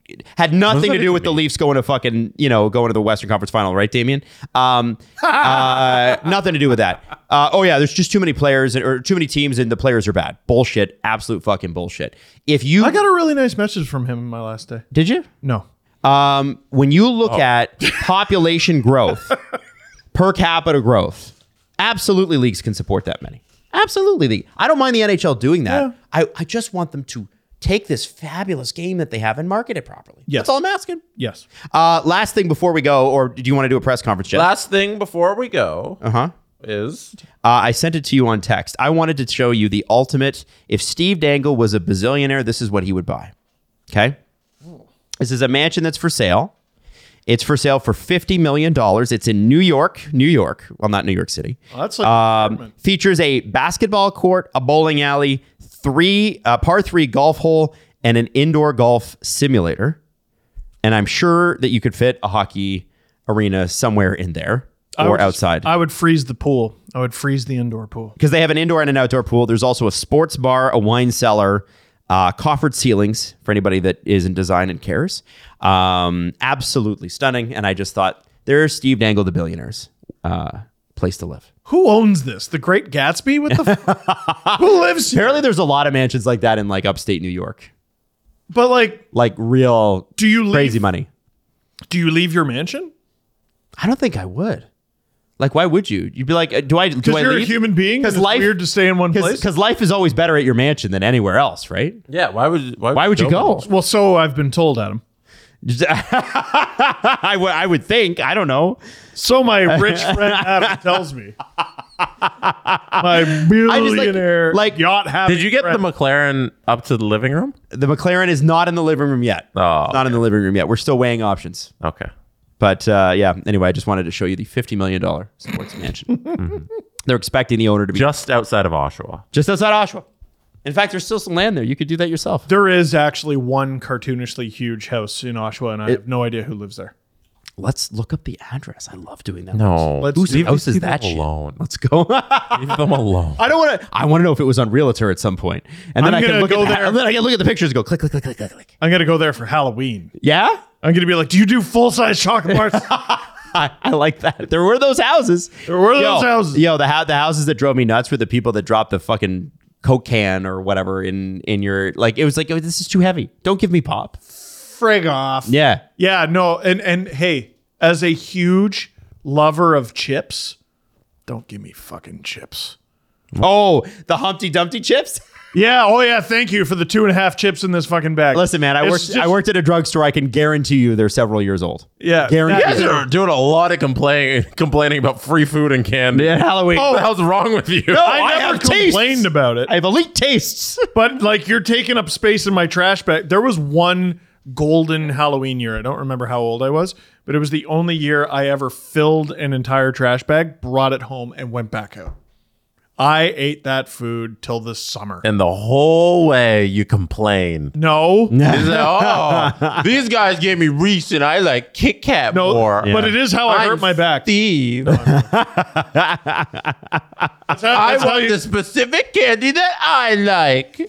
It had nothing to do with the Leafs going to fucking, you know, going to the Western Conference final, right, Damian? Um, uh, nothing to do with that. Uh, oh, yeah, there's just too many players or too many teams and the players are bad. Bullshit. Absolute fucking bullshit. If you. I got a really nice message from him in my last day. did you? No, Um, when you look Oh. at population growth, per capita growth, absolutely leagues can support that many. Absolutely. league. I don't mind the NHL doing that. Yeah. I, I just want them to take this fabulous game that they have and market it properly. Yes. That's all I'm asking. yes, Uh, last thing before we go, or do you want to do a press conference, Jeff? Last thing before we go uh-huh. is Uh, I sent it to you on text. I wanted to show you the ultimate. If Steve Dangle was a bazillionaire, this is what he would buy. Okay. This is a mansion that's for sale. It's for sale for $50 million. It's in New York, New York. Well, not New York City. Well, that's like Um, features a basketball court, a bowling alley, three uh, par three golf hole, and an indoor golf simulator. And I'm sure that you could fit a hockey arena somewhere in there I or would just- outside I would freeze the pool. I would freeze the indoor pool. because they have an indoor and an outdoor pool. There's also a sports bar, a wine cellar, uh, coffered ceilings for anybody that is in design and cares. Um, absolutely stunning. And I just thought there's Steve Dangle, the billionaires, uh, place to live. Who owns this? The Great Gatsby? What the? f- Who lives here? Apparently, there's a lot of mansions like that in like upstate New York, But like, like real do you leave, crazy money. Do you leave your mansion? I don't think I would. Like, why would you? You'd be like, uh, do I? Do Because I you're leave? a human being. Because Because life, weird to stay in one place. because life is always better at your mansion than anywhere else, right? yeah. Why would Why would you go? well, so I've been told, Adam. I would I would think. I don't know. So my rich friend Adam tells me. My millionaire like- like, yacht having Did you get the McLaren up to the living room? The McLaren is not in the living room yet. Oh, It's not in the living room yet. We're still weighing options. Okay. But uh, yeah, anyway, I just wanted to show you the $50 million sports mansion. Mhm. They're expecting the owner to be just, Just outside of Oshawa. outside Oshawa. In fact, there's still some land there. You could do that yourself. There is actually one cartoonishly huge house in Oshawa, and I have no idea who lives there. Let's look up the address. I love doing that. No. Let's Whose do house Leave is that them shit? alone. Let's go. I Leave them alone. don't want to. I want to know if it was on Realtor at some point, and then I'm I can gonna look go at the, there. and then I can look at the pictures and go click, click, click, click, click, click. I'm gonna go there for Halloween. Yeah, I'm gonna be like, "Do you do full size chocolate bars?" I, I like that. There were those houses. There were those houses. Yo, the hou- the houses that drove me nuts were the people that dropped the fucking coke can or whatever in in your like. It was like, oh, this is too heavy. Don't give me pop. Frig off. Yeah, Yeah, no, and and hey, as a huge lover of chips, don't give me fucking chips. Oh, the Humpty Dumpty chips. Yeah, oh yeah, thank you for the two and a half chips in this fucking bag. Listen, man, I It's worked. just- I worked at a drugstore. I can guarantee you, they're several years old. Yeah, guarantee. Yeah, You guys are doing a lot of complaining complaining about free food and candy. Yeah, Halloween. What the hell's wrong with you? Oh, I, Oh, I never have tastes. complained about it, I have elite tastes. but like you're taking up space in my trash bag. There was one golden Halloween year. I don't remember how old I was, but it was the only year I ever filled an entire trash bag, brought it home, and went back out. I ate that food till the summer. And the whole way you complain. no, no, He's like, oh, these guys gave me Reese and I like Kit Kat more. but it is how I hurt my back. Steve. I want the specific candy that I like.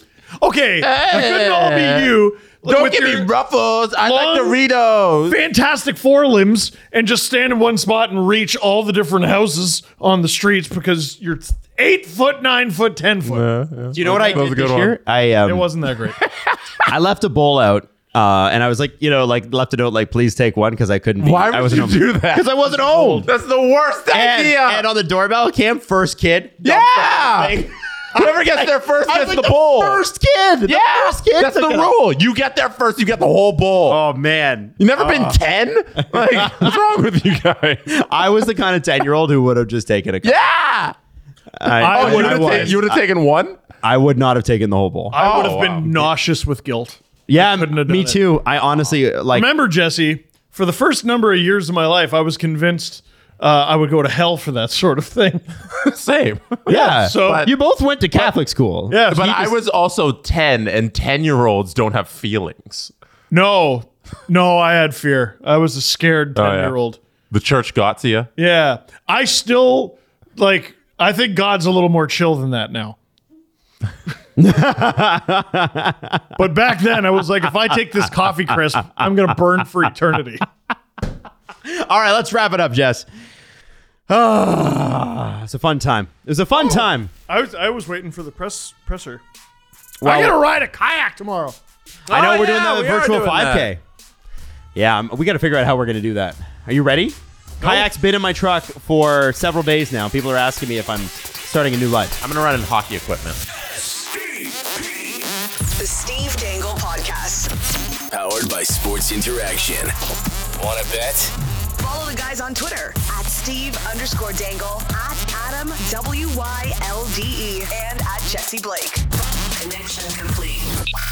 Okay, I couldn't all be you. Don't with give your me ruffles. I like long- Doritos. fantastic forelimbs and just stand in one spot and reach all the different houses on the streets because you're eight foot, nine foot, ten foot. Do you know what I That was did a good this one. year? I um, It wasn't that great. I left a bowl out, uh, and I was like, you know, like left a note, like please take one because I couldn't. be- Why I would you do that? Because I wasn't old. That's the worst And, idea. and on the doorbell cam, first kid. yeah. Whoever gets there first gets the, bowl. First kid. yeah, that's the rule. You get there first, you get the whole bowl. Oh man. Uh. you never been ten? Like, what's wrong with you guys? I was the kind of 10 year old who would have just taken a Yeah. I, Oh, I you would have was. taken one. I would not have taken the whole bowl. I would have been nauseous with guilt. yeah, couldn't have me done it. too. I honestly like Remember, Jesse, for the first number of years of my life, I was convinced uh, I would go to hell for that sort of thing. Same. yeah. so- you both went to Catholic school. Yeah, But I was also 10, and 10 year olds don't have feelings. no, no, I had fear. I was a scared Oh, ten yeah. year old. The church got to you. Yeah, I still like. I think God's a little more chill than that now. but back then, I was like, if I take this coffee crisp, I'm gonna burn for eternity. All right, let's wrap it up, Jess. Ah, it's a fun time. It was a fun time. I was I was waiting for the press presser. I gotta ride a kayak tomorrow. Oh. I know Oh, we're doing yeah, the we are virtual doing 5K. Yeah, I'm- we got to figure out how we're going to do that. Are you ready? Kayak's been in my truck for several days now. People are asking me if I'm starting a new life. I'm going to run in hockey equipment. The Steve Dangle Podcast. Powered by Sports Interaction. Want to bet? Follow the guys on Twitter at Steve underscore Dangle, at Adam W Y L D E, and at Jesse Blake. Connection complete.